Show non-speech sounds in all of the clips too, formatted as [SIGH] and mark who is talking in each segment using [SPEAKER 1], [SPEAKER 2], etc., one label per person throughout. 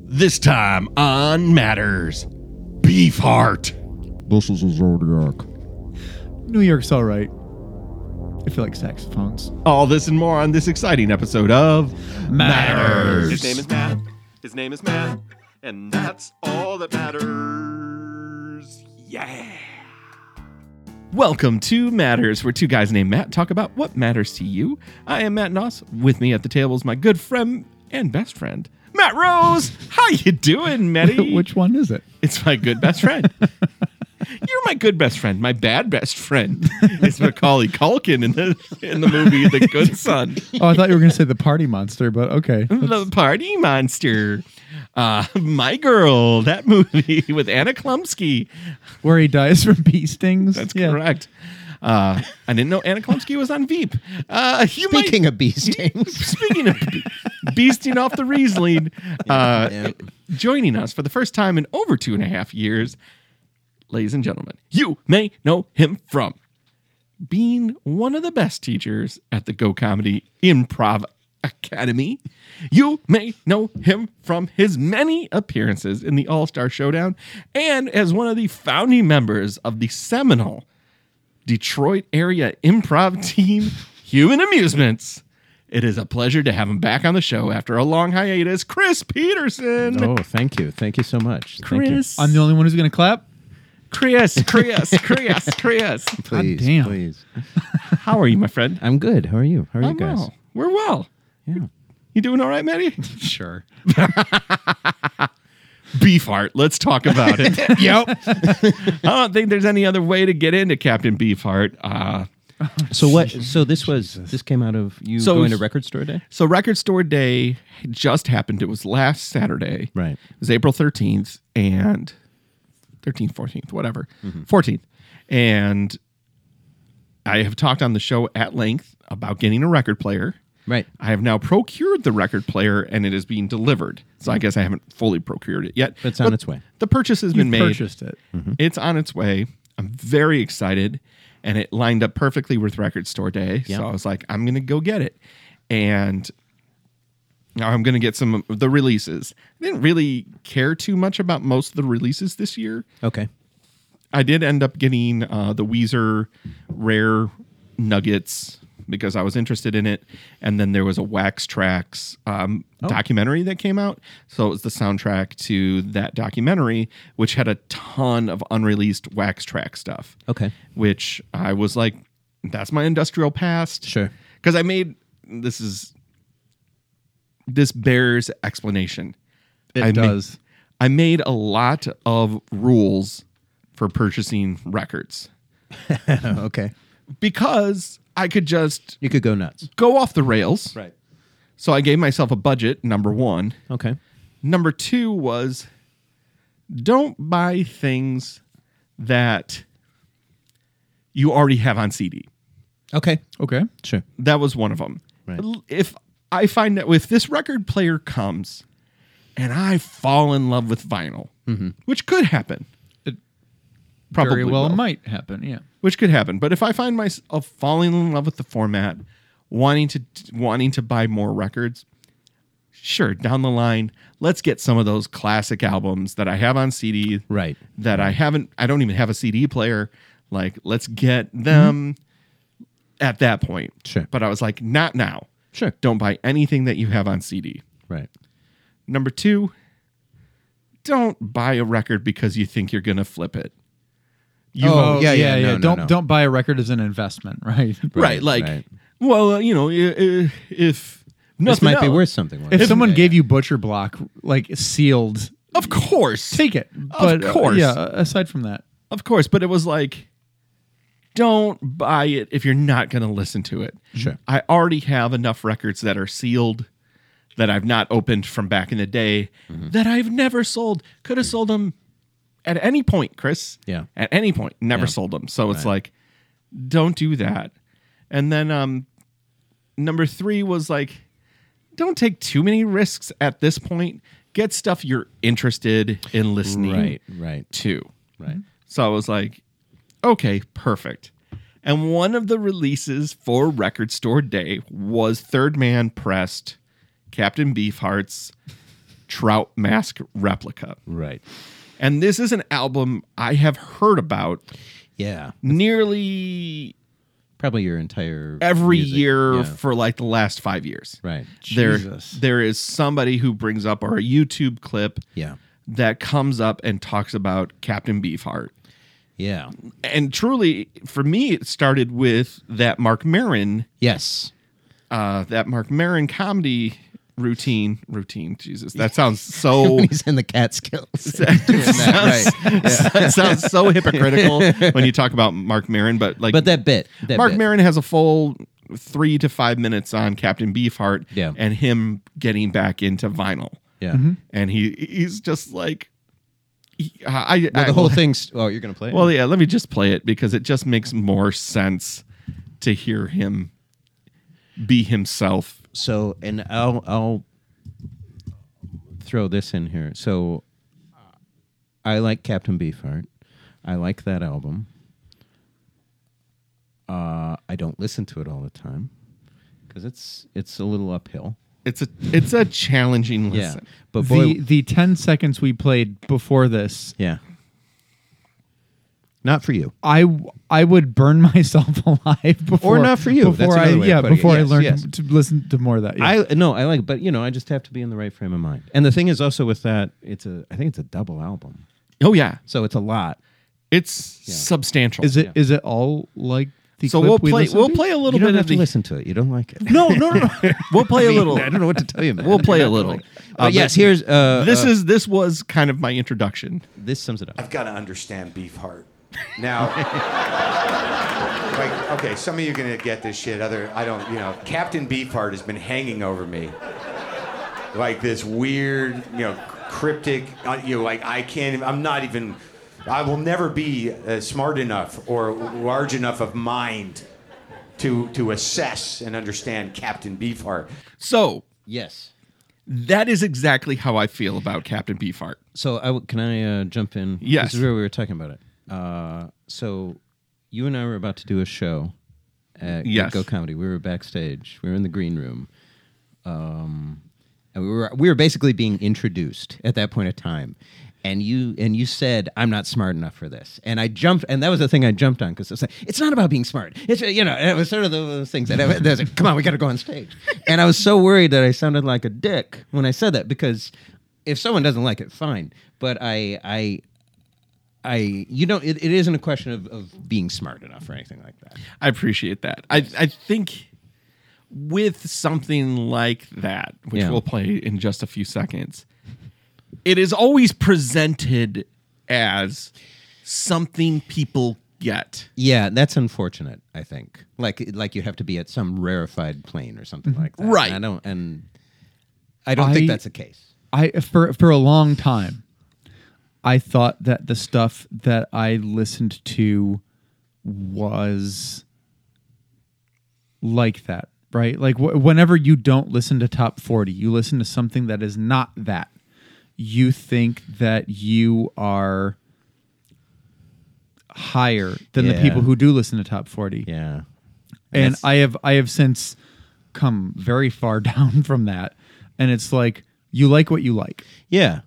[SPEAKER 1] This time on Matters Beefheart.
[SPEAKER 2] This is a Zodiac.
[SPEAKER 3] New York's all right. I feel like saxophones.
[SPEAKER 1] All this and more on this exciting episode of Matters.
[SPEAKER 4] His name is Matt. His name is Matt. And that's all that matters. Yeah.
[SPEAKER 1] Welcome to Matters, where two guys named Matt talk about what matters to you. I am Matt Noss. With me at the table is my good friend and best friend, Matt Rose. How you
[SPEAKER 4] [LAUGHS]
[SPEAKER 1] doing, Matty?
[SPEAKER 3] Which one is it?
[SPEAKER 1] It's my good best friend. You're my good best friend. My bad best friend is Macaulay Culkin in the in the movie The Good Son.
[SPEAKER 3] Oh, I thought you were going to say the party monster, but okay.
[SPEAKER 1] [LAUGHS] the party monster. Uh, my girl, that movie with Anna Klumsky.
[SPEAKER 3] Where he dies from [LAUGHS] bee stings.
[SPEAKER 1] That's
[SPEAKER 3] Yeah.
[SPEAKER 1] correct. Uh, I didn't know Anna Klumsky was on Veep. Uh, you might-
[SPEAKER 5] Speaking of bee stings,
[SPEAKER 1] [LAUGHS] speaking of be- beasting off the Riesling, uh,
[SPEAKER 5] [LAUGHS] Yeah,
[SPEAKER 1] joining us for the first time in over two and a half years, ladies and gentlemen, you may know him from being one of the best teachers at the Go Comedy Improv Academy. You may know him from his many appearances in the All Star Showdown and as one of the founding members of the seminal Detroit area improv team, Human Amusements. It is a pleasure to have him back on the show after a long hiatus. Chris Peterson.
[SPEAKER 6] Oh, thank you. Thank you so much. Thank you.
[SPEAKER 1] Chris.
[SPEAKER 3] I'm the only one who's going to clap.
[SPEAKER 1] Chris, Chris, Chris, Chris.
[SPEAKER 5] please,
[SPEAKER 3] damn.
[SPEAKER 5] please.
[SPEAKER 1] How are you, my friend?
[SPEAKER 6] I'm good. How are you? How are you guys?
[SPEAKER 1] well. We're well.
[SPEAKER 6] Yeah.
[SPEAKER 1] You doing all right,
[SPEAKER 6] [LAUGHS]
[SPEAKER 1] Maddie?
[SPEAKER 3] Sure.
[SPEAKER 1] Beefheart. Let's talk about [LAUGHS] it. I
[SPEAKER 3] Yep.
[SPEAKER 1] don't think there's any other way to get into Captain Beefheart. Uh,
[SPEAKER 6] So what? So this was this came out of you
[SPEAKER 1] So-
[SPEAKER 6] going to record store day,
[SPEAKER 1] so Record Store Day just happened. It was last Saturday.
[SPEAKER 6] right?
[SPEAKER 1] It was April 13th and 13th, 14th, whatever.
[SPEAKER 6] Mm-hmm.
[SPEAKER 1] 14th. And I have talked on the show at length about getting a record player.
[SPEAKER 6] Right.
[SPEAKER 1] I have now procured the record player and it is being delivered. So I guess I haven't fully procured it yet.
[SPEAKER 6] But Hmm. it's on its way.
[SPEAKER 1] The purchase has been made. Mm-hmm.
[SPEAKER 3] Purchased it.
[SPEAKER 1] It's on its way. I'm very excited. And it lined up perfectly with record store day. So I was like, I'm going to go get it. And now I'm going to get some of the releases. I didn't really care too much about most of the releases this year.
[SPEAKER 6] Okay.
[SPEAKER 1] I did end up getting uh, the Weezer Rare Nuggets because I was interested in it. And then there was a Wax Tracks um, documentary that came out. So it was the soundtrack to that documentary, which had a ton of unreleased Wax Track stuff.
[SPEAKER 6] Okay.
[SPEAKER 1] Which I was like, that's my industrial past.
[SPEAKER 6] Sure.
[SPEAKER 1] Because I made this is this bears explanation.
[SPEAKER 3] It
[SPEAKER 1] I ma-
[SPEAKER 3] does.
[SPEAKER 1] I made a lot of rules for purchasing records
[SPEAKER 6] Oh, okay.
[SPEAKER 1] because I could just
[SPEAKER 6] You could go nuts.
[SPEAKER 1] go off the rails.
[SPEAKER 6] Right.
[SPEAKER 1] So I gave myself a budget, number one.
[SPEAKER 6] Okay.
[SPEAKER 1] Number two was don't buy things that you already have on CD.
[SPEAKER 6] Okay.
[SPEAKER 3] okay.
[SPEAKER 6] Sure.
[SPEAKER 1] That was one of them.
[SPEAKER 6] Right.
[SPEAKER 1] L- If I find that if this record player comes and I fall in love with vinyl, which could happen,
[SPEAKER 3] It
[SPEAKER 1] probably
[SPEAKER 3] Very well
[SPEAKER 1] will.
[SPEAKER 3] might happen. Yeah.
[SPEAKER 1] which could happen. But if I find myself falling in love with the format, wanting to wanting to buy more records, sure, down the line, let's get some of those classic albums that I have on CD,
[SPEAKER 6] Right.
[SPEAKER 1] That I haven't, I don't even have a CD player. Like, let's get them at that point.
[SPEAKER 6] Sure.
[SPEAKER 1] But I was like, not now.
[SPEAKER 6] Sure.
[SPEAKER 1] Don't buy anything that you have on CD.
[SPEAKER 6] Right.
[SPEAKER 1] Number two, don't buy a record because you think you're gonna flip it. You
[SPEAKER 3] oh,
[SPEAKER 5] yeah, yeah, no, no,
[SPEAKER 3] don't
[SPEAKER 5] no.
[SPEAKER 3] don't buy a record as an investment, [LAUGHS] right?
[SPEAKER 1] right, like
[SPEAKER 6] right.
[SPEAKER 1] well uh, you know i- i- if
[SPEAKER 6] This
[SPEAKER 1] nothing
[SPEAKER 6] might be
[SPEAKER 1] else-
[SPEAKER 6] worth something. Once.
[SPEAKER 3] If someone gave you Butcher Block like sealed,
[SPEAKER 1] of course
[SPEAKER 3] take it. But uh,
[SPEAKER 1] course.
[SPEAKER 3] yeah. Aside from that,
[SPEAKER 1] of course but it was like don't buy it if you're not going to listen to it
[SPEAKER 6] Sure.
[SPEAKER 1] i already have enough records that are sealed that i've not opened from back in the day
[SPEAKER 6] Mm-hmm.
[SPEAKER 1] that i've never sold could have sold them at any point chris
[SPEAKER 6] Mm. Yeah.
[SPEAKER 1] at any point never sold them so it's like don't do that and then um number three was like don't take too many risks at this point get stuff you're interested in listening
[SPEAKER 6] Right. Right.
[SPEAKER 1] to
[SPEAKER 6] Right.
[SPEAKER 1] so I was like, okay, perfect. And one of the releases for Record Store Day was Third Man Pressed Captain Beefheart's trout mask replica.
[SPEAKER 6] Right.
[SPEAKER 1] And this is an album I have heard about
[SPEAKER 6] Yeah.
[SPEAKER 1] nearly
[SPEAKER 6] Probably your entire
[SPEAKER 1] every
[SPEAKER 6] music.
[SPEAKER 1] year
[SPEAKER 6] Yeah.
[SPEAKER 1] for like the last five years.
[SPEAKER 6] right.
[SPEAKER 1] There,
[SPEAKER 3] Jesus.
[SPEAKER 1] there is somebody who brings up or a YouTube clip
[SPEAKER 6] Yeah.
[SPEAKER 1] that comes up and talks about Captain Beefheart.
[SPEAKER 6] Yeah.
[SPEAKER 1] And truly, for me, it started with that Mark Marin
[SPEAKER 6] Yes.
[SPEAKER 1] uh, that Mark Marin comedy routine routine. Jesus, that sounds
[SPEAKER 6] [LAUGHS]
[SPEAKER 1] so.
[SPEAKER 6] He's in the Catskills.
[SPEAKER 1] Oh. sounds, [LAUGHS]
[SPEAKER 6] [LAUGHS]
[SPEAKER 1] it sounds so hypocritical when you talk about Mark Marin, but like
[SPEAKER 6] but that bit. That
[SPEAKER 1] Mark
[SPEAKER 6] bit.
[SPEAKER 1] Marin has a full three to five minutes on Captain Beefheart
[SPEAKER 6] Yeah.
[SPEAKER 1] and him getting back into vinyl,
[SPEAKER 6] Yeah.
[SPEAKER 1] and he he's just like, he- I,
[SPEAKER 6] Well,
[SPEAKER 1] I
[SPEAKER 6] the whole thing's. Oh, you're gonna play. it?
[SPEAKER 1] Well, yeah, let me just play it because it just makes more sense to hear him be himself.
[SPEAKER 6] so and I'll I'll throw this in here. So I like Captain Beefheart. I like that album. Uh, I don't listen to it all the time because it's it's a little uphill.
[SPEAKER 1] It's a it's a challenging listen.
[SPEAKER 6] Yeah, but boy,
[SPEAKER 3] the the ten seconds we played before this,
[SPEAKER 6] yeah, not for you.
[SPEAKER 3] I w- I would burn [LAUGHS] myself alive before
[SPEAKER 6] not for you. That's
[SPEAKER 3] Before I
[SPEAKER 6] another way of
[SPEAKER 3] yeah,
[SPEAKER 6] putting it.
[SPEAKER 3] before I
[SPEAKER 6] Yes,
[SPEAKER 3] learned
[SPEAKER 6] yes.
[SPEAKER 3] to listen to more of that. Yeah.
[SPEAKER 6] I no, I like, but you know, I just have to be in the right frame of mind. And the thing is, also with that, it's a I think it's a double album,
[SPEAKER 1] Oh yeah,
[SPEAKER 6] so it's a lot.
[SPEAKER 1] it's substantial.
[SPEAKER 3] is it is it all like the
[SPEAKER 1] So
[SPEAKER 3] clip
[SPEAKER 1] we'll
[SPEAKER 3] we
[SPEAKER 1] play.
[SPEAKER 3] listened
[SPEAKER 1] we'll
[SPEAKER 3] to?
[SPEAKER 1] play a little
[SPEAKER 6] you
[SPEAKER 1] bit
[SPEAKER 6] don't have
[SPEAKER 1] of
[SPEAKER 6] to
[SPEAKER 1] the.
[SPEAKER 6] listen to it. You don't like it.
[SPEAKER 1] [LAUGHS] No, no, no, no. We'll play a little.
[SPEAKER 6] [LAUGHS] I don't know what to tell you, man. [LAUGHS]
[SPEAKER 1] We'll play a little.
[SPEAKER 6] But yes, here's uh,
[SPEAKER 1] This
[SPEAKER 6] uh,
[SPEAKER 1] is this was kind of my introduction.
[SPEAKER 6] this sums it up.
[SPEAKER 5] I've got to understand Beefheart. Now, [LAUGHS] like, okay, some of you are gonna get this shit. Other, I don't. You know, Captain Beefheart has been hanging over me, like this weird, you know, cryptic. uh, You know, like I can't. even- I'm not even. I will never be uh, smart enough or large enough of mind to to assess and understand Captain Beefheart.
[SPEAKER 1] So
[SPEAKER 6] Yes.
[SPEAKER 1] that is exactly how I feel about Captain Beefheart.
[SPEAKER 6] So I w- can I uh, jump in?
[SPEAKER 1] Yes.
[SPEAKER 6] This is where we were talking about it. Uh, so you and I were about to do a show at
[SPEAKER 1] Yes.
[SPEAKER 6] Go Comedy. We were backstage. We were in the green room. Um, and we were we were basically being introduced at that point of time. And you and you said I'm not smart enough for this, and I jumped, and that was the thing I jumped on because it's like it's not about being smart. It's uh, you know, and it was sort of those things that I was, there's like, come on, we got to go on stage, and I was so worried that I sounded like a dick when I said that because if someone doesn't like it, fine, but I I I you don't it, it isn't a question of, of being smart enough or anything like that.
[SPEAKER 1] I appreciate that. I I think with something like that, which
[SPEAKER 6] Yeah.
[SPEAKER 1] we'll play in just a few seconds, it is always presented as something people get.
[SPEAKER 6] Yeah, that's unfortunate, I think. Like like you have to be at some rarefied plane or something like that.
[SPEAKER 1] Right.
[SPEAKER 6] I don't and I don't think
[SPEAKER 3] I-
[SPEAKER 6] that's the case.
[SPEAKER 3] I for for a long time, I thought that the stuff that I listened to was like that, right? Like wh- whenever you don't listen to top forty, you listen to something that is not that. You think that you are higher than the
[SPEAKER 6] Yeah.
[SPEAKER 3] people who do listen to top forty
[SPEAKER 6] Yeah.
[SPEAKER 3] and
[SPEAKER 6] that's-
[SPEAKER 3] I have I have since come very far [LAUGHS] down from that, and it's like you like what you like,
[SPEAKER 6] Yeah.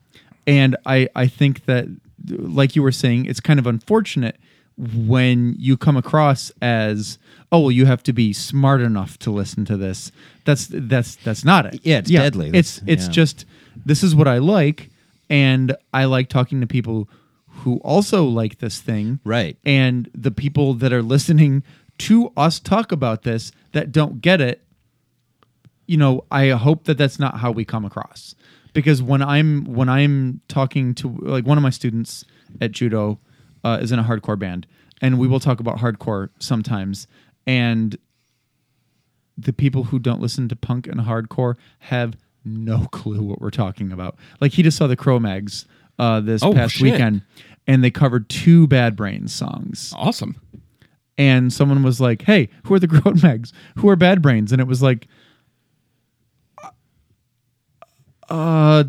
[SPEAKER 3] and I I think that like you were saying, it's kind of unfortunate when you come across as oh well you have to be smart enough to listen to this that's that's that's not it
[SPEAKER 6] Yeah, it's deadly.
[SPEAKER 3] it's
[SPEAKER 6] That's-
[SPEAKER 3] it's
[SPEAKER 6] yeah.
[SPEAKER 3] just this is what i like and i like talking to people who also like this thing
[SPEAKER 6] Right.
[SPEAKER 3] and the people that are listening to us talk about this that don't get it you know i hope that that's not how we come across because when i'm when i'm talking to like one of my students at judo uh, is in a hardcore band and we will talk about hardcore sometimes and the people who don't listen to punk and hardcore have no clue what we're talking about like he just saw the cro-mags uh, this
[SPEAKER 1] Oh,
[SPEAKER 3] past
[SPEAKER 1] shit.
[SPEAKER 3] weekend and they covered two bad brains songs
[SPEAKER 1] Awesome.
[SPEAKER 3] and someone was like, "Hey, who are the [LAUGHS] grown mags? Who are bad brains?" And it was like, "Uh,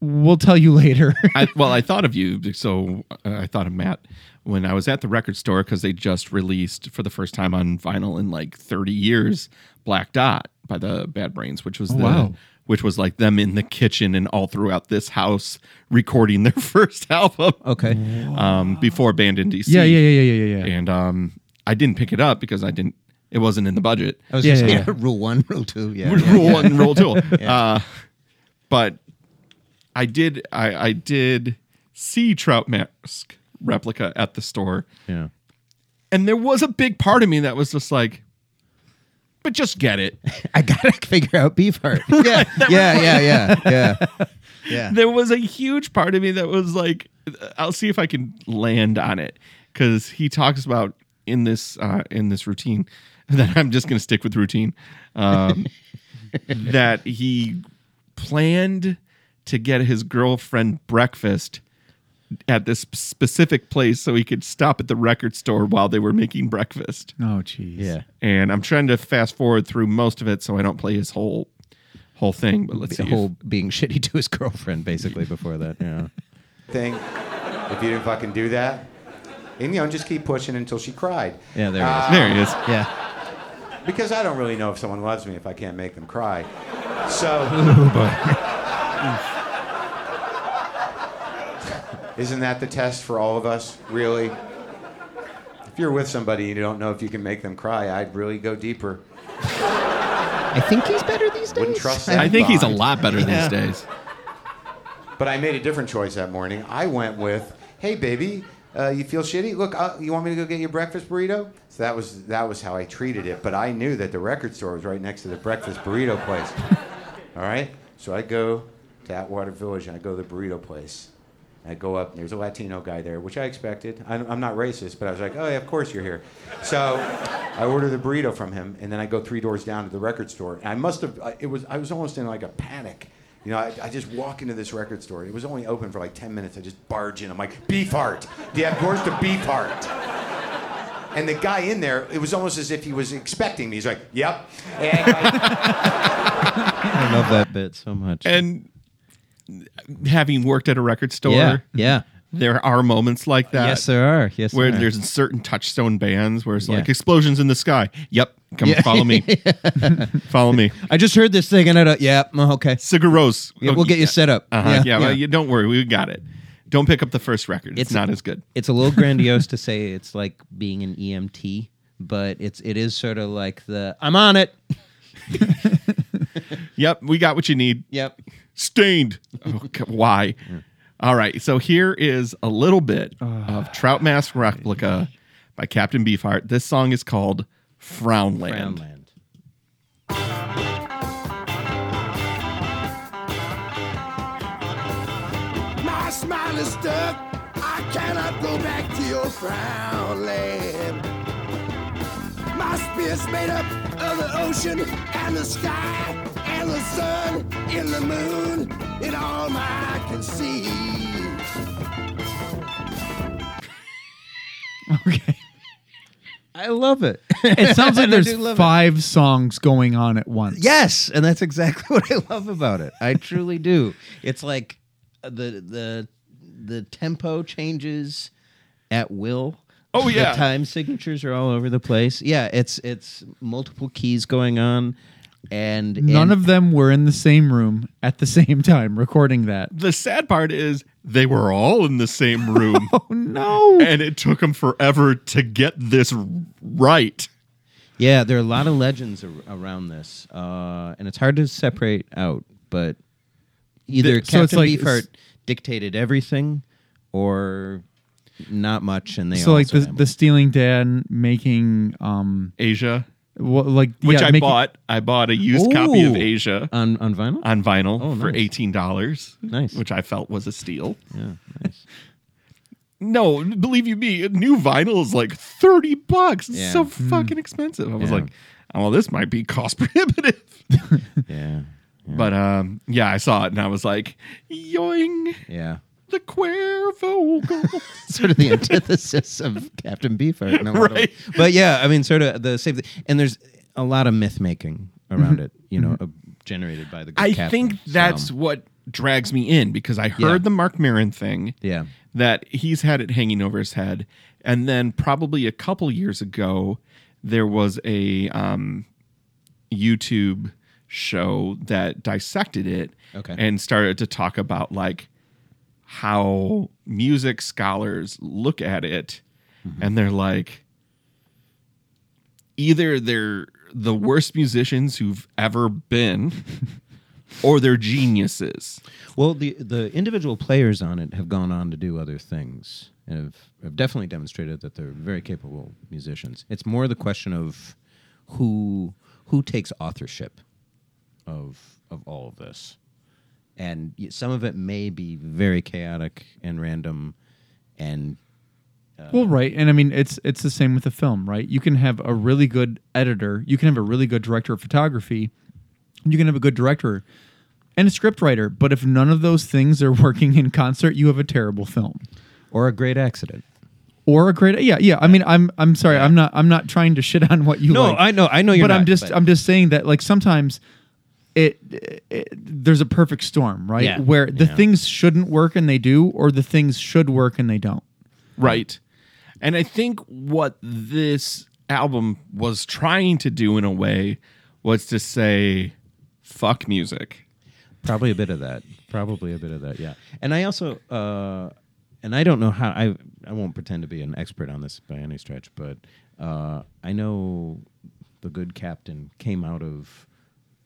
[SPEAKER 3] we'll tell you later." [LAUGHS]
[SPEAKER 1] I, well, I thought of you, so uh, I thought of Matt when I was at the record store because they just released for the first time on vinyl in like 30 years "Black Dot" by the Bad Brains, which was the
[SPEAKER 3] Oh, wow.
[SPEAKER 1] which was like them in the kitchen and all throughout this house recording their [LAUGHS] first album
[SPEAKER 6] Okay.
[SPEAKER 1] um, before Band in DC.
[SPEAKER 3] Oh, Yeah, yeah, yeah, yeah, yeah, yeah.
[SPEAKER 1] And um, I didn't pick it up because I didn't. It wasn't in the budget.
[SPEAKER 6] I was
[SPEAKER 3] Yeah,
[SPEAKER 6] just
[SPEAKER 3] yeah,
[SPEAKER 6] yeah, [LAUGHS] rule one, rule two. Yeah.
[SPEAKER 1] [LAUGHS]
[SPEAKER 6] yeah,
[SPEAKER 1] rule
[SPEAKER 6] [LAUGHS] yeah.
[SPEAKER 1] one, rule two. Uh, but I did, I, I did see Trout Mask replica at the store,
[SPEAKER 6] Yeah.
[SPEAKER 1] and there was a big part of me that was just like, but just get it.
[SPEAKER 6] [LAUGHS] I gotta figure out Beefheart. Yeah. yeah, yeah, yeah, yeah, yeah.
[SPEAKER 1] there was a huge part of me that was like, I'll see if I can land on it because he talks about in this uh, in this routine [LAUGHS] that I'm just going to stick with routine
[SPEAKER 6] [LAUGHS]
[SPEAKER 1] um, that he planned to get his girlfriend breakfast at this specific place so he could stop at the record store while they were making breakfast
[SPEAKER 3] Oh, jeez.
[SPEAKER 6] Yeah.
[SPEAKER 1] and I'm trying to fast forward through most of it so I don't play his whole whole thing but let's see
[SPEAKER 6] The
[SPEAKER 1] if-
[SPEAKER 6] whole being shitty to his girlfriend basically before that. Yeah.
[SPEAKER 5] thing if you didn't fucking do that. And you know, just keep pushing until she cried.
[SPEAKER 6] Yeah, there it is.
[SPEAKER 1] there he is
[SPEAKER 6] Yeah.
[SPEAKER 5] Because I don't really know if someone loves me if I can't make them cry. So. [LAUGHS] Isn't that the test for all of us, really? If you're with somebody and you don't know if you can make them cry, I'd really go deeper.
[SPEAKER 6] I think he's better these days.
[SPEAKER 5] Wouldn't trust
[SPEAKER 1] I
[SPEAKER 5] that.
[SPEAKER 1] think he's a
[SPEAKER 5] bond.
[SPEAKER 1] lot better these days.
[SPEAKER 5] But I made a different choice that morning. I went with, "Hey, baby, uh, you feel shitty? Look, uh, you want me to go get you a breakfast burrito?" So that was that was how I treated it. But I knew that the record store was right next to the breakfast burrito place. All right, so I go to Atwater Village and I go to the burrito place. I go up and there's a Latino guy there, which I expected. I'm, I'm not racist, but I was like, "Oh yeah, of course you're here." So I order the burrito from him, and then I go three doors down to the record store. And I must have I- it was I was almost in like a panic. You know, I, I just walk into this record store. It was only open for like 10 minutes. I just barge in. I'm like, beef heart. Do you have doors to beef heart? And the guy in there, it was almost as if he was expecting me. He's like, yep. And like,
[SPEAKER 6] I love that bit so much.
[SPEAKER 1] And having worked at a record store,
[SPEAKER 6] yeah, yeah.
[SPEAKER 1] there are moments like that
[SPEAKER 6] yes, there are. Yes,
[SPEAKER 1] where
[SPEAKER 6] there are.
[SPEAKER 1] there's certain touchstone bands where it's like
[SPEAKER 6] Yeah.
[SPEAKER 1] explosions in the sky. Yep, come
[SPEAKER 6] Yeah.
[SPEAKER 1] follow [LAUGHS] me. follow me.
[SPEAKER 6] I just heard this thing and I don't. Yeah. mm, Okay.
[SPEAKER 1] Sigur Rós.
[SPEAKER 6] Yeah, we'll get you set up.
[SPEAKER 1] Uh-huh. Yeah, well, you don't worry, we got it. Don't pick up the first record. It's,
[SPEAKER 6] It's-
[SPEAKER 1] not as good.
[SPEAKER 6] it's a little grandiose to say it's like being an EMT, but it's it is sort of like the I'm on it.
[SPEAKER 1] Yep, we got what you need.
[SPEAKER 6] Yep.
[SPEAKER 1] Stained. Oh, God, why? All right. So here is a little bit of Trout Mask Replica by Captain Beefheart. This song is called Frownland.
[SPEAKER 6] Brownland.
[SPEAKER 7] My smile is stuck. I cannot go back to your frown land. My spirit's made up of the ocean and the sky and the sun and the moon and all I can see.
[SPEAKER 3] Okay.
[SPEAKER 6] I
[SPEAKER 1] [LAUGHS]
[SPEAKER 6] love it.
[SPEAKER 3] It sounds like
[SPEAKER 6] And I
[SPEAKER 3] there's
[SPEAKER 6] do love it.
[SPEAKER 3] five songs going on at once.
[SPEAKER 6] Yes, and that's exactly [LAUGHS] what I love about it. I truly do. It's like uh, the the the tempo changes at will.
[SPEAKER 1] Oh, yeah.
[SPEAKER 6] The time signatures are all over the place. Yeah, it's it's multiple keys going on and
[SPEAKER 3] None
[SPEAKER 6] and-
[SPEAKER 3] of them were in the same room at the [LAUGHS] same time recording that.
[SPEAKER 1] The sad part is they were all in the same room
[SPEAKER 3] Oh no.
[SPEAKER 1] and it took them forever to get this right.
[SPEAKER 6] Yeah, there are a lot of legends ar- around this, uh, and it's hard to separate out. But either
[SPEAKER 3] so it's
[SPEAKER 6] Captain
[SPEAKER 3] like-
[SPEAKER 6] Beefheart dictated everything, or not much, and they
[SPEAKER 3] So
[SPEAKER 6] all
[SPEAKER 3] like the,
[SPEAKER 6] sort of-
[SPEAKER 3] the stealing dad making um
[SPEAKER 1] Asia,
[SPEAKER 3] wha- like
[SPEAKER 1] which
[SPEAKER 3] yeah,
[SPEAKER 1] I
[SPEAKER 3] making-
[SPEAKER 1] bought. I bought a used copy of
[SPEAKER 6] Ooh.
[SPEAKER 1] Asia
[SPEAKER 6] on on vinyl.
[SPEAKER 1] on vinyl
[SPEAKER 6] Oh,
[SPEAKER 1] for
[SPEAKER 6] nice.
[SPEAKER 1] $18,
[SPEAKER 6] Nice.
[SPEAKER 1] which I felt was a steal.
[SPEAKER 6] yeah, nice.
[SPEAKER 1] No, believe you me, new vinyl is like 30 bucks. It's
[SPEAKER 6] Yeah.
[SPEAKER 1] so fucking expensive. I was
[SPEAKER 6] Yeah.
[SPEAKER 1] like, oh, well, this might be cost [LAUGHS] prohibitive.
[SPEAKER 6] yeah,
[SPEAKER 1] But um, yeah, I saw it and I was like, yoing,
[SPEAKER 6] yeah.
[SPEAKER 1] the Cuervo.
[SPEAKER 6] Sort of the antithesis of Captain Beefheart, in a lot of-
[SPEAKER 1] Right.
[SPEAKER 6] But yeah, I mean, sort of the same. Thing. And there's a lot of myth making around it, you know, uh, generated by the. good
[SPEAKER 1] [LAUGHS] I
[SPEAKER 6] captain,
[SPEAKER 1] think
[SPEAKER 6] so,
[SPEAKER 1] that's what drags me in because I heard the Mark Marin thing.
[SPEAKER 6] yeah.
[SPEAKER 1] that he's had it hanging over his head. And then probably a couple years ago, there was a um, YouTube show that dissected it
[SPEAKER 6] Okay.
[SPEAKER 1] and started to talk about like how music scholars look at it and they're like either they're the worst musicians who've ever been or they're geniuses
[SPEAKER 6] Well, the the individual players on it have gone on to do other things and have, have definitely demonstrated that they're very capable musicians. It's more the question of who who takes authorship of of all of this, and y- some of it may be very chaotic and random, and
[SPEAKER 3] Well, right, and I mean it's it's the same with the film, right? You can have a really good editor, you can have a really good director of photography, you can have a good director and a scriptwriter, but if none of those things are [LAUGHS] working in concert, you have a terrible film.
[SPEAKER 6] or a great accident.
[SPEAKER 3] Or a great, yeah, yeah. I mean, I'm, I'm sorry, I'm not, I'm not trying to shit on what you.
[SPEAKER 6] No,
[SPEAKER 3] like.
[SPEAKER 6] I know- I know you're
[SPEAKER 3] But I'm
[SPEAKER 6] not,
[SPEAKER 3] just,
[SPEAKER 6] but-
[SPEAKER 3] I'm just saying that, like, sometimes it, it there's a perfect storm, right?
[SPEAKER 6] Yeah.
[SPEAKER 3] Where the
[SPEAKER 6] Yeah.
[SPEAKER 3] things shouldn't work and they do, or the things should work and they don't.
[SPEAKER 1] Right. And I think what this album was trying to do in a way was to say, fuck music.
[SPEAKER 6] Probably a bit of that. Probably a bit of that. Yeah. And I also, uh, and I don't know how I. I won't pretend to be an expert on this by any stretch, but uh, I know the Good Captain came out of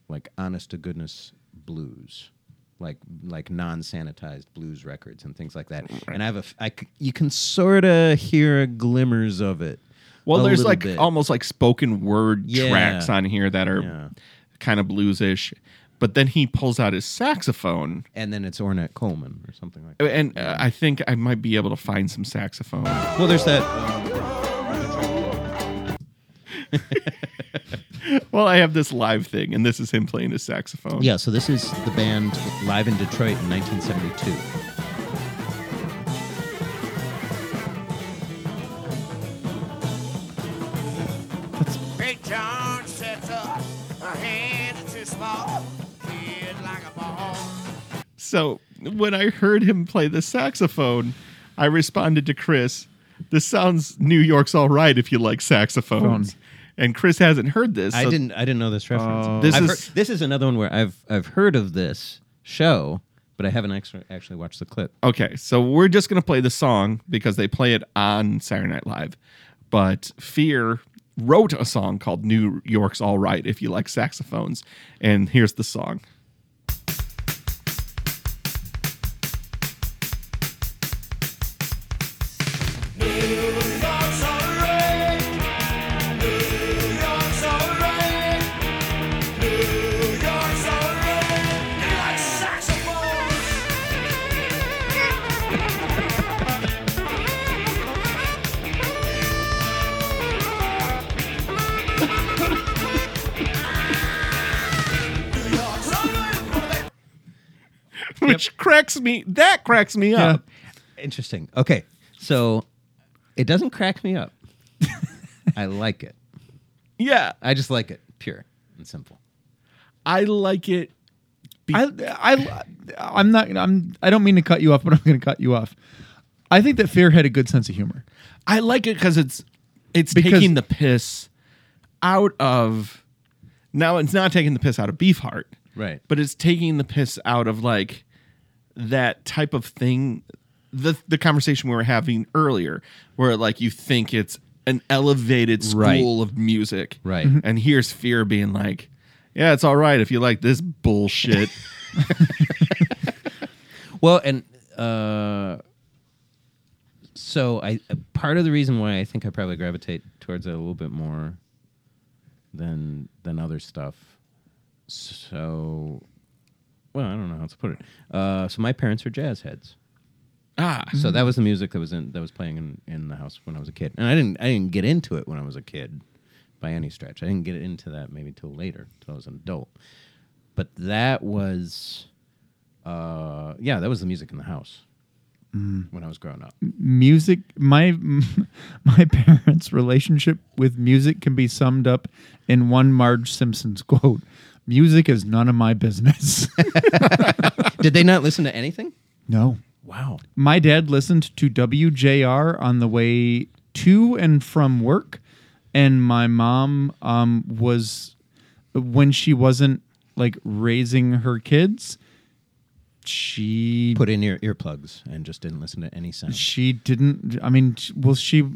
[SPEAKER 6] like honest to goodness blues, like like non sanitized blues records and things like that. And I have a, f- I c- you can sort of hear glimmers of it.
[SPEAKER 1] Well,
[SPEAKER 6] a
[SPEAKER 1] there's
[SPEAKER 6] little
[SPEAKER 1] like um
[SPEAKER 6] bit.
[SPEAKER 1] almost like spoken word
[SPEAKER 6] Yeah.
[SPEAKER 1] tracks on here that are
[SPEAKER 6] Yeah.
[SPEAKER 1] kind of bluesish. But then he pulls out his saxophone.
[SPEAKER 6] and then it's Ornette Coleman or something like. that.
[SPEAKER 1] And uh, I think I might be able to find some saxophone.
[SPEAKER 6] Well, there's that.
[SPEAKER 1] Well, I have this live thing, and this is him playing his saxophone.
[SPEAKER 6] Yeah, so this is the band live in Detroit in 1972.
[SPEAKER 7] Big John sets up a hand too small, kid like a ball.
[SPEAKER 1] So when I heard him play the saxophone, I responded to Chris, "This sounds New York's all right if you like saxophones." And Chris hasn't heard this.
[SPEAKER 6] I
[SPEAKER 1] so- Oh.
[SPEAKER 6] didn't I didn't know this reference.
[SPEAKER 1] This
[SPEAKER 6] I've
[SPEAKER 1] is-
[SPEAKER 6] heard- this is another one where I've I've heard of this show, but I haven't actually actually watched the clip.
[SPEAKER 1] Okay, so we're just gonna play the song because they play it on Saturday Night Live. But Fear wrote a song called "New York's All Right" if you like saxophones, and here's the song. Which cracks me. That cracks me up.
[SPEAKER 6] Interesting. Okay, so it doesn't crack
[SPEAKER 1] [LAUGHS]
[SPEAKER 6] me up. I like it.
[SPEAKER 1] Yeah,
[SPEAKER 6] I just like it, pure and simple.
[SPEAKER 1] I like it.
[SPEAKER 3] I, I, I'm not, I'm, I don't mean to cut you off, but I'm going to cut you off. I think that Fear had a good sense of humor.
[SPEAKER 1] I like it because it's it's
[SPEAKER 3] Because-
[SPEAKER 1] taking the piss out of now it's not taking the piss out of Beefheart,
[SPEAKER 6] Right.
[SPEAKER 1] But it's taking the piss out of like that type of thing. The the conversation we were having earlier, where like you think it's an elevated school
[SPEAKER 6] Right.
[SPEAKER 1] of music,
[SPEAKER 6] Right. Mhm.
[SPEAKER 1] And here's Fear being like, "Yeah, it's all right if you like this
[SPEAKER 6] [LAUGHS]
[SPEAKER 1] bullshit."
[SPEAKER 6] Well, and uh, so I part of the reason why I think I probably gravitate towards it a little bit more than than other stuff. So, well, I don't know how to put it. Uh, so my parents are jazz heads.
[SPEAKER 1] ah,
[SPEAKER 6] So that was the music that was in that was playing in, in the house when I was a kid, and I didn't I didn't get into it when I was a kid, by any stretch. I didn't get into that maybe till later, till I was an adult. But that was, uh, yeah, that was the music in the house
[SPEAKER 1] Mm.
[SPEAKER 6] when I was growing up.
[SPEAKER 3] music my [LAUGHS] my parents relationship with music can be summed up in one marge simpson's quote music is none of my business [LAUGHS]
[SPEAKER 6] Did they not listen to anything?
[SPEAKER 3] no
[SPEAKER 6] Wow.
[SPEAKER 3] my dad listened to wjr on the way to and from work and my mom um, was when she wasn't like raising her kids, she
[SPEAKER 6] Put in ear earplugs and just didn't listen to any sound.
[SPEAKER 3] she didn't. I mean, sh- well, she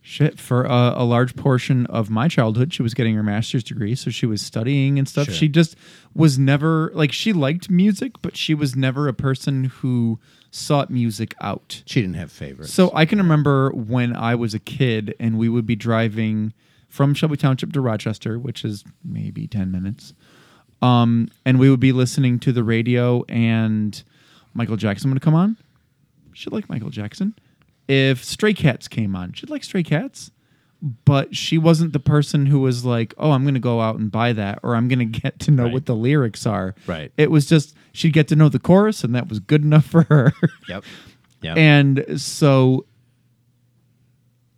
[SPEAKER 3] shit for a, a large portion of my childhood, she was getting her master's degree, so she was studying and stuff.
[SPEAKER 6] Sure.
[SPEAKER 3] She just was never like she liked music, but she was never a person who sought music out.
[SPEAKER 6] She didn't have favorites.
[SPEAKER 3] So I can remember when I was a kid and we would be driving from Shelby Township to Rochester, which is maybe 10 minutes. Um, and we would be listening to the radio and Michael Jackson would come on. She'd like Michael Jackson. If Stray Cats came on, she'd like Stray Cats. But she wasn't the person who was like, oh, I'm going to go out and buy that or I'm going to get to know what the lyrics are.
[SPEAKER 6] Right.
[SPEAKER 3] It was just, she'd get to know the chorus and that was good enough for her. [LAUGHS]
[SPEAKER 6] yep. Yep.
[SPEAKER 3] and so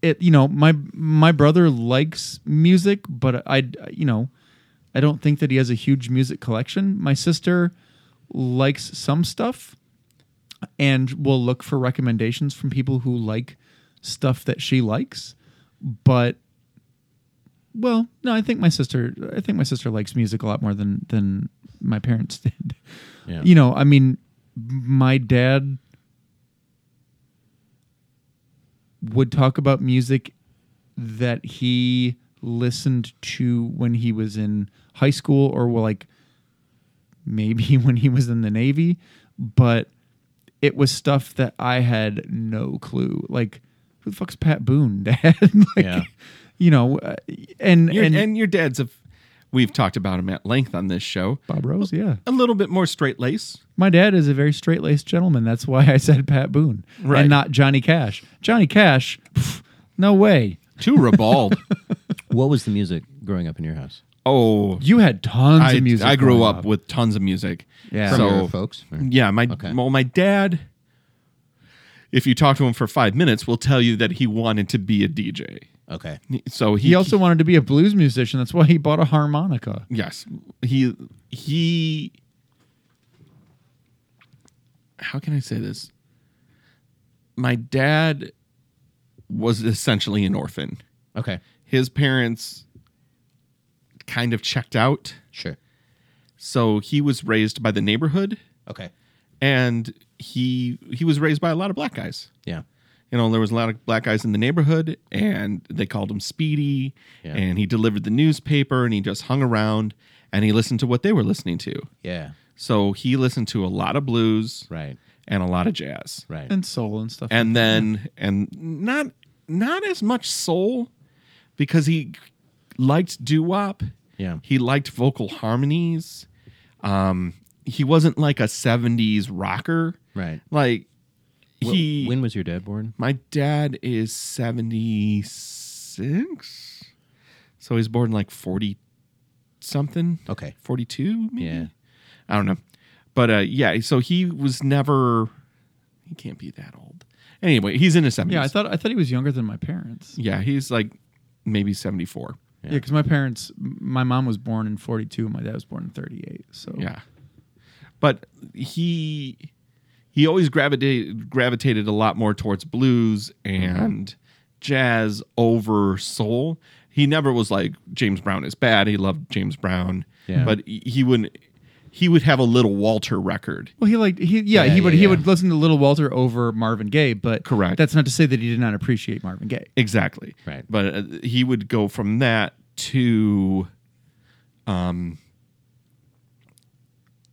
[SPEAKER 3] it you know my my brother likes music but i you know i don't think that he has a huge music collection my sister likes some stuff and will look for recommendations from people who like stuff that she likes but well no i think my sister i think my sister likes music a lot more than than my parents [LAUGHS] did
[SPEAKER 6] Yeah.
[SPEAKER 3] you know i mean my dad would talk about music that he listened to when he was in high school or well, like maybe [LAUGHS] when he was in the navy but it was stuff that i had no clue like who the fuck's pat boone [LAUGHS] dad like
[SPEAKER 6] Yeah.
[SPEAKER 3] you know uh, and
[SPEAKER 1] Your,
[SPEAKER 3] and,
[SPEAKER 1] and, your dad's a. We've talked about him at length on this show.
[SPEAKER 3] bob rose yeah
[SPEAKER 1] A little bit more straight
[SPEAKER 6] [LAUGHS]
[SPEAKER 1] lace.
[SPEAKER 3] my dad is a very straight-laced gentleman that's why i said pat boone
[SPEAKER 1] Right.
[SPEAKER 3] and not johnny cash johnny cash pff, no way
[SPEAKER 1] Too ribald.
[SPEAKER 6] What was the music growing up in your house?
[SPEAKER 1] oh,
[SPEAKER 3] you had tons
[SPEAKER 1] I,
[SPEAKER 3] of music
[SPEAKER 1] I grew
[SPEAKER 3] growing
[SPEAKER 1] up, with tons of music.
[SPEAKER 3] Yeah.
[SPEAKER 6] From
[SPEAKER 1] So
[SPEAKER 6] your folks? Or-
[SPEAKER 1] yeah, my
[SPEAKER 6] Okay.
[SPEAKER 1] well, my dad. If you talk to him for five minutes, will tell you that he wanted to be a DJ.
[SPEAKER 6] Okay.
[SPEAKER 1] So he,
[SPEAKER 3] He also wanted to be a blues musician. That's why he bought a harmonica.
[SPEAKER 1] yes he he. How can I say this? My dad was essentially an orphan.
[SPEAKER 6] Okay.
[SPEAKER 1] His parents kind of checked out,
[SPEAKER 6] Sure.
[SPEAKER 1] so he was raised by the neighborhood.
[SPEAKER 6] Okay.
[SPEAKER 1] and he he was raised by a lot of black guys.
[SPEAKER 6] Yeah.
[SPEAKER 1] You know, there was a lot of black guys in the neighborhood, and they called him Speedy.
[SPEAKER 6] Yeah.
[SPEAKER 1] And he delivered the newspaper, and he just hung around, and he listened to what they were listening to.
[SPEAKER 6] Yeah.
[SPEAKER 1] So he listened to a lot of blues
[SPEAKER 6] Right.
[SPEAKER 1] and a lot of jazz,
[SPEAKER 6] Right.
[SPEAKER 3] And soul and stuff.
[SPEAKER 1] and then and not not as much soul because he liked doo wop.
[SPEAKER 6] Yeah.
[SPEAKER 1] he liked vocal harmonies. Um, he wasn't like a '70s rocker.
[SPEAKER 6] right.
[SPEAKER 1] Like
[SPEAKER 6] Wh-
[SPEAKER 1] he
[SPEAKER 6] when was your dad born?
[SPEAKER 1] my dad is 76. So he's born like 40 something.
[SPEAKER 6] Okay.
[SPEAKER 1] 42 maybe.
[SPEAKER 6] Yeah.
[SPEAKER 1] I don't know. But uh yeah, so he was never he can't be that old. Anyway, he's in his 70s.
[SPEAKER 3] yeah, I thought I thought he was younger than my parents.
[SPEAKER 1] Yeah, he's like maybe 74.
[SPEAKER 3] Yeah, because my parents, my mom was born in forty two, my dad was born in thirty eight. So
[SPEAKER 1] Yeah. But he he always gravitated gravitated a lot more towards blues and jazz over soul. He never was like James Brown is bad. He loved James Brown.
[SPEAKER 6] Yeah.
[SPEAKER 1] But he he wouldn't he would have a little Walter record.
[SPEAKER 3] Well, he liked he yeah,
[SPEAKER 6] Yeah,
[SPEAKER 3] he would
[SPEAKER 6] yeah,
[SPEAKER 3] he
[SPEAKER 6] yeah.
[SPEAKER 3] would listen to Little Walter over Marvin Gaye, but
[SPEAKER 1] Correct.
[SPEAKER 3] That's not to say that he did not appreciate Marvin Gaye.
[SPEAKER 1] Exactly.
[SPEAKER 6] Right.
[SPEAKER 1] But uh, he would go from that to um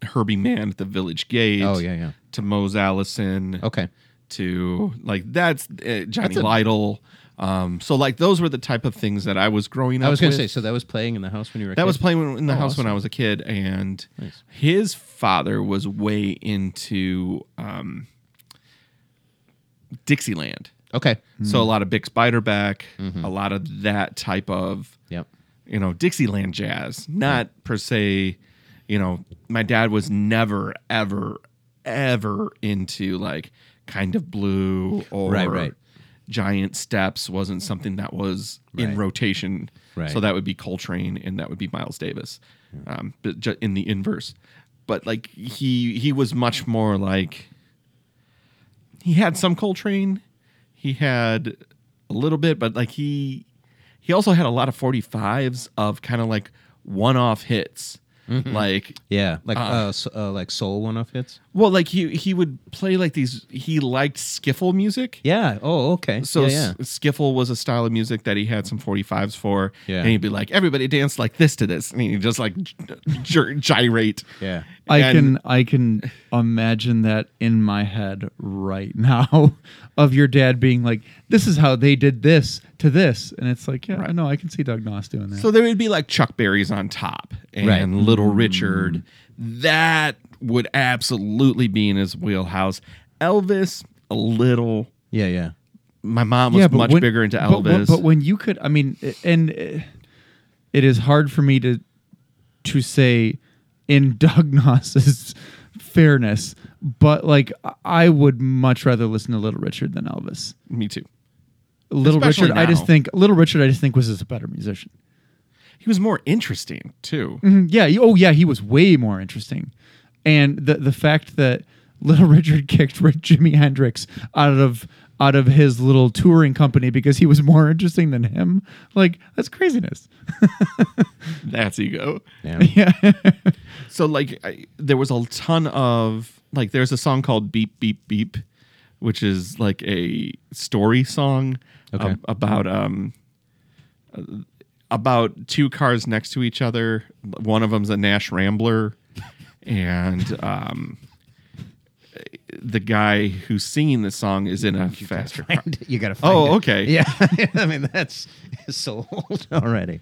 [SPEAKER 1] Herbie Mann at the Village Gate.
[SPEAKER 6] Oh, yeah, yeah.
[SPEAKER 1] To Mose Allison.
[SPEAKER 6] Okay.
[SPEAKER 1] to like that's uh, Johnny Lytle. Um, so like those were the type of things that I was growing up.
[SPEAKER 6] I was going to
[SPEAKER 1] with.
[SPEAKER 6] say, oh, so that was playing in the house when you were a
[SPEAKER 1] that
[SPEAKER 6] kid?
[SPEAKER 1] was playing when- in the house when I was a kid, and his father was way into um, Dixieland.
[SPEAKER 6] Okay.
[SPEAKER 1] So a lot of Bix Beiderbecke,
[SPEAKER 6] Mm-hmm.
[SPEAKER 1] a lot of that type of
[SPEAKER 6] Yep.
[SPEAKER 1] you know Dixieland jazz, not per se. You know, my dad was never, ever, ever into like kind of blue or
[SPEAKER 6] Right, right.
[SPEAKER 1] giant steps. wasn't something that was in
[SPEAKER 6] Right.
[SPEAKER 1] rotation.
[SPEAKER 6] Right.
[SPEAKER 1] So that would be Coltrane and that would be Miles Davis, um, but ju- in the inverse. But like he he was much more like he had some Coltrane. He had a little bit, but like he he also had a lot of 45s of kind of like one-off hits.
[SPEAKER 6] Mm-hmm.
[SPEAKER 1] Like
[SPEAKER 6] Yeah, like uh,
[SPEAKER 1] Ah.
[SPEAKER 6] s- uh, like soul one off hits.
[SPEAKER 1] well, like he he would play like these he liked skiffle music.
[SPEAKER 6] Yeah. Oh, okay.
[SPEAKER 1] So
[SPEAKER 6] So yeah,
[SPEAKER 1] s- skiffle was a style of music that he had some 45s for.
[SPEAKER 6] Yeah.
[SPEAKER 1] And he'd be like, everybody dance like this to this. And he'd just like gy- gyrate.
[SPEAKER 6] yeah.
[SPEAKER 3] I
[SPEAKER 1] And-
[SPEAKER 3] can I can imagine that in my head right now [LAUGHS] of your dad being like, This is how they did this to this. And it's like, Yeah, I know I can see Doug Noss doing that.
[SPEAKER 1] So there would be like Chuck Berry's on top and
[SPEAKER 6] Right.
[SPEAKER 1] Little
[SPEAKER 3] Mm.
[SPEAKER 1] Richard. That would absolutely be in his wheelhouse. Elvis, a little.
[SPEAKER 6] Yeah. Yeah.
[SPEAKER 1] My mom was much
[SPEAKER 3] when-
[SPEAKER 1] bigger into
[SPEAKER 3] but-
[SPEAKER 1] Elvis.
[SPEAKER 3] But, when you could, I mean, i- and uh, it is hard for me to to say in [LAUGHS] Doug Noss's fairness, but like I- I would much rather listen to Little Richard than Elvis.
[SPEAKER 1] Me too.
[SPEAKER 3] Little
[SPEAKER 1] Especially
[SPEAKER 3] Richard, I
[SPEAKER 1] now.
[SPEAKER 3] just think Little Richard, I just think was just a better musician.
[SPEAKER 1] He was more interesting too.
[SPEAKER 3] Mhm, Yeah. he- Oh, yeah. He was way more interesting, and the the fact that Little [LAUGHS] Richard kicked Rich Jimi Hendrix out of out of his little touring company because he was more interesting than him, like that's craziness.
[SPEAKER 1] That's ego.
[SPEAKER 3] [LAUGHS]
[SPEAKER 6] Yeah.
[SPEAKER 3] Yeah.
[SPEAKER 1] [LAUGHS] So like I, there was a ton of like there's a song called Beep Beep Beep, which is like a story song
[SPEAKER 6] Okay.
[SPEAKER 1] ab- about um uh, about two cars next to each other. One of them's a Nash
[SPEAKER 6] [LAUGHS]
[SPEAKER 1] Rambler, and um the guy who's singing the song is in a faster car.
[SPEAKER 6] [LAUGHS] you gotta. Find
[SPEAKER 1] Oh,
[SPEAKER 6] it.
[SPEAKER 1] okay.
[SPEAKER 6] [LAUGHS] Yeah. I mean, that's sold [LAUGHS] already.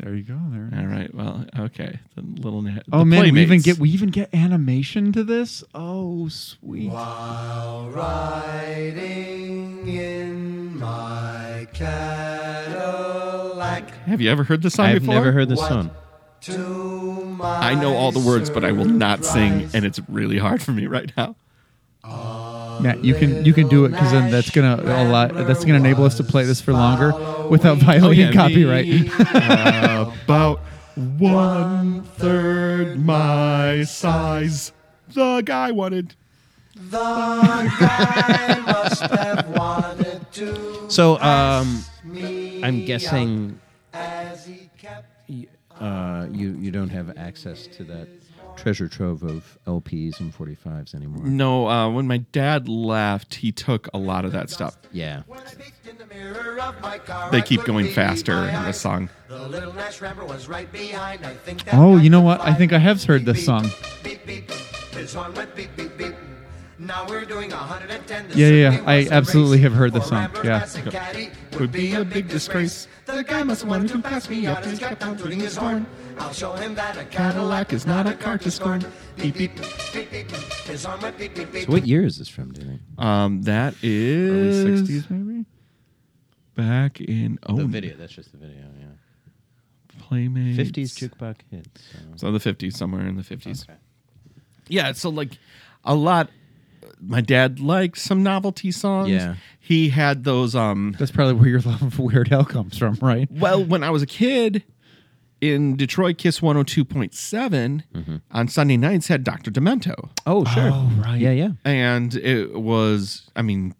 [SPEAKER 3] there you go. There.
[SPEAKER 1] All right. Well, okay. The little na-
[SPEAKER 3] Oh
[SPEAKER 1] the
[SPEAKER 3] man, we even
[SPEAKER 1] Playmates.
[SPEAKER 3] get we even get animation to this. Oh sweet.
[SPEAKER 7] While riding in my Cadillac
[SPEAKER 1] Have you ever heard the song
[SPEAKER 6] I've
[SPEAKER 1] before?
[SPEAKER 6] never heard this song.
[SPEAKER 7] to my
[SPEAKER 1] I know all the words, but I will not sing, and it's really hard for me right now.
[SPEAKER 3] Matt, you can you can do it because then that's gonna allow that's gonna enable us to play this for longer
[SPEAKER 6] Oh,
[SPEAKER 3] without violating copyright. [LAUGHS]
[SPEAKER 1] About one third my size. The guy wanted.
[SPEAKER 7] The guy must have wanted to
[SPEAKER 6] So um,
[SPEAKER 7] me
[SPEAKER 6] I'm guessing
[SPEAKER 7] as he kept
[SPEAKER 6] uh, you you don't have access to that treasure trove of LPs and 45s anymore.
[SPEAKER 1] No, uh, when my dad left, he took a lot of that stuff.
[SPEAKER 6] Yeah.
[SPEAKER 7] when I peeked in the mirror of my car.
[SPEAKER 1] They
[SPEAKER 7] I
[SPEAKER 1] keep
[SPEAKER 7] couldn't
[SPEAKER 1] going
[SPEAKER 7] believe
[SPEAKER 1] faster
[SPEAKER 7] my
[SPEAKER 1] in the
[SPEAKER 7] eyes.
[SPEAKER 1] song.
[SPEAKER 7] The little Nash Rammer was right behind. I think that
[SPEAKER 3] Oh,
[SPEAKER 7] guy
[SPEAKER 3] you know
[SPEAKER 7] could
[SPEAKER 3] what? I
[SPEAKER 7] fly.
[SPEAKER 3] think I have heard this
[SPEAKER 7] Beep,
[SPEAKER 3] song.
[SPEAKER 7] Beep, beep, beep. His horn went beep, beep, beep. Now we're doing 110. This
[SPEAKER 3] Yeah, yeah, yeah.
[SPEAKER 7] certainly was
[SPEAKER 3] I
[SPEAKER 7] a
[SPEAKER 3] absolutely
[SPEAKER 7] race.
[SPEAKER 3] have heard this
[SPEAKER 7] For
[SPEAKER 3] song.
[SPEAKER 7] Rambler
[SPEAKER 3] Yeah.
[SPEAKER 7] passing Caddy
[SPEAKER 1] Would be a big disgrace.
[SPEAKER 7] The guy must have wanted to pass me out. He's kept on tooting his horn. I'll show him that a
[SPEAKER 1] Cadillac
[SPEAKER 7] Cadillac
[SPEAKER 1] is
[SPEAKER 7] is
[SPEAKER 1] not
[SPEAKER 7] not
[SPEAKER 1] a
[SPEAKER 7] a cart to scorn. Beep, beep, beep, beep. His horn went beep, beep, beep.
[SPEAKER 6] So what year is this from? Do you think?
[SPEAKER 1] Um, that is
[SPEAKER 6] Early 60s
[SPEAKER 1] maybe. Back in oh,
[SPEAKER 6] That's just the video. Yeah.
[SPEAKER 1] Playmates.
[SPEAKER 6] 50s jukebox hits. so-
[SPEAKER 1] So the 50s, somewhere in the 50s. Yeah, so like a lot. My dad liked some novelty songs.
[SPEAKER 6] Yeah.
[SPEAKER 1] He had those. um
[SPEAKER 3] That's probably where your love of Weird Al comes from, right?
[SPEAKER 1] Well, when I was a kid in Detroit, Kiss 102.7 on Sunday nights had Dr. Demento.
[SPEAKER 6] Mm-hmm. Oh sure.
[SPEAKER 3] Oh, right.
[SPEAKER 6] Yeah yeah.
[SPEAKER 1] And it was, I mean,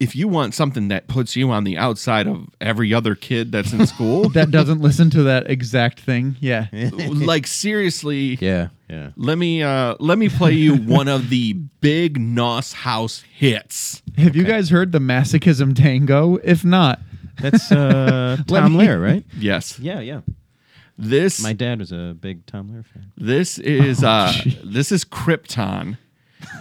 [SPEAKER 1] if you want something that puts you on the outside of every other kid that's in
[SPEAKER 6] [LAUGHS]
[SPEAKER 1] school,
[SPEAKER 3] That doesn't listen to that exact thing. Yeah.
[SPEAKER 1] like seriously,
[SPEAKER 6] Yeah yeah.
[SPEAKER 1] Let me uh let me
[SPEAKER 3] [LAUGHS]
[SPEAKER 1] play you one of the big Nos House hits.
[SPEAKER 3] Have you guys heard the masochism tango? If not,
[SPEAKER 6] That's [LAUGHS] uh,
[SPEAKER 3] Let
[SPEAKER 6] Tom
[SPEAKER 3] me-
[SPEAKER 6] Lehrer, right?
[SPEAKER 1] Yes.
[SPEAKER 6] Yeah yeah.
[SPEAKER 1] This
[SPEAKER 6] My dad was a big Tom Lehrer fan.
[SPEAKER 1] this is
[SPEAKER 3] Oh,
[SPEAKER 1] uh
[SPEAKER 3] gee.
[SPEAKER 1] this is Krypton.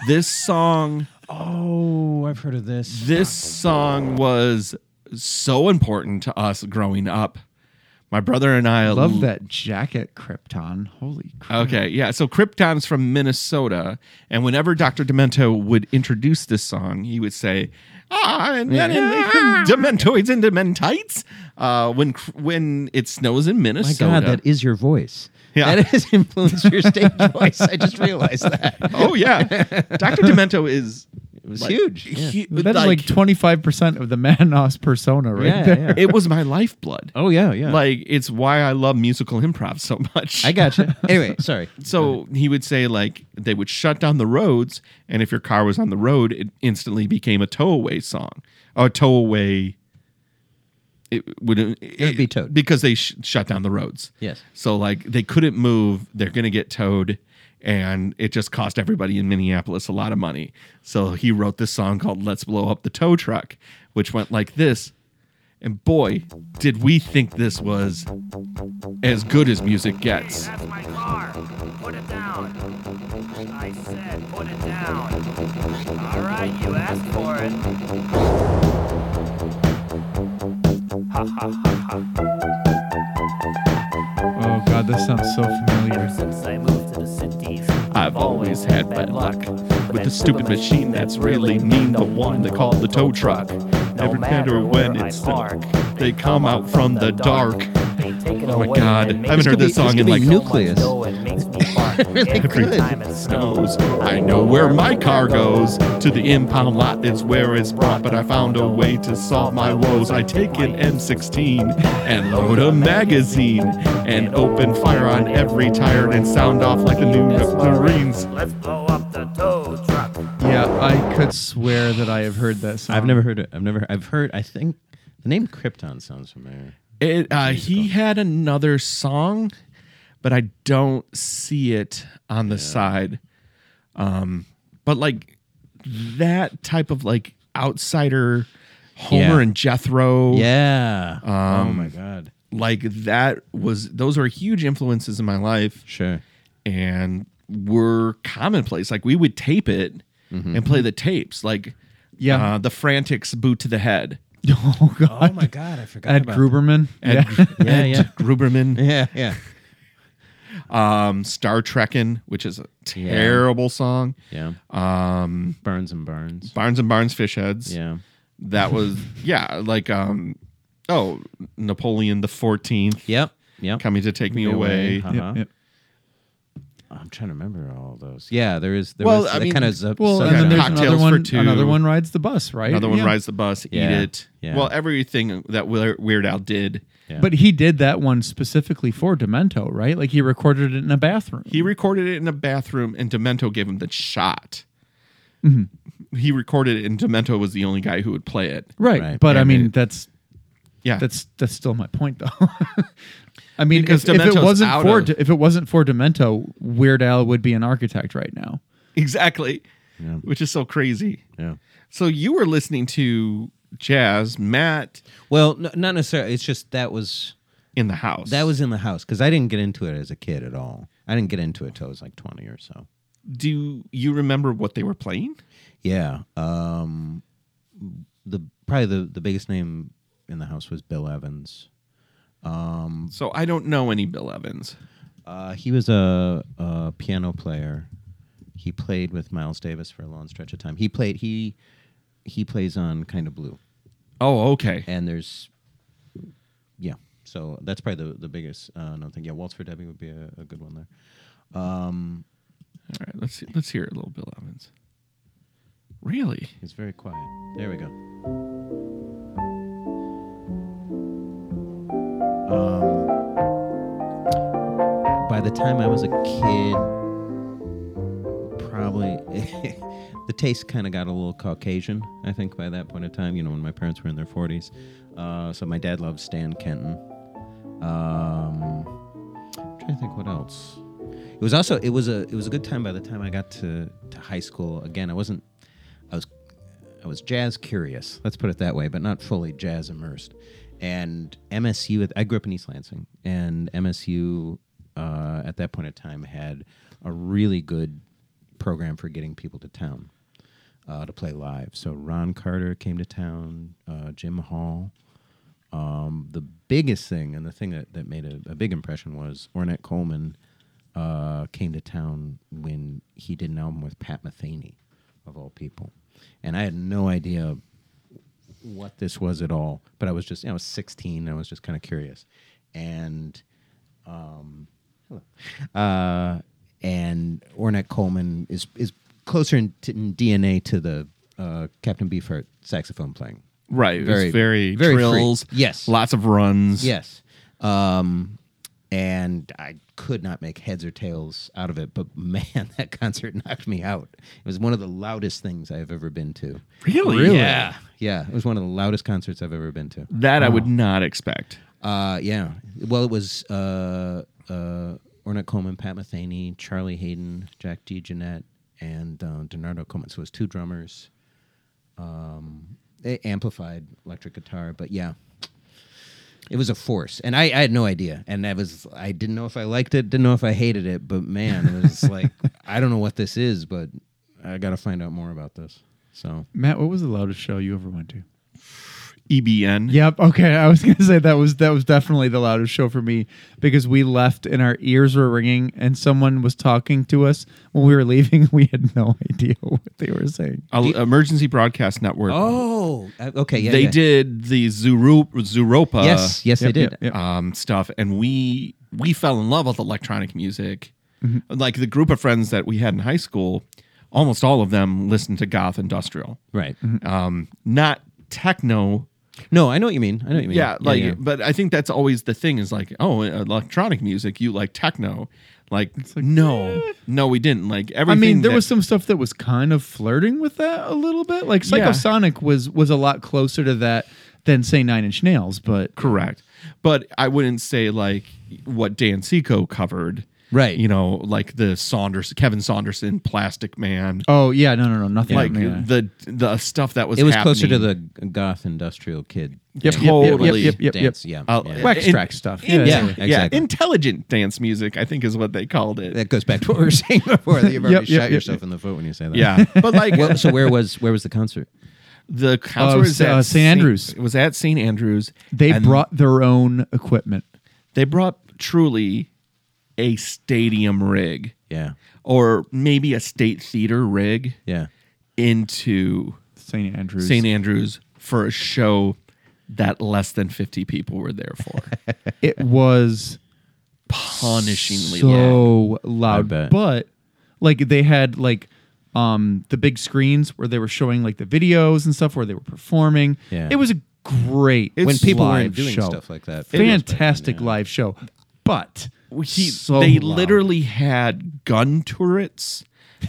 [SPEAKER 1] This song
[SPEAKER 6] Oh, I've heard of this.
[SPEAKER 1] this song was so important to us growing up. My brother and I
[SPEAKER 3] love
[SPEAKER 1] l-
[SPEAKER 3] that jacket, Krypton. Holy crap.
[SPEAKER 1] Okay,
[SPEAKER 6] Mm-hmm.
[SPEAKER 1] yeah. So Krypton's from Minnesota, and whenever Dr. Demento would introduce this song, he would say, "Ah, and then in Dementoids and Dementites." Uh, when cr- when it snows in
[SPEAKER 6] My
[SPEAKER 1] Minnesota,
[SPEAKER 6] God, that is your voice.
[SPEAKER 1] Yeah.
[SPEAKER 6] That has [LAUGHS] influenced your [LAUGHS] stage voice. I just realized [LAUGHS] that.
[SPEAKER 1] oh yeah, Dr. Demento is it
[SPEAKER 6] was huge, yeah.
[SPEAKER 3] That's like twenty five percent of the Manos persona, right
[SPEAKER 6] Yeah,
[SPEAKER 3] there.
[SPEAKER 6] yeah.
[SPEAKER 1] it was my lifeblood.
[SPEAKER 6] Oh yeah, yeah.
[SPEAKER 1] Like it's why I love musical improv so much.
[SPEAKER 6] I [LAUGHS] gotcha. Anyway, sorry.
[SPEAKER 1] So he would say like they would shut down the roads, and if your car was on the road, it instantly became a tow away song, a tow away. it would it,
[SPEAKER 6] would be towed.
[SPEAKER 1] because they sh- shut down the roads.
[SPEAKER 6] Yes.
[SPEAKER 1] So like they couldn't move, they're going to get towed and it just cost everybody in Minneapolis a lot of money. So he wrote this song called Let's Blow Up the Tow Truck, which went like this. And boy, did we think this was as good as music gets.
[SPEAKER 8] That's my car. Put it down. I said, put it down. All right, you asked for it.
[SPEAKER 3] Oh God, this sounds so familiar.
[SPEAKER 8] Since I moved to the cities,
[SPEAKER 1] I've always had bad luck with the stupid machine that's really mean, the one they call the tow truck. Every matter when it's dark, they come out from the dark.
[SPEAKER 8] Oh
[SPEAKER 1] my God. I haven't heard this song in, like-
[SPEAKER 6] Nucleus.
[SPEAKER 1] [LAUGHS]
[SPEAKER 6] Really good.
[SPEAKER 1] Snows. I know where my car goes to the impound lot. It's where it's brought, but I found a way to solve my woes. I take an M16 and load a magazine and open fire on every tire and sound off like the new Marines.
[SPEAKER 8] Let's blow up the tow truck.
[SPEAKER 3] Yeah, I could swear that I have heard that song.
[SPEAKER 6] I've never heard it. I've never. I've heard. I think the name Krypton sounds familiar.
[SPEAKER 1] It, uh, he had another song, but I don't see it on the side. Um, but like that type of like outsider Homer
[SPEAKER 6] Yeah.
[SPEAKER 1] and Jethro,
[SPEAKER 6] Yeah. oh my god.
[SPEAKER 1] like that was those were huge influences in my life
[SPEAKER 6] Sure.
[SPEAKER 1] and were commonplace. Like we would tape it
[SPEAKER 6] Mm-hmm.
[SPEAKER 1] and play the tapes, like
[SPEAKER 3] Yeah.
[SPEAKER 1] uh, the Frantics boot to the head.
[SPEAKER 3] [LAUGHS] Oh God.
[SPEAKER 6] my god. I forgot.
[SPEAKER 3] Ed Gruberman.
[SPEAKER 1] Ed,
[SPEAKER 3] yeah.
[SPEAKER 6] [LAUGHS] Yeah,
[SPEAKER 1] Ed
[SPEAKER 6] yeah.
[SPEAKER 1] Gruberman.
[SPEAKER 6] Yeah. Yeah.
[SPEAKER 1] um, Star Trekkin', which is a terrible song.
[SPEAKER 6] Yeah.
[SPEAKER 1] Um,
[SPEAKER 6] Burns and Burns.
[SPEAKER 1] Barnes and Barnes Fish Heads.
[SPEAKER 6] Yeah.
[SPEAKER 1] That
[SPEAKER 6] [LAUGHS]
[SPEAKER 1] was yeah, like um, oh Napoleon the Fourteenth
[SPEAKER 6] Yep. Yep.
[SPEAKER 1] coming to take me away.
[SPEAKER 6] Uh-huh.
[SPEAKER 3] Yeah, yeah.
[SPEAKER 6] I'm trying to remember all those. Yeah, there is. There
[SPEAKER 1] Well,
[SPEAKER 6] was
[SPEAKER 1] I mean,
[SPEAKER 6] kind of
[SPEAKER 3] [LAUGHS] Well, and then there's
[SPEAKER 1] Cocktails
[SPEAKER 3] another
[SPEAKER 1] for
[SPEAKER 3] one.
[SPEAKER 1] Two.
[SPEAKER 3] Another one rides the bus, right?
[SPEAKER 1] Another one
[SPEAKER 3] Yeah.
[SPEAKER 1] rides the bus. Eat
[SPEAKER 6] Yeah.
[SPEAKER 1] it.
[SPEAKER 6] Yeah.
[SPEAKER 1] Well, everything that Weir- Weird Al did.
[SPEAKER 3] But he did that one specifically for Demento, right? Like he recorded it in a bathroom.
[SPEAKER 1] He recorded it in a bathroom, and Demento gave him the shot. He recorded it, and Demento was the only guy who would play it.
[SPEAKER 3] right.
[SPEAKER 6] Right.
[SPEAKER 3] But I
[SPEAKER 6] And
[SPEAKER 3] mean,
[SPEAKER 6] it-
[SPEAKER 3] that's
[SPEAKER 1] Yeah,
[SPEAKER 3] that's that's still my point, though. [LAUGHS] I mean,
[SPEAKER 1] Because
[SPEAKER 3] if, if it
[SPEAKER 1] Demento's
[SPEAKER 3] wasn't
[SPEAKER 1] out
[SPEAKER 3] for
[SPEAKER 1] of-
[SPEAKER 3] if it wasn't for Demento, Weird Al would be an architect right now.
[SPEAKER 1] exactly. Which is so crazy.
[SPEAKER 6] Yeah.
[SPEAKER 1] So you were listening to jazz, Matt
[SPEAKER 6] Well, no, not necessarily. It's just that was
[SPEAKER 1] in the house.
[SPEAKER 6] that was in the house because I didn't get into it as a kid at all. I didn't get into it till I was like 20 or so.
[SPEAKER 1] Do you remember what they were playing?
[SPEAKER 6] Yeah. Um, the probably the the biggest name in the house was Bill Evans.
[SPEAKER 1] So I don't know any Bill Evans.
[SPEAKER 6] Uh, he was a, a piano player. He played with Miles Davis for a long stretch of time. He played he he plays on Kind of Blue,
[SPEAKER 1] Oh, okay.
[SPEAKER 6] and there's yeah. So that's probably the the biggest uh, known thing. Yeah, Waltz for Debbie would be a, a good one there.
[SPEAKER 1] All right, let's see, let's hear a little Bill Evans. Really?
[SPEAKER 6] He's very quiet. There we go. Um, by the time I was a kid, probably [LAUGHS] the taste kind of got a little Caucasian. I think by that point in time, you know, when my parents were in their forties. Uh, so my dad loved Stan Kenton. Um, I'm trying to think what else. It was also it was a it was a good time by the time I got to, to high school. Again, I wasn't I was I was jazz curious. Let's put it that way, but not fully jazz immersed. And MSU, I grew up in East Lansing, and MSU uh, at that point in time had a really good program for getting people to town uh, to play live. So Ron Carter came to town, uh, Jim Hall. Um, the biggest thing and the thing that, that made a, a big impression was Ornette Coleman uh, came to town when he did an album with Pat Metheny, of all people. And I had no idea what this was at all, but I was just, you know, I was 16 and I was just kind of curious. And um, uh, and Ornette Coleman is is closer in, t- in DNA to the uh, Captain Beefheart saxophone playing.
[SPEAKER 1] Right. Very, it
[SPEAKER 6] Very-
[SPEAKER 1] was very,
[SPEAKER 6] very free.
[SPEAKER 1] trills.
[SPEAKER 6] Yes.
[SPEAKER 1] Lots of runs.
[SPEAKER 6] Yes, um, and I could not make heads or tails out of it. But man, [LAUGHS] that concert knocked me out. It was one of the loudest things I have ever been to.
[SPEAKER 1] Really?
[SPEAKER 6] Yeah. Yeah. It was one of the loudest concerts I've ever been to.
[SPEAKER 1] That I would not expect.
[SPEAKER 6] Uh, yeah. Well, it was uh, uh, Ornette Coleman, Pat Metheny, Charlie Hayden, Jack D. Jeanette, and uh, Donardo Coleman. So it was two drummers. Um, they amplified electric guitar, but yeah. It was a force, and I, I had no idea. And that was I didn't know if I liked it, didn't know if I hated it, but man, it was like I don't know what this is, but I got to find out more about this. So
[SPEAKER 3] Matt, what was the loudest show you ever went to?
[SPEAKER 1] E EBN.
[SPEAKER 3] Yep. Okay. I was [LAUGHS] gonna say that was that was definitely the loudest show for me because we left and our ears were ringing and someone was talking to us when we were leaving. [LAUGHS] We had no idea [LAUGHS] what they were saying.
[SPEAKER 1] A- Emergency Broadcast Network.
[SPEAKER 6] oh, uh, okay, yeah,
[SPEAKER 1] they
[SPEAKER 6] yeah.
[SPEAKER 1] did uh, the Zuru- Zuropa
[SPEAKER 6] Yes, yes,
[SPEAKER 3] Yep,
[SPEAKER 6] they did.
[SPEAKER 3] yep, yep.
[SPEAKER 1] um, stuff, and we we fell in love with electronic music. Like the group of friends that we had in high school, almost all of them listened to goth industrial,
[SPEAKER 6] Right.
[SPEAKER 1] um, not techno.
[SPEAKER 6] No, I know what you mean. I know what you mean.
[SPEAKER 1] Yeah, like, but I think that's always the thing is like, oh, electronic music, you like techno. Like, no, no, we didn't. Like
[SPEAKER 3] I
[SPEAKER 1] everything.
[SPEAKER 3] mean, there
[SPEAKER 1] that-
[SPEAKER 3] was some stuff that was kind of flirting with that a little bit. Like
[SPEAKER 1] Yeah.
[SPEAKER 3] Psychosonic was was a lot closer to that than say Nine Inch Nails, but
[SPEAKER 1] Correct. But I wouldn't say like what Dan Seco covered.
[SPEAKER 6] Right.
[SPEAKER 1] You know, like the Saunders Kevin Saunderson Plastic Man.
[SPEAKER 3] oh yeah, no, no, no, nothing.
[SPEAKER 1] like
[SPEAKER 3] yeah.
[SPEAKER 1] the the stuff that was
[SPEAKER 6] it was
[SPEAKER 1] happening.
[SPEAKER 6] closer to the g- goth industrial kid.
[SPEAKER 3] Yep,
[SPEAKER 6] dance-
[SPEAKER 3] yep, yep,
[SPEAKER 1] Totally.
[SPEAKER 3] Yep, yep, yep,
[SPEAKER 6] dance,
[SPEAKER 3] yep.
[SPEAKER 6] Yeah,
[SPEAKER 1] Uh,
[SPEAKER 6] yeah.
[SPEAKER 1] Whack
[SPEAKER 3] Wax
[SPEAKER 1] In-
[SPEAKER 3] track stuff.
[SPEAKER 1] in-
[SPEAKER 6] Yeah,
[SPEAKER 1] yeah,
[SPEAKER 6] exactly.
[SPEAKER 1] intelligent dance music, I think is what they called it.
[SPEAKER 6] That goes back to what we
[SPEAKER 3] [LAUGHS]
[SPEAKER 6] were saying before. That you've already
[SPEAKER 3] Yep, yep,
[SPEAKER 6] shot
[SPEAKER 3] yep,
[SPEAKER 6] yourself in the foot when you say that.
[SPEAKER 1] yeah. But like
[SPEAKER 6] [LAUGHS] Well, so where was where was the concert?
[SPEAKER 1] the
[SPEAKER 3] Oh,
[SPEAKER 1] concert
[SPEAKER 3] it
[SPEAKER 1] was,
[SPEAKER 3] was,
[SPEAKER 1] at
[SPEAKER 3] uh, St. Andrews.
[SPEAKER 1] It was at St. Andrews.
[SPEAKER 3] They
[SPEAKER 1] and
[SPEAKER 3] brought their own equipment.
[SPEAKER 1] they brought truly a stadium rig
[SPEAKER 6] Yeah,
[SPEAKER 1] or maybe a state theater rig
[SPEAKER 6] yeah.
[SPEAKER 1] into
[SPEAKER 3] St. Andrews.
[SPEAKER 1] St. Andrews for a show that less than 50 people were there for.
[SPEAKER 6] [LAUGHS]
[SPEAKER 3] It was
[SPEAKER 1] Punishingly loud.
[SPEAKER 3] so
[SPEAKER 6] I
[SPEAKER 3] loud,
[SPEAKER 6] bet.
[SPEAKER 3] but like they had like um the big screens where they were showing like the videos and stuff where they were performing.
[SPEAKER 6] Yeah.
[SPEAKER 3] It was a great
[SPEAKER 6] when people
[SPEAKER 3] live
[SPEAKER 6] weren't doing
[SPEAKER 3] show.
[SPEAKER 6] stuff like that,
[SPEAKER 3] fantastic live show, but
[SPEAKER 1] He-
[SPEAKER 3] so
[SPEAKER 1] they
[SPEAKER 3] loud.
[SPEAKER 1] literally had gun turrets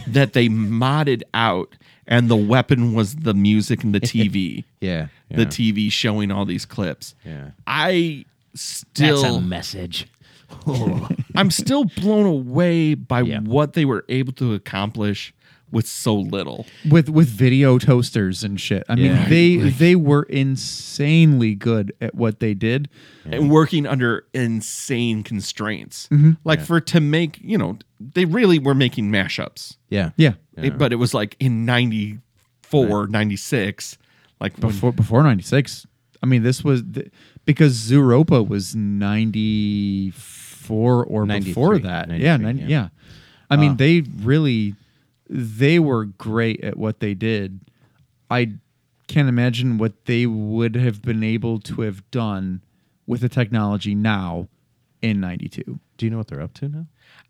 [SPEAKER 1] that they modded out, and the weapon was the music and the TV.
[SPEAKER 6] [LAUGHS] Yeah, yeah.
[SPEAKER 1] The TV showing all these clips.
[SPEAKER 6] Yeah.
[SPEAKER 1] I still,
[SPEAKER 6] message.
[SPEAKER 1] [LAUGHS] I'm still blown away by
[SPEAKER 6] Yeah.
[SPEAKER 1] what they were able to accomplish with so little.
[SPEAKER 3] with with video toasters and shit. I
[SPEAKER 6] Yeah.
[SPEAKER 3] mean, they they were insanely good at what they did. Mm-hmm.
[SPEAKER 1] and working under insane constraints. Like for to make, you know, they really were making mashups,
[SPEAKER 6] Yeah,
[SPEAKER 3] Yeah,
[SPEAKER 1] It- but it was like in 94, 96. Like when-
[SPEAKER 3] before before '96. I mean, this was th- because Zuropa was '94 or before
[SPEAKER 6] 93,
[SPEAKER 3] that. Yeah,
[SPEAKER 6] 93,
[SPEAKER 3] 90,
[SPEAKER 6] yeah. Uh.
[SPEAKER 3] yeah, I mean, they really they were great at what they did. I can't imagine what they would have been able to have done with the technology now in '92.
[SPEAKER 6] Do you know what they're up to now?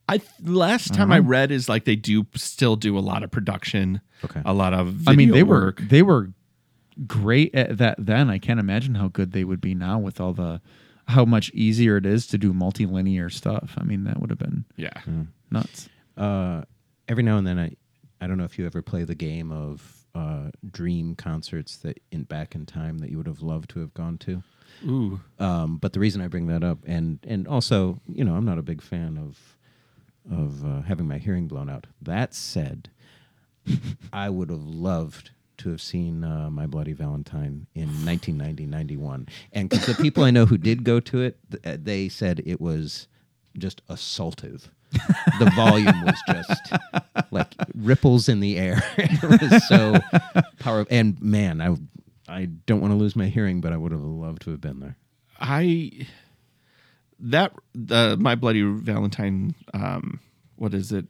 [SPEAKER 1] I last time I
[SPEAKER 3] Uh-huh.
[SPEAKER 1] read is like they do still do a lot of production,
[SPEAKER 6] Okay.
[SPEAKER 1] a lot of video
[SPEAKER 3] I mean, they
[SPEAKER 1] work.
[SPEAKER 3] were they were great at that then. I can't imagine how good they would be now with all the how much easier it is to do multilinear stuff. I mean, that would have been
[SPEAKER 1] yeah.
[SPEAKER 3] Mm. nuts.
[SPEAKER 6] uh, every now and then I, I don't know if you ever play the game of uh, dream concerts that in back in time that you would have loved to have gone to.
[SPEAKER 1] Ooh.
[SPEAKER 6] Um, but the reason I bring that up, and and also, you know, I'm not a big fan of of uh, having my hearing blown out. That said, I would have loved to have seen uh, My Bloody Valentine in
[SPEAKER 3] [LAUGHS]
[SPEAKER 6] 1990, 91. And 'cause the people I know who did go to it, th- uh, they said it was just assaultive. the volume was just like ripples in the air. [LAUGHS] it was so powerful. And man, I I don't want to lose my hearing, but I would have loved to have been there.
[SPEAKER 1] I that the my bloody Valentine um what is it?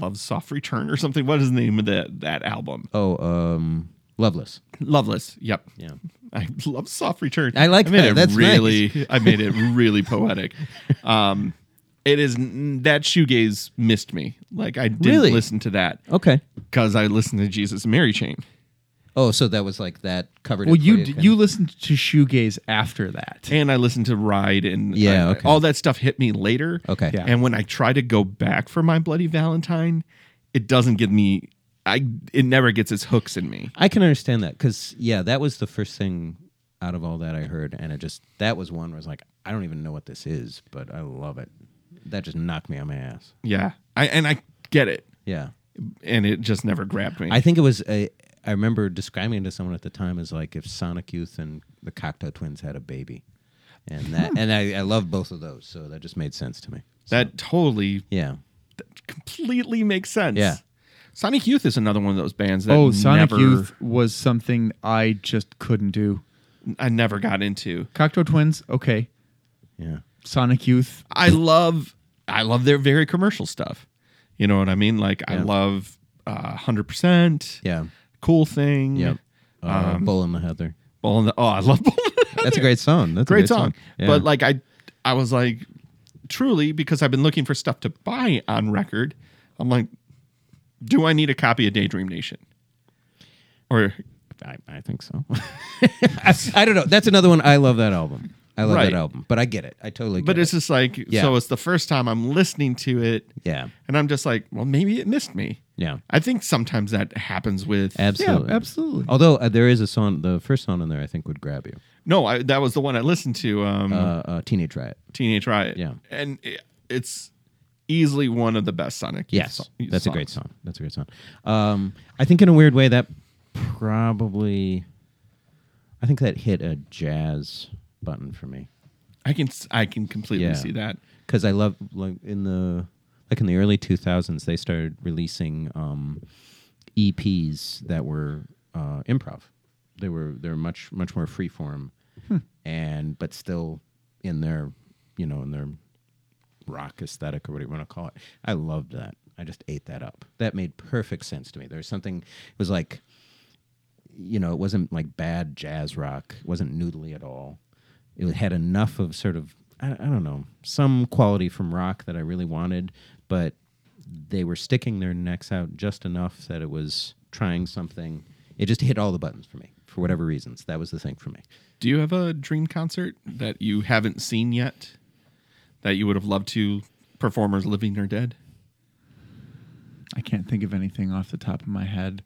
[SPEAKER 1] Love soft return or something. What is the name of that that album?
[SPEAKER 6] Oh, um, Loveless.
[SPEAKER 1] Loveless. Yep.
[SPEAKER 6] Yeah.
[SPEAKER 1] [LAUGHS] I love soft return.
[SPEAKER 6] I like
[SPEAKER 1] made
[SPEAKER 6] that.
[SPEAKER 1] It
[SPEAKER 6] That's
[SPEAKER 1] really. [LAUGHS] I made it really
[SPEAKER 6] [LAUGHS]
[SPEAKER 1] poetic. Um, it is that shoegaze missed me. Like I didn't
[SPEAKER 6] Really? Oh.
[SPEAKER 1] listen to that
[SPEAKER 6] Okay.
[SPEAKER 1] because I listened to Jesus and Mary Chain.
[SPEAKER 6] Oh, so that was like that covered.
[SPEAKER 3] Well,
[SPEAKER 6] in
[SPEAKER 3] you
[SPEAKER 6] Kodak.
[SPEAKER 3] you listened to shoegaze after that.
[SPEAKER 1] and I listened to Ride and
[SPEAKER 6] Yeah,
[SPEAKER 1] I-
[SPEAKER 6] okay.
[SPEAKER 1] all that stuff hit me later.
[SPEAKER 6] Okay.
[SPEAKER 3] Yeah.
[SPEAKER 1] And when I try to go back for my bloody Valentine, it doesn't give me I it never gets its hooks in me.
[SPEAKER 6] I can understand that because yeah, that was the first thing out of all that I heard, and it just that was one where I was like, I don't even know what this is, but I love it. That just knocked me on my ass.
[SPEAKER 1] Yeah. I and I get it.
[SPEAKER 6] Yeah,
[SPEAKER 1] And it just never grabbed me.
[SPEAKER 6] I think it was. A, I remember describing it to someone at the time as like if Sonic Youth and the Cocteau Twins had a baby, and
[SPEAKER 1] [LAUGHS]
[SPEAKER 6] that and I, I love both of those, so that just made sense to me. So,
[SPEAKER 1] that totally
[SPEAKER 6] yeah,
[SPEAKER 1] completely makes sense.
[SPEAKER 6] Yeah.
[SPEAKER 1] Sonic Youth is another one of those bands that
[SPEAKER 3] Oh, Sonic
[SPEAKER 1] never-
[SPEAKER 3] Youth was something I just couldn't do.
[SPEAKER 1] I never got into.
[SPEAKER 3] Cocteau Twins, okay.
[SPEAKER 6] yeah.
[SPEAKER 3] Sonic Youth,
[SPEAKER 1] I love I love their very commercial stuff. You know what I mean? Like I
[SPEAKER 6] Yeah.
[SPEAKER 1] love uh, hundred percent.
[SPEAKER 6] Yeah.
[SPEAKER 1] Cool thing.
[SPEAKER 6] Yeah. Uh,
[SPEAKER 1] Um,
[SPEAKER 6] Bull in the Heather.
[SPEAKER 1] Ball in the oh I love Ball in the
[SPEAKER 6] That's a great song. That's a
[SPEAKER 1] great song.
[SPEAKER 6] Yeah.
[SPEAKER 1] But like I I was like truly because I've been looking for stuff to buy on record. I'm like do I need a copy of Daydream Nation? Or
[SPEAKER 6] I, I think so. [LAUGHS] I, I don't know. That's another one. I love that album. I love
[SPEAKER 1] Right.
[SPEAKER 6] that album. But I get it. I totally get
[SPEAKER 1] but it's
[SPEAKER 6] it.
[SPEAKER 1] just like
[SPEAKER 6] Yeah.
[SPEAKER 1] so it's the first time I'm listening to it
[SPEAKER 6] yeah.
[SPEAKER 1] and I'm just like, well maybe it missed me.
[SPEAKER 6] Yeah.
[SPEAKER 1] I think sometimes that happens with
[SPEAKER 6] Absolutely.
[SPEAKER 3] Yeah, absolutely.
[SPEAKER 6] Although uh, there is a song, the first song in there I think would grab you.
[SPEAKER 1] No, I, that was the one I listened to um
[SPEAKER 6] Uh, uh, Teenage Riot.
[SPEAKER 1] Teenage Riot.
[SPEAKER 6] yeah.
[SPEAKER 1] And it, it's easily one of the best Sonic Youth
[SPEAKER 6] Yes.
[SPEAKER 1] so- songs.
[SPEAKER 6] that's a great song. That's a great song. Um, I think in a weird way that probably, I think that hit a jazz button for me.
[SPEAKER 1] I can s- I can completely
[SPEAKER 6] Yeah.
[SPEAKER 1] see that.
[SPEAKER 6] because I love like in the like in the early two thousands they started releasing um, EPs that were uh, improv. They were they were much much more freeform, and but still in their you know in their rock aesthetic or whatever you want to call it. I loved that. I just ate that up. That made perfect sense to me. There was something. It was like you know, it wasn't like bad jazz rock. It wasn't noodly at all. It had enough of sort of I, I don't know some quality from rock that I really wanted, but they were sticking their necks out just enough that it was trying something. It just hit all the buttons for me for whatever reasons. That was the thing for me.
[SPEAKER 1] Do you have a dream concert that you haven't seen yet that you would have loved to performers living or dead?
[SPEAKER 3] I can't think of anything off the top of my head.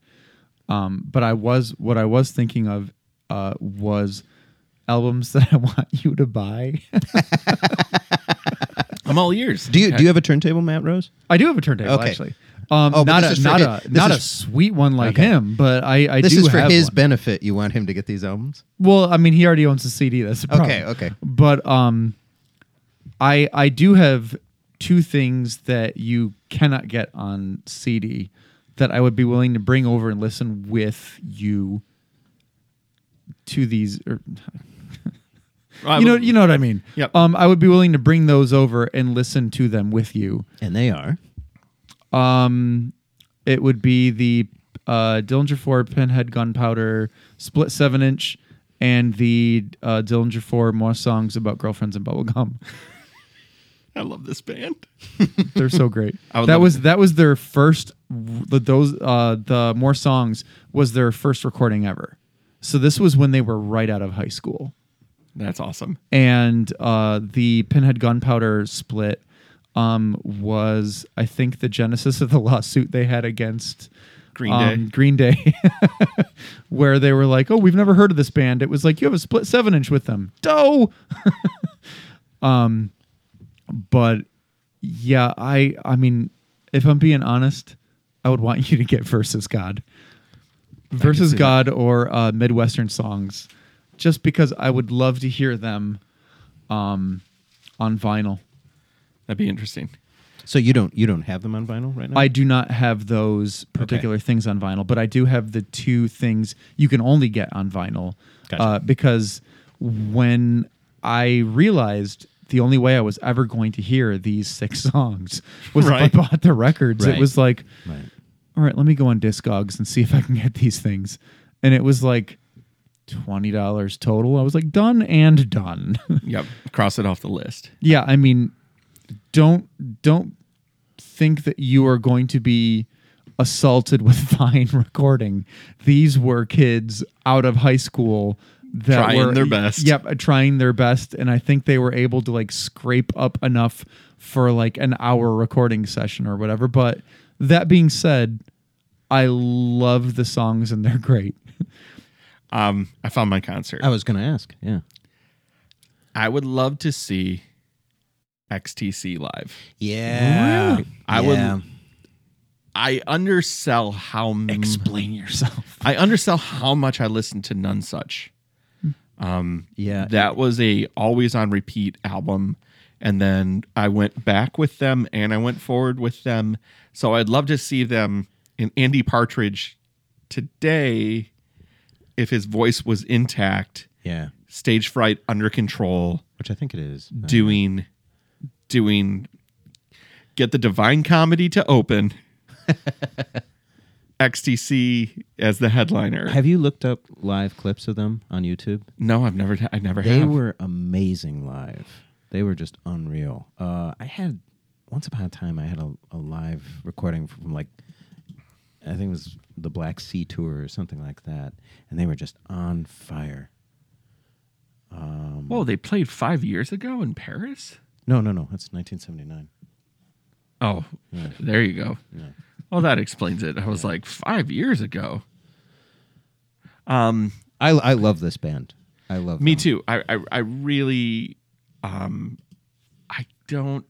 [SPEAKER 3] Um, but I was what I was thinking of uh, was albums [LAUGHS] that I want you to buy.
[SPEAKER 1] I'm all ears.
[SPEAKER 6] Do you do you have a turntable, Matt Rose?
[SPEAKER 3] I do have a turntable
[SPEAKER 6] Okay.
[SPEAKER 3] actually. Um,
[SPEAKER 6] Oh,
[SPEAKER 3] not
[SPEAKER 6] but this
[SPEAKER 3] a
[SPEAKER 6] is for
[SPEAKER 3] not
[SPEAKER 6] his-
[SPEAKER 3] a
[SPEAKER 6] this
[SPEAKER 3] not
[SPEAKER 6] is-
[SPEAKER 3] a sweet one like him, but I I
[SPEAKER 6] This
[SPEAKER 3] do
[SPEAKER 6] is for
[SPEAKER 3] have
[SPEAKER 6] his
[SPEAKER 3] one.
[SPEAKER 6] benefit. You want him to get these albums?
[SPEAKER 3] Well, I mean, he already owns the CD. That's the problem.
[SPEAKER 6] Okay, okay.
[SPEAKER 3] But um, I I do have two things that you cannot get on CD that I would be willing to bring over and listen with you to these. [LAUGHS] Or,
[SPEAKER 1] I
[SPEAKER 3] you know,
[SPEAKER 1] would-
[SPEAKER 3] you know what I mean.
[SPEAKER 1] Yep.
[SPEAKER 3] Um, I would be willing to bring those over and listen to them with you.
[SPEAKER 6] And they are.
[SPEAKER 3] Um, it would be the uh, Dillinger Four Pinhead Gunpowder Split Seven Inch and the uh, Dillinger Four More Songs About Girlfriends and Bubblegum. [LAUGHS]
[SPEAKER 1] I love this band.
[SPEAKER 3] They're so great.
[SPEAKER 1] I would
[SPEAKER 3] that
[SPEAKER 1] love
[SPEAKER 3] was that was their first. the- Those uh, the More Songs was their first recording ever. So this was when they were right out of high school.
[SPEAKER 1] That's awesome.
[SPEAKER 3] and uh, the Pinhead Gunpowder split um, was, I think, the genesis of the lawsuit they had against um,
[SPEAKER 1] Green Day.
[SPEAKER 3] Green Day, [LAUGHS] where they were like, "Oh, we've never heard of this band." It was like you have a split seven inch with them, dough. [LAUGHS] um, but yeah, I, I mean, if I'm being honest, I would want you to get versus God versus
[SPEAKER 1] see that.
[SPEAKER 3] God or uh, Midwestern songs, just because I would love to hear them um, on vinyl.
[SPEAKER 1] That'd be interesting.
[SPEAKER 6] So you don't you don't have them on vinyl right now?
[SPEAKER 3] I do not have those particular things on vinyl, but I do have the two things you can only get on vinyl.
[SPEAKER 6] Gotcha.
[SPEAKER 3] Uh, because when I realized the only way I was ever going to hear these six [LAUGHS] songs was
[SPEAKER 1] Right.
[SPEAKER 3] if I bought the records.
[SPEAKER 6] Right.
[SPEAKER 3] It was like,
[SPEAKER 6] Right.
[SPEAKER 3] all right, let me go on Discogs and see if I can get these things. And it was like $20 total. I was like, done and done. [LAUGHS]
[SPEAKER 1] Yep. Cross it off the list.
[SPEAKER 3] Yeah, I mean, don't don't think that you are going to be assaulted with [LAUGHS] Vine recording. These were kids out of high school that
[SPEAKER 1] Trying
[SPEAKER 3] were
[SPEAKER 1] their best.
[SPEAKER 3] Yep, uh, trying their best, and I think they were able to like scrape up enough for like an hour recording session or whatever. But that being said, I love the songs and they're
[SPEAKER 1] [LAUGHS]
[SPEAKER 3] great.
[SPEAKER 1] Um, I found my concert.
[SPEAKER 6] I was going to ask. Yeah.
[SPEAKER 1] I would love to see XTC live.
[SPEAKER 6] Yeah.
[SPEAKER 1] I
[SPEAKER 6] Yeah.
[SPEAKER 1] would. I undersell how m-
[SPEAKER 3] Explain yourself.
[SPEAKER 1] I undersell how much I listened to None Such.
[SPEAKER 6] Yeah.
[SPEAKER 1] That was a always on repeat album, and then I went back with them and I went forward with them. So I'd love to see them in Andy Partridge today, if his voice was intact,
[SPEAKER 6] yeah.
[SPEAKER 1] stage fright under control.
[SPEAKER 6] Which I think it is.
[SPEAKER 1] doing doing get the divine comedy to [LAUGHS] open xtc as the headliner
[SPEAKER 6] [CLEARS THROAT] Have you looked up live clips of them on YouTube?
[SPEAKER 1] no i've never i never
[SPEAKER 6] They
[SPEAKER 1] have
[SPEAKER 6] were amazing live. They were just unreal. Uh, I had once upon a time I had a, a live recording from like I think it was the Black Sea tour or something like that, and they were just on fire.
[SPEAKER 1] whoa they played five years ago in paris
[SPEAKER 6] No, no, no. That's 1979.
[SPEAKER 1] oh there you go well that explains it i was like five years ago
[SPEAKER 6] I I love this band. I love
[SPEAKER 1] me
[SPEAKER 6] them.
[SPEAKER 1] too i i, I really um i don't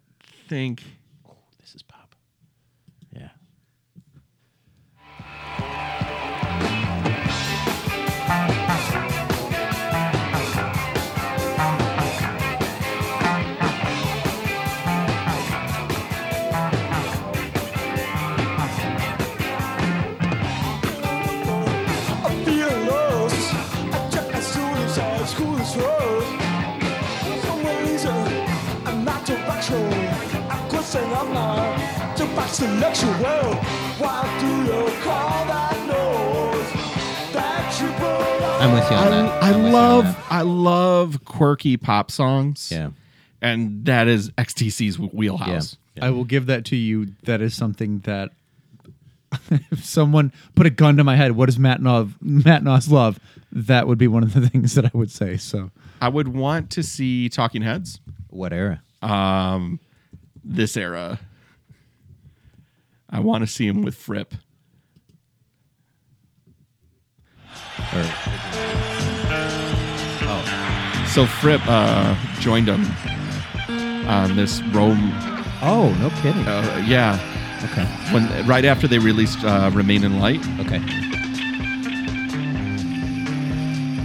[SPEAKER 1] think
[SPEAKER 6] This is Bob. Yeah.
[SPEAKER 7] I'm feeling lost. I check my suicide school is road. Someone reason I'm not directional. I'm crossing I'm not to back intellectual. Why do you call that noise? That you belong.
[SPEAKER 6] I'm with you on that.
[SPEAKER 1] I
[SPEAKER 6] I'm with you on
[SPEAKER 1] love
[SPEAKER 6] that.
[SPEAKER 1] I love quirky pop songs.
[SPEAKER 6] Yeah.
[SPEAKER 1] And that is XTC's wheelhouse.
[SPEAKER 3] I will give that to you. That is something that [LAUGHS] if someone put a gun to my head, what is Matt Nov Matt Noss love? That would be one of the [LAUGHS] things that I would say. So
[SPEAKER 1] I would want to see Talking Heads
[SPEAKER 6] What era?
[SPEAKER 1] this era. I want to see him with Fripp.
[SPEAKER 6] Or-
[SPEAKER 1] So Fripp uh, joined him on this Rome.
[SPEAKER 6] oh, no kidding.
[SPEAKER 1] Uh, yeah,
[SPEAKER 6] okay.
[SPEAKER 1] when right after they released uh, Remain in Light,
[SPEAKER 6] Okay.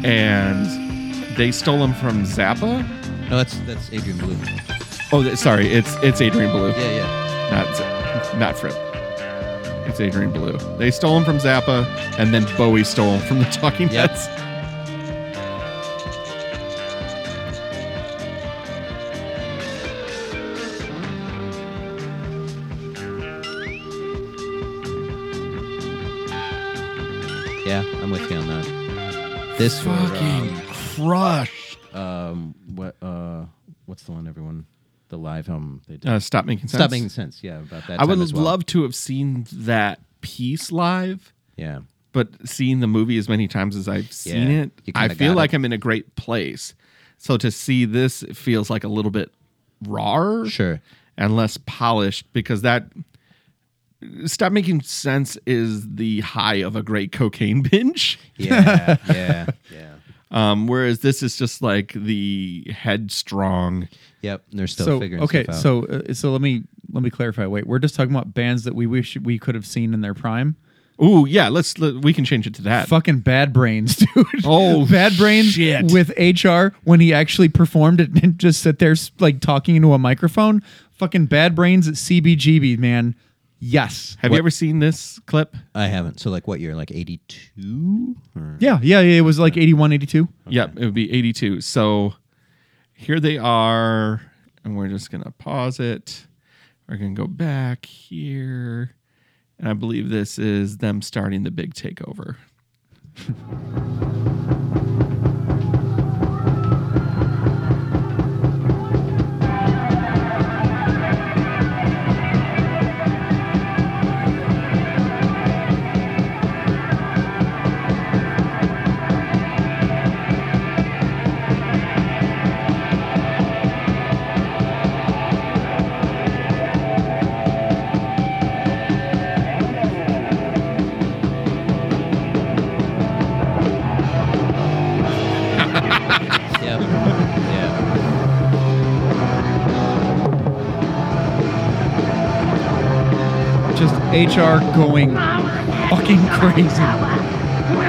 [SPEAKER 1] and they stole him from Zappa.
[SPEAKER 6] No, that's that's Adrian Blue.
[SPEAKER 1] Oh, th- sorry, it's it's Adrian Blue.
[SPEAKER 6] Yeah, yeah.
[SPEAKER 1] not Z- not Fripp. It's Adrian Blue. They stole him from Zappa, and then Bowie stole him from the Talking
[SPEAKER 6] Yep.
[SPEAKER 1] Heads.
[SPEAKER 6] Yeah, I'm with you on that. This or, um,
[SPEAKER 1] crush.
[SPEAKER 6] um what uh what's the one everyone the live album they did
[SPEAKER 1] Uh, stop making sense.
[SPEAKER 6] stop making sense yeah about that
[SPEAKER 1] I would
[SPEAKER 6] time as well.
[SPEAKER 1] love to have seen that piece live,
[SPEAKER 6] yeah
[SPEAKER 1] but seeing the movie as many times as I've seen
[SPEAKER 6] Yeah,
[SPEAKER 1] it,
[SPEAKER 6] you
[SPEAKER 1] I
[SPEAKER 6] kinda
[SPEAKER 1] feel
[SPEAKER 6] got
[SPEAKER 1] like
[SPEAKER 6] it.
[SPEAKER 1] I'm in a great place. So to see this it feels like a little bit raw.
[SPEAKER 6] sure
[SPEAKER 1] and less polished because that stop making sense is the high of a great cocaine [LAUGHS] binge
[SPEAKER 6] yeah
[SPEAKER 1] [LAUGHS]
[SPEAKER 6] yeah yeah
[SPEAKER 1] um whereas this is just like the headstrong
[SPEAKER 6] yep they're still
[SPEAKER 3] so
[SPEAKER 6] figuring
[SPEAKER 3] okay,
[SPEAKER 6] stuff out.
[SPEAKER 3] so uh, so let me let me clarify. Wait, we're just talking about bands that we wish we could have seen in their prime.
[SPEAKER 1] ooh yeah let's let, we can change it to that
[SPEAKER 3] Fucking Bad Brains, [LAUGHS] dude.
[SPEAKER 1] Oh,
[SPEAKER 3] Bad Brains
[SPEAKER 1] shit.
[SPEAKER 3] with HR when he actually performed it and [LAUGHS] just sit there like talking into a microphone. Fucking Bad Brains at CBGB, man. Yes.
[SPEAKER 1] have you ever seen this clip
[SPEAKER 6] i haven't so like what year like 82 or
[SPEAKER 3] Yeah, yeah, yeah. It was like 81, 82.
[SPEAKER 1] yep it would be 82 so here they are and we're just gonna pause it we're gonna go back here and i believe this is them starting the big takeover
[SPEAKER 3] just HR going fucking crazy.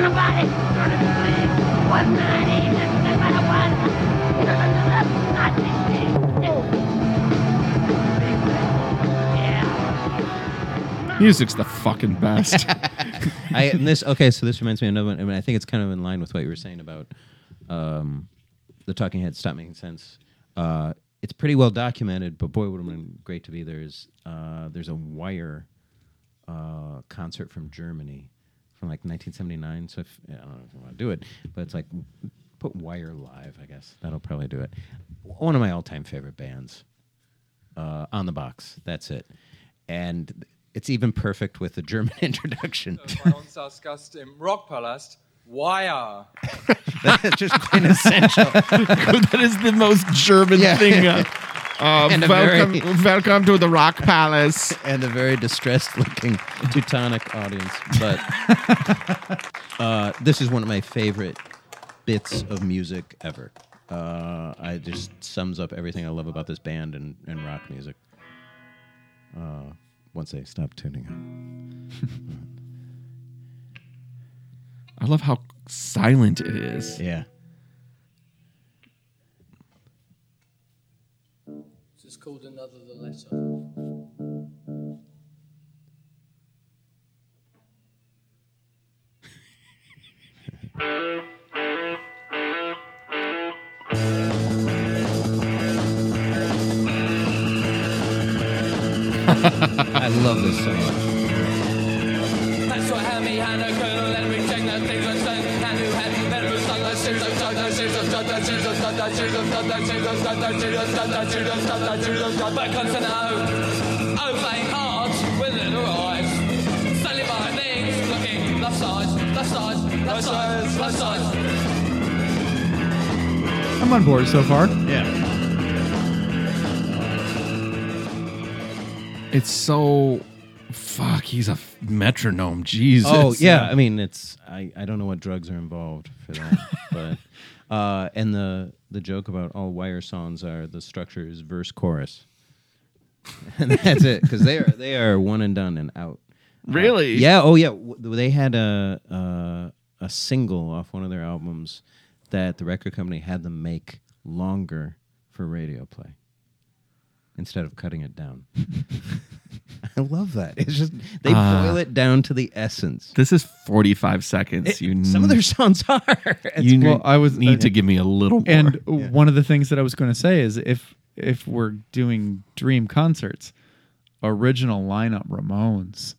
[SPEAKER 1] Music's the fucking
[SPEAKER 6] [LAUGHS]
[SPEAKER 1] best. [LAUGHS]
[SPEAKER 6] I and this okay. So this reminds me of another one. I mean, I think it's kind of in line with what you were saying about um, the Talking Heads stop making sense. Uh, it's pretty well documented, but boy, would have been great to be there. Is uh, there's a Wire uh, concert from Germany from like 1979. So if I don't know if you want to do it, but it's like put Wire live. I guess that'll probably do it. One of my all-time favorite bands uh, on the box. That's it. And it's even perfect with the German [LAUGHS] introduction.
[SPEAKER 9] bei uns als Gast im Rockpalast. Wire.
[SPEAKER 6] That's [LAUGHS] just quintessential.
[SPEAKER 1] that is the most German
[SPEAKER 6] Yeah.
[SPEAKER 1] thing.
[SPEAKER 6] [LAUGHS]
[SPEAKER 1] Uh, uh,
[SPEAKER 6] And a
[SPEAKER 1] welcome,
[SPEAKER 6] very-
[SPEAKER 1] welcome to the Rock Palace.
[SPEAKER 6] and a very distressed looking Teutonic audience. But uh, this is one of my favorite bits of music ever. Uh, I just sums up everything I love about this band and, and rock music. Uh, once they stop tuning up.
[SPEAKER 1] I love how silent it is.
[SPEAKER 6] Yeah.
[SPEAKER 10] It's called Another the Letter.
[SPEAKER 6] [LAUGHS] I love this so much.
[SPEAKER 10] That's what had me had a colonel and reject the things I've done. And who had me better than the sins I've done, the sins I've done, the sins I've done, the sins I've done, the sins I've done, the sins I've done, the sins I've done, the sins I've done. But comes an O, O playing hard with little eyes. Standing by my knees, looking left side, left side, left side, left side.
[SPEAKER 3] I'm on board so far.
[SPEAKER 6] Yeah.
[SPEAKER 1] It's so fuck. He's a f- metronome. Jesus.
[SPEAKER 6] [LAUGHS] Oh yeah. I mean, it's I, I don't know what drugs are involved for that, but uh, and the the joke about all wire songs are the structure is verse chorus, [LAUGHS] and that's it because they are they are one and done and out.
[SPEAKER 1] Really?
[SPEAKER 6] Yeah. Oh, yeah. W- They had a, uh, a a single off one of their albums that the record company had them make longer for radio play instead of cutting it down. [LAUGHS] I love that. It's just they boil it down to the essence.
[SPEAKER 1] This is 45 seconds. you
[SPEAKER 6] Some of their songs [LAUGHS] are. It's-
[SPEAKER 1] you
[SPEAKER 3] well, I was-
[SPEAKER 1] need to give me a
[SPEAKER 6] [LAUGHS]
[SPEAKER 1] little more.
[SPEAKER 3] And one of the things that I was going to say is if if we're doing dream concerts, original lineup Ramones,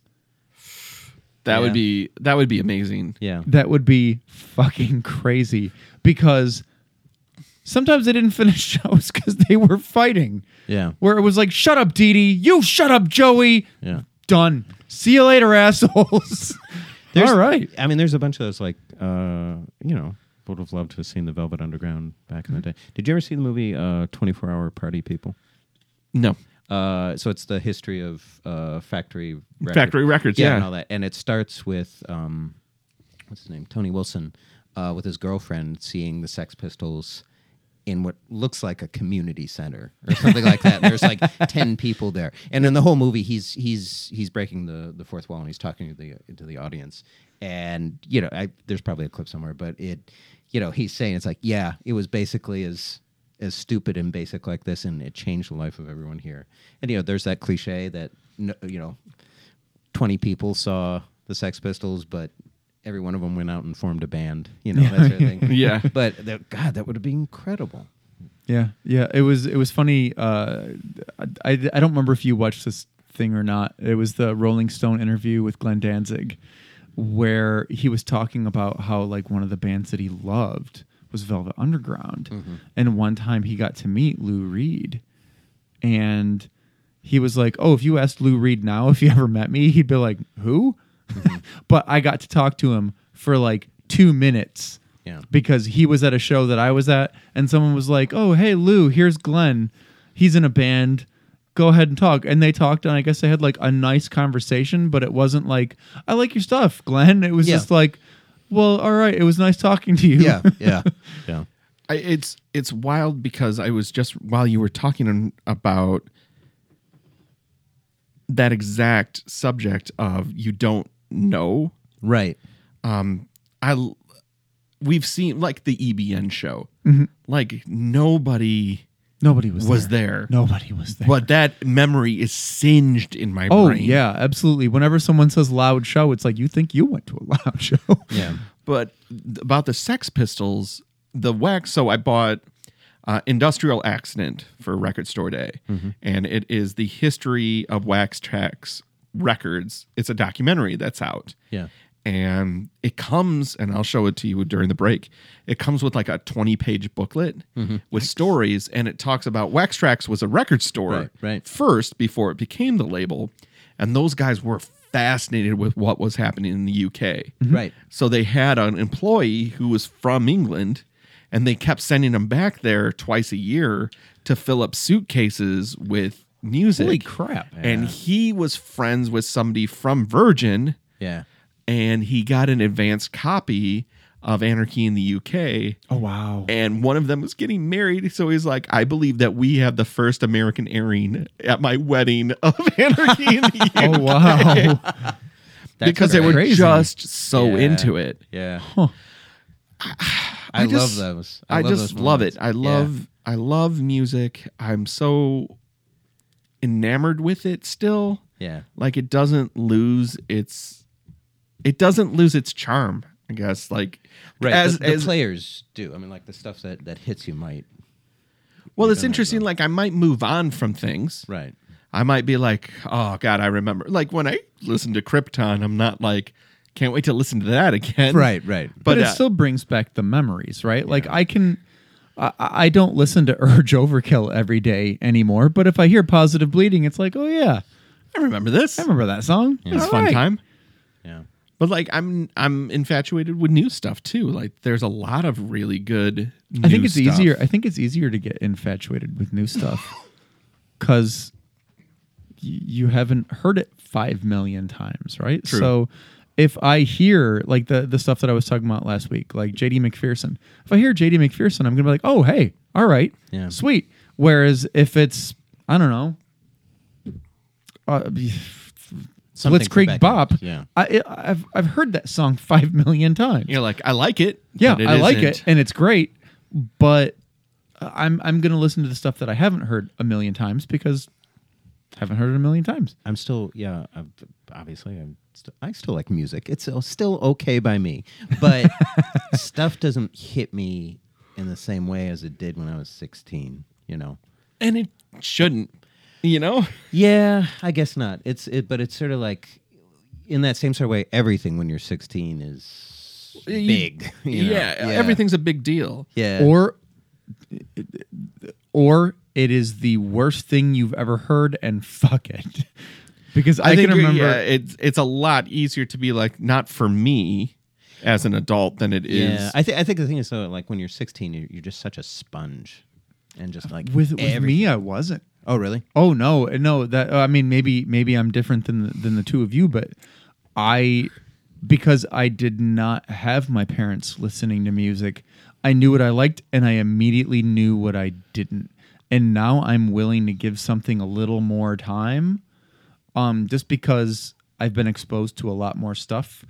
[SPEAKER 1] that
[SPEAKER 6] yeah.
[SPEAKER 1] would be that would be amazing.
[SPEAKER 6] yeah.
[SPEAKER 3] that would be fucking crazy because sometimes they didn't finish [LAUGHS] shows because they were fighting.
[SPEAKER 6] Yeah.
[SPEAKER 3] Where it was like, shut up, Dee Dee. You shut up, Joey.
[SPEAKER 6] Yeah.
[SPEAKER 3] Done. See you later, assholes. [LAUGHS]
[SPEAKER 6] There's-
[SPEAKER 3] All right.
[SPEAKER 6] I mean, there's a bunch of those, like, uh, you know, would have loved to have seen the Velvet Underground back in the day. Did you ever see the movie uh, 24 Hour Party People?
[SPEAKER 1] No.
[SPEAKER 6] Uh, so it's the history of uh, factory record-
[SPEAKER 1] Factory records,
[SPEAKER 6] and
[SPEAKER 1] yeah.
[SPEAKER 6] all that, and it starts with um, what's his name, Tony Wilson, uh, with his girlfriend seeing the Sex Pistols in what looks like a community center or something like that. And
[SPEAKER 1] [LAUGHS]
[SPEAKER 6] there's like ten people there, and in the whole movie, he's he's he's breaking the the fourth wall and he's talking to the to the audience, and you know, I, there's probably a clip somewhere, but it, you know, he's saying it's like, yeah, it was basically as as stupid and basic like this, and it changed the life of everyone here. And you know, there's that cliche that no, you know, twenty people saw the Sex Pistols, but every one of them went out and formed a band. You know, that sort of
[SPEAKER 1] [LAUGHS]
[SPEAKER 6] thing.
[SPEAKER 1] Yeah.
[SPEAKER 6] But that, God, that would have been
[SPEAKER 1] [LAUGHS]
[SPEAKER 6] incredible.
[SPEAKER 3] Yeah, yeah. It was it was funny. Uh, I, I I don't remember if you watched this thing or not. It was the Rolling Stone interview with Glenn Danzig, where he was talking about how like one of the bands that he loved was Velvet Underground, and one time he got to meet Lou Reed, and he was like, "Oh, if you asked Lou Reed now if he [LAUGHS] ever met me, he'd be like, who?" [LAUGHS] but I got to talk to him for like two minutes
[SPEAKER 6] Yeah.
[SPEAKER 3] because he was at a show that I was at, and someone was like, "Oh, hey Lou, here's Glenn. He's in a band. Go ahead and talk." And they talked, and I guess they had like a nice conversation, but it wasn't like, "I like your stuff, Glenn." It was
[SPEAKER 6] Yeah.
[SPEAKER 3] just like, "Well, all right, it was nice talking to you."
[SPEAKER 6] yeah,
[SPEAKER 1] [LAUGHS]
[SPEAKER 6] yeah.
[SPEAKER 1] I, it's it's wild because I was just while you were talking on- about that exact subject of you don't know.
[SPEAKER 6] Right.
[SPEAKER 1] I l- we've seen like the EBN show. Like nobody
[SPEAKER 3] Nobody was
[SPEAKER 1] was
[SPEAKER 3] there.
[SPEAKER 1] there.
[SPEAKER 3] Nobody was there.
[SPEAKER 1] [LAUGHS] But that memory is singed in my
[SPEAKER 3] Oh
[SPEAKER 1] brain.
[SPEAKER 3] yeah, absolutely. Whenever someone says loud show, it's like you think you went to a [LAUGHS] loud show.
[SPEAKER 1] [LAUGHS]
[SPEAKER 6] Yeah.
[SPEAKER 1] But th- about the Sex Pistols, the wax. So I bought uh, Industrial Accident for Record Store Day,
[SPEAKER 3] Mm-hmm.
[SPEAKER 1] and it is the history of Wax Trax records. It's a documentary that's out.
[SPEAKER 6] Yeah.
[SPEAKER 1] And it comes, and I'll show it to you during the break. It comes with like a 20 page booklet
[SPEAKER 6] Mm-hmm.
[SPEAKER 1] with stories, and it talks about Wax Trax was a record store
[SPEAKER 6] Right, right.
[SPEAKER 1] first before it became the label. And those guys were fascinated with what was happening in the UK.
[SPEAKER 6] Right.
[SPEAKER 1] So they had an employee who was from England and they kept sending him back there twice a year to fill up suitcases with music.
[SPEAKER 6] Holy crap.
[SPEAKER 1] And he was friends with somebody from Virgin
[SPEAKER 6] Yeah.
[SPEAKER 1] and he got an advanced copy of Anarchy in the UK
[SPEAKER 3] Oh wow.
[SPEAKER 1] and one of them was getting married. So he's like, I believe that we have the first American airing at my wedding of [LAUGHS] Anarchy in the
[SPEAKER 3] [LAUGHS]
[SPEAKER 1] UK.
[SPEAKER 3] Oh wow.
[SPEAKER 6] That's
[SPEAKER 1] because they were
[SPEAKER 6] great.
[SPEAKER 3] crazy.
[SPEAKER 1] just so
[SPEAKER 6] Yeah.
[SPEAKER 1] into it.
[SPEAKER 6] Yeah.
[SPEAKER 1] I
[SPEAKER 6] I,
[SPEAKER 1] just-
[SPEAKER 6] love those.
[SPEAKER 1] I,
[SPEAKER 6] love
[SPEAKER 1] just
[SPEAKER 6] those
[SPEAKER 1] love it.
[SPEAKER 6] moments.
[SPEAKER 1] I
[SPEAKER 6] Yeah.
[SPEAKER 1] love I love music. I'm so enamored with it still.
[SPEAKER 6] Yeah.
[SPEAKER 1] Like it doesn't lose its it doesn't lose its charm, I guess. Like
[SPEAKER 6] Right.
[SPEAKER 1] as,
[SPEAKER 6] the, the
[SPEAKER 1] as
[SPEAKER 6] players do. I mean, like the stuff that that hits you might.
[SPEAKER 1] well, it's interesting. Like I might move on from things.
[SPEAKER 6] Right.
[SPEAKER 1] I might be like, oh God, I remember. Like when I listen to Krypton, I'm not like, can't wait to listen to that again.
[SPEAKER 6] Right. Right.
[SPEAKER 1] But,
[SPEAKER 3] but, it
[SPEAKER 1] uh,
[SPEAKER 3] still brings back the memories, right? Like I can, I, I don't listen to [LAUGHS] Urge Overkill every day anymore. But if I hear Positive Bleeding, it's like, oh yeah,
[SPEAKER 1] I remember this.
[SPEAKER 3] I remember that song.
[SPEAKER 1] It was a
[SPEAKER 3] All
[SPEAKER 1] fun
[SPEAKER 3] right.
[SPEAKER 1] time.
[SPEAKER 6] Yeah.
[SPEAKER 1] But like, I'm I'm infatuated with new stuff too. Like, there's a lot of really good. New
[SPEAKER 3] I think it's
[SPEAKER 1] stuff.
[SPEAKER 3] easier. I think it's easier to get infatuated with new stuff because you haven't heard it five million times, right?
[SPEAKER 1] True.
[SPEAKER 3] So if I hear like the the stuff that I was talking about last week, like JD McPherson, if I hear JD McPherson, I'm gonna be like, oh hey, all right,
[SPEAKER 6] Yeah.
[SPEAKER 3] sweet. Whereas if it's I don't know, uh,
[SPEAKER 6] Something
[SPEAKER 3] Blitz Creek
[SPEAKER 6] Quebec.
[SPEAKER 3] Bop,
[SPEAKER 6] Yeah.
[SPEAKER 3] I, I've I've heard that song five million times.
[SPEAKER 1] You're like, I like it.
[SPEAKER 3] Yeah,
[SPEAKER 1] but it
[SPEAKER 3] I like it
[SPEAKER 1] isn't."
[SPEAKER 3] and it's great, but I'm I'm gonna listen to the stuff that I haven't heard a million times because I haven't heard it a million times.
[SPEAKER 6] I'm still, yeah, I'm, obviously, I'm st- I still like music. It's o- still okay by me,
[SPEAKER 3] [LAUGHS]
[SPEAKER 6] but stuff doesn't hit me in the same way as it did when I was 16. You know?
[SPEAKER 1] and it shouldn't. You know,
[SPEAKER 6] Yeah, I guess not. It's it, but it's sort of like in that same sort of way. Everything when you're 16 is
[SPEAKER 1] You-
[SPEAKER 6] big. you know?
[SPEAKER 1] yeah, everything's a big deal.
[SPEAKER 6] Yeah.
[SPEAKER 3] Or or it is the worst thing you've ever heard and fuck it. [LAUGHS] Because I, can
[SPEAKER 1] think, uh,
[SPEAKER 3] remember
[SPEAKER 1] Yeah, it's it's a lot easier to be like, not for me, as an adult, than it is.
[SPEAKER 6] yeah. I think I think the thing is though, like when you're 16, you're, you're just such a sponge, and just like
[SPEAKER 3] with, with
[SPEAKER 6] every-
[SPEAKER 3] me I wasn't.
[SPEAKER 6] Oh, really?
[SPEAKER 3] Oh no, no. That I mean, maybe maybe I'm different than the, than the two of you, but I because I did not have my parents listening to music. I knew what I liked, and I immediately knew what I didn't. And now I'm willing to give something a little more time, um, just because I've been exposed to a lot more stuff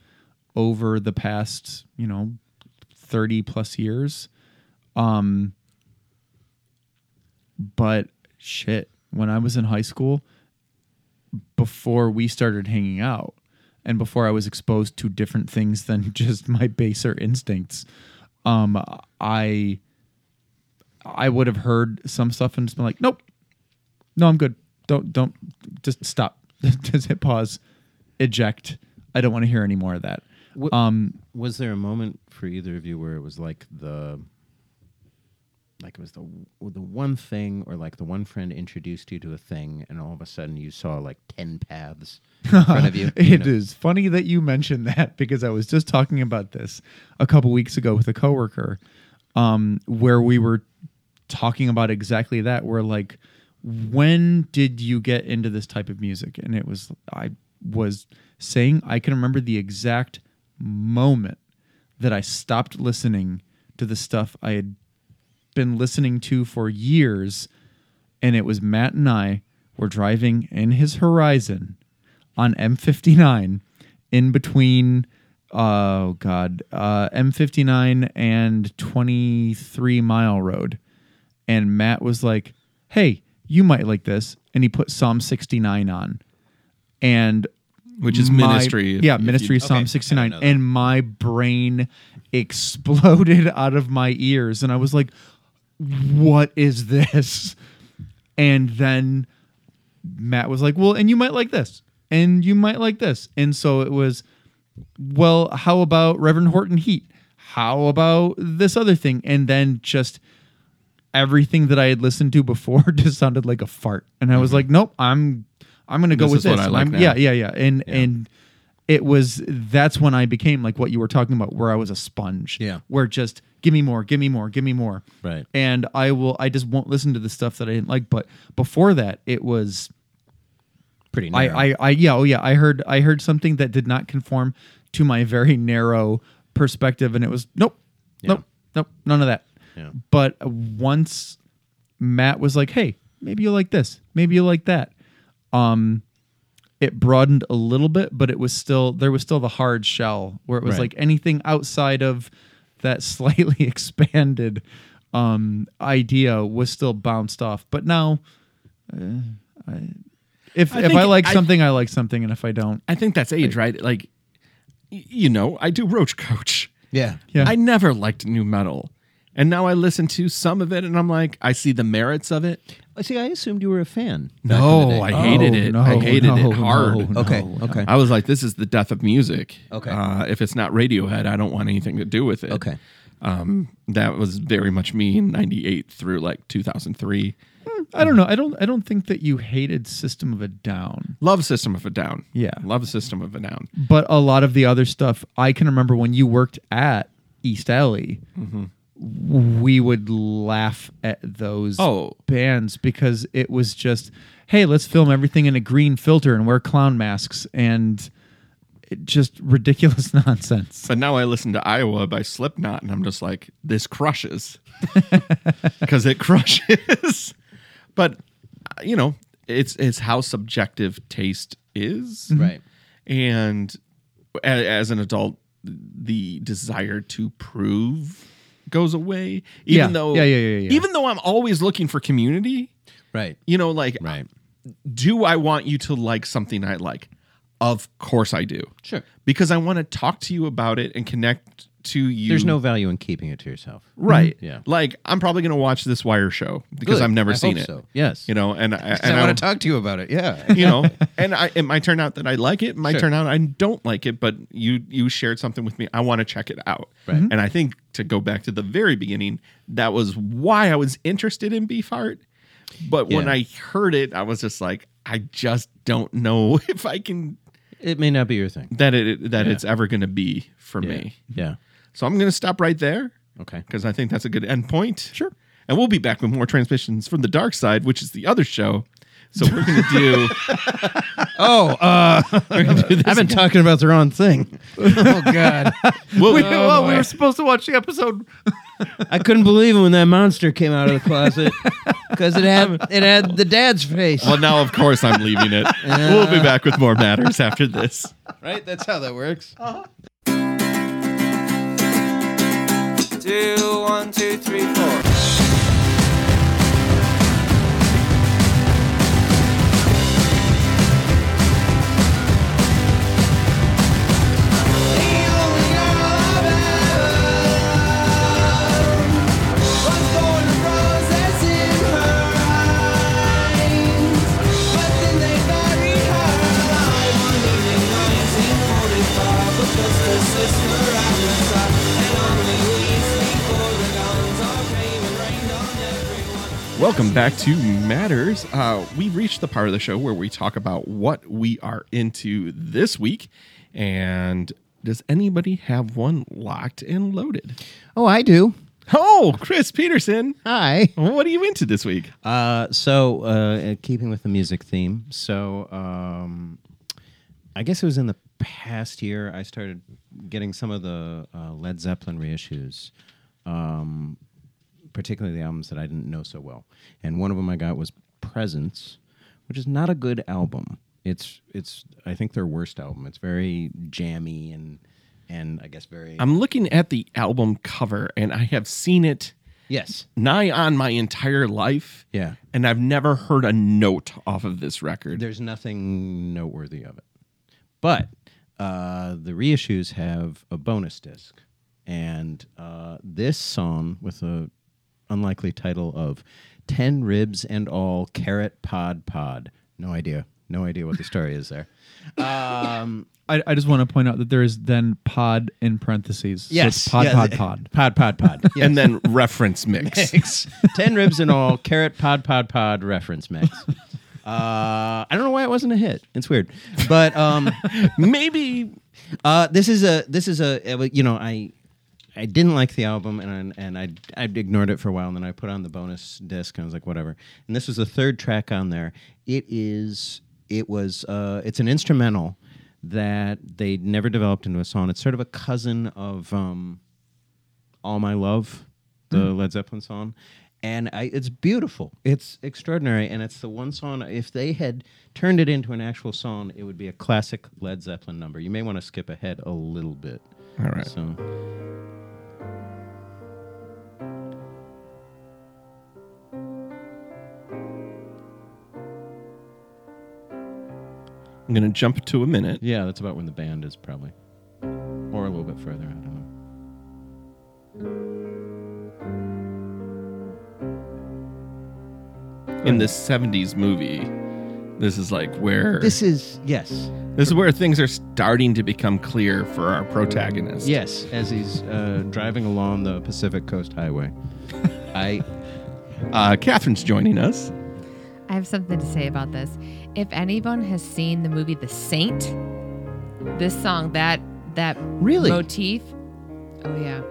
[SPEAKER 3] over the past, you know, thirty plus years. but shit, when I was in high school, before we started hanging out and before I was exposed to different things than [LAUGHS] just my baser instincts, um, I I would have heard some stuff and just been like, nope, no, I'm good. Don't don't just stop. [LAUGHS] just hit pause, eject. I don't want to hear any more of that.
[SPEAKER 6] Wh-
[SPEAKER 3] Um,
[SPEAKER 6] was there a moment for either of you where it was like the like it was the the one thing or like the one friend introduced you to a thing and all of a sudden you saw like 10 paths in front of [LAUGHS] you,
[SPEAKER 3] [LAUGHS] It is
[SPEAKER 6] you know?
[SPEAKER 3] funny that you mentioned that [LAUGHS] because I was just talking about this a couple weeks ago with a coworker, um, where we were talking about exactly that. Where like, when did you get into this type of music? And it was I was saying I can remember the exact moment that I stopped listening to the stuff I had been listening to for years, and it was Matt and I were driving in his horizon on M59 in between oh god uh, M59 and 23 mile road and Matt was like hey you might like this and he put Psalm 69 on and
[SPEAKER 1] Which is
[SPEAKER 3] my-
[SPEAKER 1] ministry, if-
[SPEAKER 3] yeah
[SPEAKER 1] if you-
[SPEAKER 3] ministry Psalm
[SPEAKER 6] Okay,
[SPEAKER 3] 69
[SPEAKER 6] I don't know that.
[SPEAKER 3] and my brain exploded [LAUGHS] out of my ears and I was like what is this and then Matt was like, "Well, and you might like this, and you might like this," and so it was. Well, how about Reverend Horton Heat? How about this other thing? And then just everything that I had listened to [LAUGHS] before just sounded like a fart, and I was like, "Nope, I'm I'm going to go
[SPEAKER 1] Mm-hmm. This
[SPEAKER 3] with
[SPEAKER 1] is
[SPEAKER 3] this."
[SPEAKER 1] what I
[SPEAKER 3] And I'm-
[SPEAKER 1] like now.
[SPEAKER 3] yeah, yeah, yeah, and and it was that's when I became like what you were talking about, where I was a sponge.
[SPEAKER 6] Yeah.
[SPEAKER 3] where just give me more, give me more, give me more.
[SPEAKER 6] Right.
[SPEAKER 3] And I will. I just won't listen to the stuff that I didn't like. But before that, it was.
[SPEAKER 6] Pretty. Narrow.
[SPEAKER 3] I, I, I, yeah, oh yeah. I heard, I heard something that did not conform to my very narrow perspective, and it was nope, nope, nope, none of that.
[SPEAKER 6] Yeah.
[SPEAKER 3] But once Matt was like, "Hey, maybe you like this, maybe you like that," um, it broadened a little bit, but it was still there was still the hard shell where it was
[SPEAKER 6] Right.
[SPEAKER 3] like anything outside of that [LAUGHS] slightly expanded um idea was still bounced off. But now. Uh, I, if,
[SPEAKER 1] I
[SPEAKER 3] if
[SPEAKER 1] think
[SPEAKER 3] I like
[SPEAKER 1] I-
[SPEAKER 3] something, I like something, and if I don't,
[SPEAKER 1] I think that's age, right? Like, y- you know, I do Roach Coach.
[SPEAKER 6] yeah.
[SPEAKER 3] Yeah.
[SPEAKER 1] I never liked new metal. And now I listen to some of it and I'm like, I see the merits of it.
[SPEAKER 6] I see. I assumed you were a fan. back in the
[SPEAKER 1] No,
[SPEAKER 6] day.
[SPEAKER 1] I hated
[SPEAKER 3] Oh,
[SPEAKER 1] it.
[SPEAKER 3] no,
[SPEAKER 1] I hated
[SPEAKER 3] no,
[SPEAKER 1] it hard.
[SPEAKER 3] no,
[SPEAKER 6] Okay.
[SPEAKER 3] no.
[SPEAKER 6] okay.
[SPEAKER 1] I was like, this is the death of music.
[SPEAKER 6] Okay.
[SPEAKER 1] Uh, if it's not Radiohead, I don't want anything to do with it.
[SPEAKER 6] Okay.
[SPEAKER 1] Um, that was very much me in 98 through like 2003.
[SPEAKER 3] I don't know. I don't. I don't think that you hated System of a Down,
[SPEAKER 1] Love System of a Down.
[SPEAKER 3] Yeah.
[SPEAKER 1] Love System of a Down.
[SPEAKER 3] but a lot of the other stuff I can remember when you worked at East Alley, we would laugh at those
[SPEAKER 1] Oh.
[SPEAKER 3] bands because it was just, hey, let's film everything in a green filter and wear clown masks and it- just ridiculous [LAUGHS] nonsense.
[SPEAKER 1] But now I listen to Iowa by Slipknot and I'm just like, this crushes. [LAUGHS] Because it crushes. [LAUGHS] but, uh, you know, it's, it's how subjective taste is.
[SPEAKER 6] Right.
[SPEAKER 1] and a- as an adult the desire to prove goes away
[SPEAKER 3] Yeah.
[SPEAKER 1] even though
[SPEAKER 3] Yeah, yeah, yeah, yeah.
[SPEAKER 1] even though i'm always looking for community
[SPEAKER 6] Right.
[SPEAKER 1] you know like
[SPEAKER 6] Right.
[SPEAKER 1] do i want you to like something i like of course i do
[SPEAKER 6] Sure.
[SPEAKER 1] because i want to talk to you about it and connect to you
[SPEAKER 6] There's no value in keeping it to yourself.
[SPEAKER 1] right
[SPEAKER 6] Yeah.
[SPEAKER 1] like i'm probably going to watch this wire show because
[SPEAKER 6] Good.
[SPEAKER 1] i've never
[SPEAKER 6] I
[SPEAKER 1] seen
[SPEAKER 6] hope
[SPEAKER 1] it
[SPEAKER 6] so. Yes.
[SPEAKER 1] you know and i,
[SPEAKER 6] And
[SPEAKER 1] and
[SPEAKER 6] I want
[SPEAKER 1] I'll-
[SPEAKER 6] to talk to you about it. Yeah.
[SPEAKER 1] you
[SPEAKER 6] [LAUGHS]
[SPEAKER 1] know and i it might turn out that i like it it might
[SPEAKER 6] Sure.
[SPEAKER 1] turn out i don't like it but you you shared something with me i want to check it out
[SPEAKER 6] Right.
[SPEAKER 1] and i think to go back to the very beginning that was why i was interested in beef heart but when
[SPEAKER 6] Yeah.
[SPEAKER 1] i heard it i was just like i just don't know [LAUGHS] if i can
[SPEAKER 6] it may not be your thing.
[SPEAKER 1] that it that it's ever going to be for me
[SPEAKER 6] [LAUGHS] Yeah.
[SPEAKER 1] so i'm going to stop right there
[SPEAKER 6] Okay.
[SPEAKER 1] because i think that's a good end point
[SPEAKER 3] Sure.
[SPEAKER 1] and we'll be back with more transmissions from the dark side which is the other show so we're going to do [LAUGHS]
[SPEAKER 6] Oh, uh, I've been talking about the wrong thing. oh God,
[SPEAKER 1] we'll,
[SPEAKER 3] well, we were supposed to watch the episode.
[SPEAKER 6] I couldn't believe it when that monster came out of the closet because it had it had the dad's face.
[SPEAKER 1] Well, now, of course, I'm leaving [LAUGHS] it. We'll be back with more matters after this.
[SPEAKER 6] Right? That's how that works.
[SPEAKER 10] Two, one, two, three, four.
[SPEAKER 1] Welcome back to Matters. Uh, we've reached the part of the show where we talk about what we are into this week. And does anybody have one locked and loaded?
[SPEAKER 6] Oh, I do.
[SPEAKER 1] Oh, Chris Peterson,
[SPEAKER 6] Hi.
[SPEAKER 1] what are you into this week?
[SPEAKER 6] Uh, so, uh, in keeping with the music theme, so um, I guess it was in the past year I started getting some of the uh, Led Zeppelin reissues, um, particularly the albums that I didn't know so well. And one of them I got was Presence, which is not a good album. It's it's I think their worst album. It's very jammy and and I guess very
[SPEAKER 1] I'm looking at the album cover and I have seen it
[SPEAKER 6] yes
[SPEAKER 1] nigh on my entire life.
[SPEAKER 6] yeah.
[SPEAKER 1] And I've never heard a note off of this record.
[SPEAKER 6] There's nothing noteworthy of it, but uh, the reissues have a bonus disc, and uh, this song with a unlikely title of 10 ribs and all carrot pod pod no idea no idea what the story is [LAUGHS] there
[SPEAKER 3] I, I just want to point out that there is then pod in parentheses. So it's pod,
[SPEAKER 6] yeah,
[SPEAKER 3] pod,
[SPEAKER 6] the-
[SPEAKER 3] pod.
[SPEAKER 6] [LAUGHS] pod pod pod
[SPEAKER 1] And then reference mix.
[SPEAKER 6] mix. Ten ribs in all. Carrot pod pod pod reference mix. Uh, I don't know why it wasn't a hit. It's weird, but um, maybe uh, this is a this is a you know I I didn't like the album and I, and I I ignored it for a while and then I put on the bonus disc and I was like whatever. And this was the third track on there. It is it was uh, it's an instrumental that they never developed into a song. It's sort of a cousin of um, all My Love, the Led Zeppelin song. And I, it's beautiful. It's extraordinary. And it's the one song, if they had turned it into an actual song, it would be a classic Led Zeppelin number. You may want to skip ahead a little bit.
[SPEAKER 1] All right.
[SPEAKER 6] So,
[SPEAKER 1] I'm going to jump to a minute.
[SPEAKER 6] yeah, that's about when the band is probably. Or a little bit further. I don't know.
[SPEAKER 1] In this 70s movie, this is like where
[SPEAKER 6] This is, yes.
[SPEAKER 1] This is where things are starting to become clear for our protagonist.
[SPEAKER 6] Yes, as he's uh, driving along the Pacific Coast [LAUGHS] Highway. I,
[SPEAKER 1] Uh, Catherine's joining us.
[SPEAKER 11] I have something to say about this. If anyone has seen the movie The Saint, this song that that
[SPEAKER 6] Really?
[SPEAKER 11] motif, oh yeah,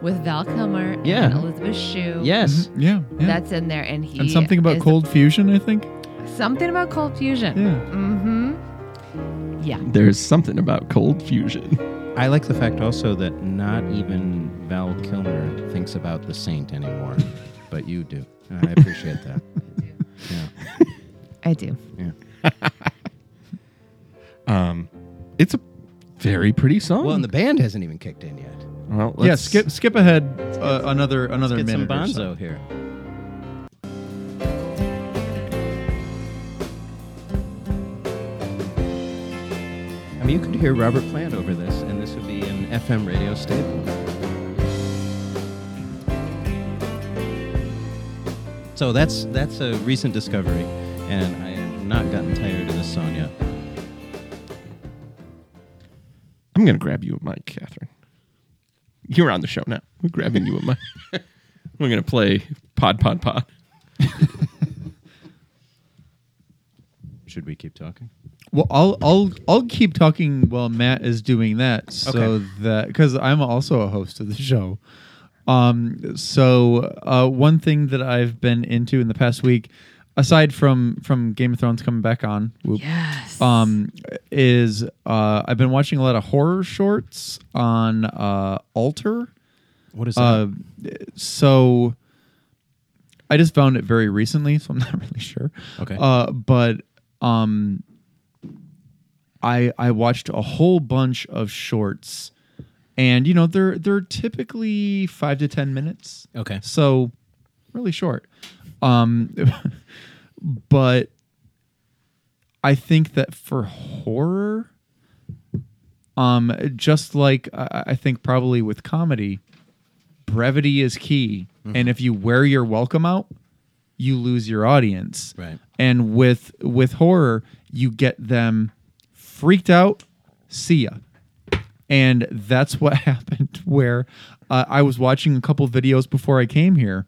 [SPEAKER 11] with Val Kilmer
[SPEAKER 6] Yeah.
[SPEAKER 11] and Elizabeth Shue.
[SPEAKER 6] yes.
[SPEAKER 3] Yeah, yeah.
[SPEAKER 11] that's in there, and he
[SPEAKER 3] and something about
[SPEAKER 11] is-
[SPEAKER 3] cold fusion, I think.
[SPEAKER 11] Something about cold fusion.
[SPEAKER 3] Yeah.
[SPEAKER 11] Mm-hmm. Yeah.
[SPEAKER 1] There's something about cold fusion.
[SPEAKER 6] I like the fact also that not even Val Kilmer thinks about the saint anymore, but you do. And I appreciate that.
[SPEAKER 11] I do.
[SPEAKER 6] Yeah.
[SPEAKER 1] It's a very pretty song.
[SPEAKER 6] Well, and the band hasn't even kicked in yet.
[SPEAKER 1] Well,
[SPEAKER 3] yeah,
[SPEAKER 1] let's-
[SPEAKER 3] skip skip ahead uh, another another
[SPEAKER 6] Let's get some
[SPEAKER 3] minute. or so.
[SPEAKER 6] Bonzo here. I mean, you could hear Robert Plant over this, and this would be an FM radio staple. So that's that's a recent discovery, and I have not gotten tired of this song yet.
[SPEAKER 1] I'm going to grab you a mic, Catherine. You're on the show now. We're grabbing you a mic.
[SPEAKER 3] [LAUGHS]
[SPEAKER 1] We're going to play Pod Pod Pod.
[SPEAKER 6] Should we keep talking?
[SPEAKER 3] Well, I'll I'll I'll keep talking while Matt is doing that, so
[SPEAKER 6] Okay.
[SPEAKER 3] that because I'm also a host of the show. Um, so uh, one thing that I've been into in the past week, aside from from Game of Thrones coming back on, whoop,
[SPEAKER 11] Yes.
[SPEAKER 3] um, is uh, I've been watching a lot of horror shorts on uh, Alter.
[SPEAKER 6] [LAUGHS] What is
[SPEAKER 3] Uh, so I just found it very recently, so I'm [LAUGHS] not really sure.
[SPEAKER 6] Okay.
[SPEAKER 3] Uh, but um, I I watched a whole bunch of shorts, and you know they're they're typically five to ten minutes.
[SPEAKER 6] Okay.
[SPEAKER 3] So really short. Um, [LAUGHS] but I think that for horror, um, just like I, I think probably with comedy, brevity is key. And if you wear your welcome out, you lose your audience.
[SPEAKER 6] Right.
[SPEAKER 3] And with with horror, you get them freaked out. See ya and that's what [LAUGHS] happened where uh, i was watching a couple videos before i came here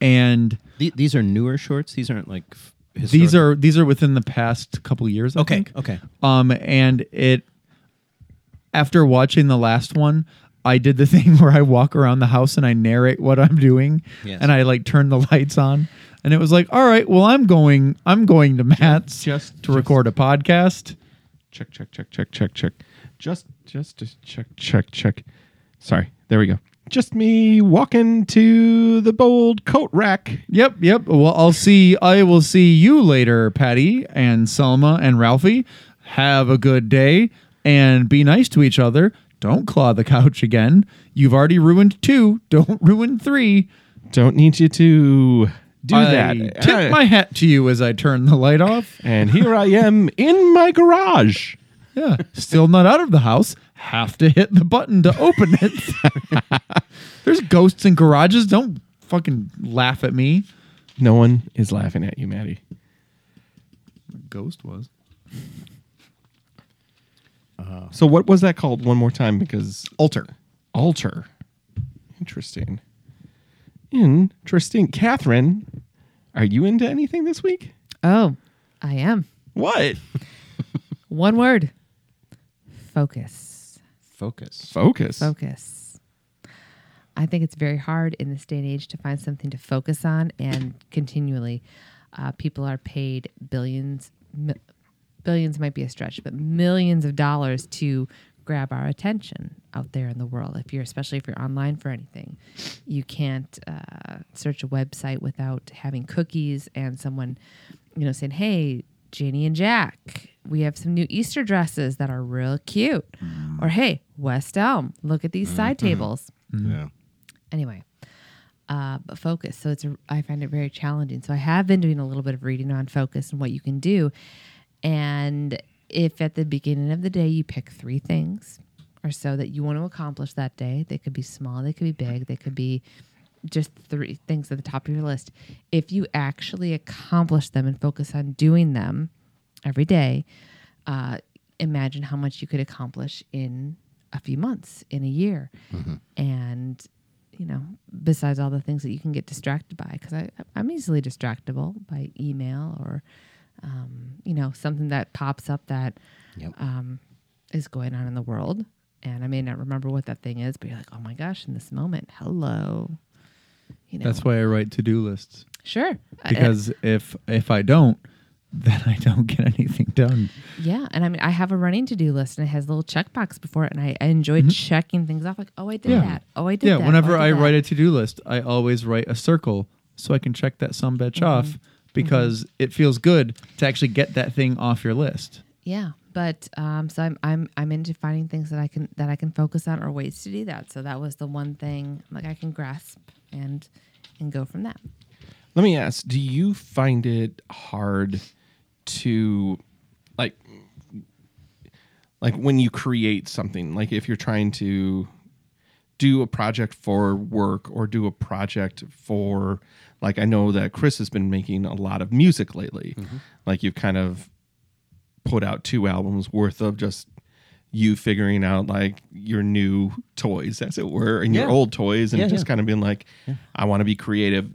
[SPEAKER 3] and
[SPEAKER 6] The- these are newer shorts. These aren't like f-
[SPEAKER 3] these
[SPEAKER 6] historic-
[SPEAKER 3] are these are within the past couple years I
[SPEAKER 6] okay.
[SPEAKER 3] think.
[SPEAKER 6] Okay.
[SPEAKER 3] um and it after watching the last one i did the [LAUGHS] thing where i walk around the house and i narrate what i'm doing
[SPEAKER 6] Yes.
[SPEAKER 3] and i like turn the [LAUGHS] lights on and it was like all right well i'm going i'm going to matt's
[SPEAKER 1] Just-
[SPEAKER 3] to record a podcast
[SPEAKER 1] Check, check, check, check, check, check. Just, just, just check, check, check. Sorry. There we go. just me walking to the bold coat rack.
[SPEAKER 3] Yep, yep. Well, I'll see. I will see you later, Patty and Selma and Ralphie. Have a good day and be nice to each other. Don't claw the couch again. You've already ruined two. [LAUGHS] Don't ruin three.
[SPEAKER 1] Don't need you to do
[SPEAKER 3] I
[SPEAKER 1] that.
[SPEAKER 3] Tip
[SPEAKER 1] Uh,
[SPEAKER 3] my hat to you as I turn the light off.
[SPEAKER 1] [LAUGHS] And here I am in my garage.
[SPEAKER 3] Yeah, still not out of the house. Have to hit the button to open it. [LAUGHS] There's ghosts in garages. Don't fucking laugh at me.
[SPEAKER 1] No one is laughing at you, Maddie.
[SPEAKER 3] Ghost was.
[SPEAKER 1] So what was that called one more time? Because
[SPEAKER 3] Alter.
[SPEAKER 1] altar. Interesting. Interesting. Catherine, are you into anything this week?
[SPEAKER 11] Oh, I am.
[SPEAKER 1] What?
[SPEAKER 11] One word. Focus.
[SPEAKER 6] Focus.
[SPEAKER 1] Focus.
[SPEAKER 11] Focus. I think it's very hard in this day and age to find something to focus on, and continually, uh, people are paid billions. Mi- billions might be a stretch, but millions of dollars to grab our attention out there in the world. If you're, especially if you're online for anything, you can't uh, search a website without having cookies and someone, you know, saying, "Hey, Janie and Jack, we have some new Easter dresses that are real cute," or "Hey, West Elm, look at these side tables."
[SPEAKER 6] Yeah.
[SPEAKER 11] anyway uh, but focus so it's a, i find it very challenging so i have been doing a little bit of reading on focus and what you can do and if at the beginning of the day you pick three things or so that you want to accomplish that day they could be small they could be big they could be just three things at the top of your list if you actually accomplish them and focus on doing them every day uh, imagine how much you could accomplish in a few months in a year
[SPEAKER 3] Mm-hmm.
[SPEAKER 11] and you know besides all the things that you can get distracted by because i'm easily distractible by email or um, you know something that pops up that
[SPEAKER 6] Yep.
[SPEAKER 11] um, is going on in the world and i may not remember what that thing is but you're like oh my gosh in this moment hello you know
[SPEAKER 3] That's why I write to do lists
[SPEAKER 11] sure I- I-
[SPEAKER 3] because if if I don't, [LAUGHS] then I don't get anything done.
[SPEAKER 11] Yeah, and I mean, I have a running to do list, and it has a little checkbox before it, and I, I enjoy checking things off. Like, oh, I did
[SPEAKER 3] Mm-hmm. Yeah.
[SPEAKER 11] that. Oh, I did
[SPEAKER 3] Yeah,
[SPEAKER 11] that.
[SPEAKER 3] whenever
[SPEAKER 11] oh,
[SPEAKER 3] I
[SPEAKER 11] did that.
[SPEAKER 3] write a to do list, I always write a circle so I can check that some
[SPEAKER 11] Mm-hmm.
[SPEAKER 3] bitch off because it feels good to actually get that thing off your list.
[SPEAKER 11] yeah. But um, so I'm I'm I'm into finding things that I can that I can focus on or ways to do that. So that was the one thing like I can grasp and and go from that.
[SPEAKER 1] Let me ask, do you find it hard to like like when you create something, like if you're trying to do a project for work or do a project for like I know that Chris has been making a lot of music lately.
[SPEAKER 6] Mm-hmm.
[SPEAKER 1] Like you've kind of put out two albums worth of just you figuring out like your new toys as it were and your
[SPEAKER 6] Yeah.
[SPEAKER 1] old toys and
[SPEAKER 6] Yeah,
[SPEAKER 1] just
[SPEAKER 6] yeah.
[SPEAKER 1] kind of being like I want to be creative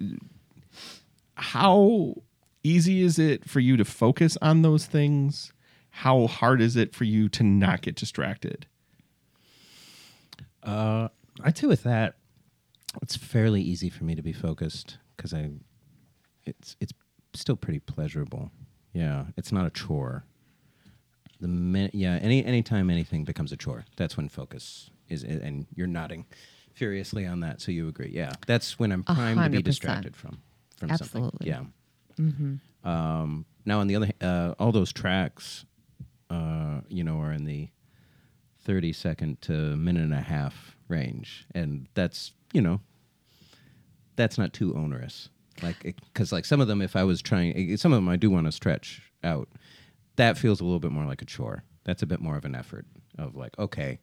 [SPEAKER 1] how easy is it for you to focus on those things? How hard is it for you to not get distracted?
[SPEAKER 6] I'd say with that, it's fairly easy for me to be focused because I, it's it's still pretty pleasurable. Yeah, it's not a chore. The minute, yeah, any anytime anything becomes a chore, that's when focus is. And you're nodding furiously on that, so you agree. Yeah, that's when I'm
[SPEAKER 11] A
[SPEAKER 6] primed to be
[SPEAKER 11] hundred percent.
[SPEAKER 6] distracted from from
[SPEAKER 11] Absolutely.
[SPEAKER 6] something. Yeah. Um, now, on the other, h- uh, all those tracks, uh, you know, are in the thirty second to minute and a half range, and that's you know, that's not too onerous. Like, because like some of them, if I was trying, eh, some of them I do want to stretch out. That feels a little bit more like a chore. That's a bit more of an effort of like, okay,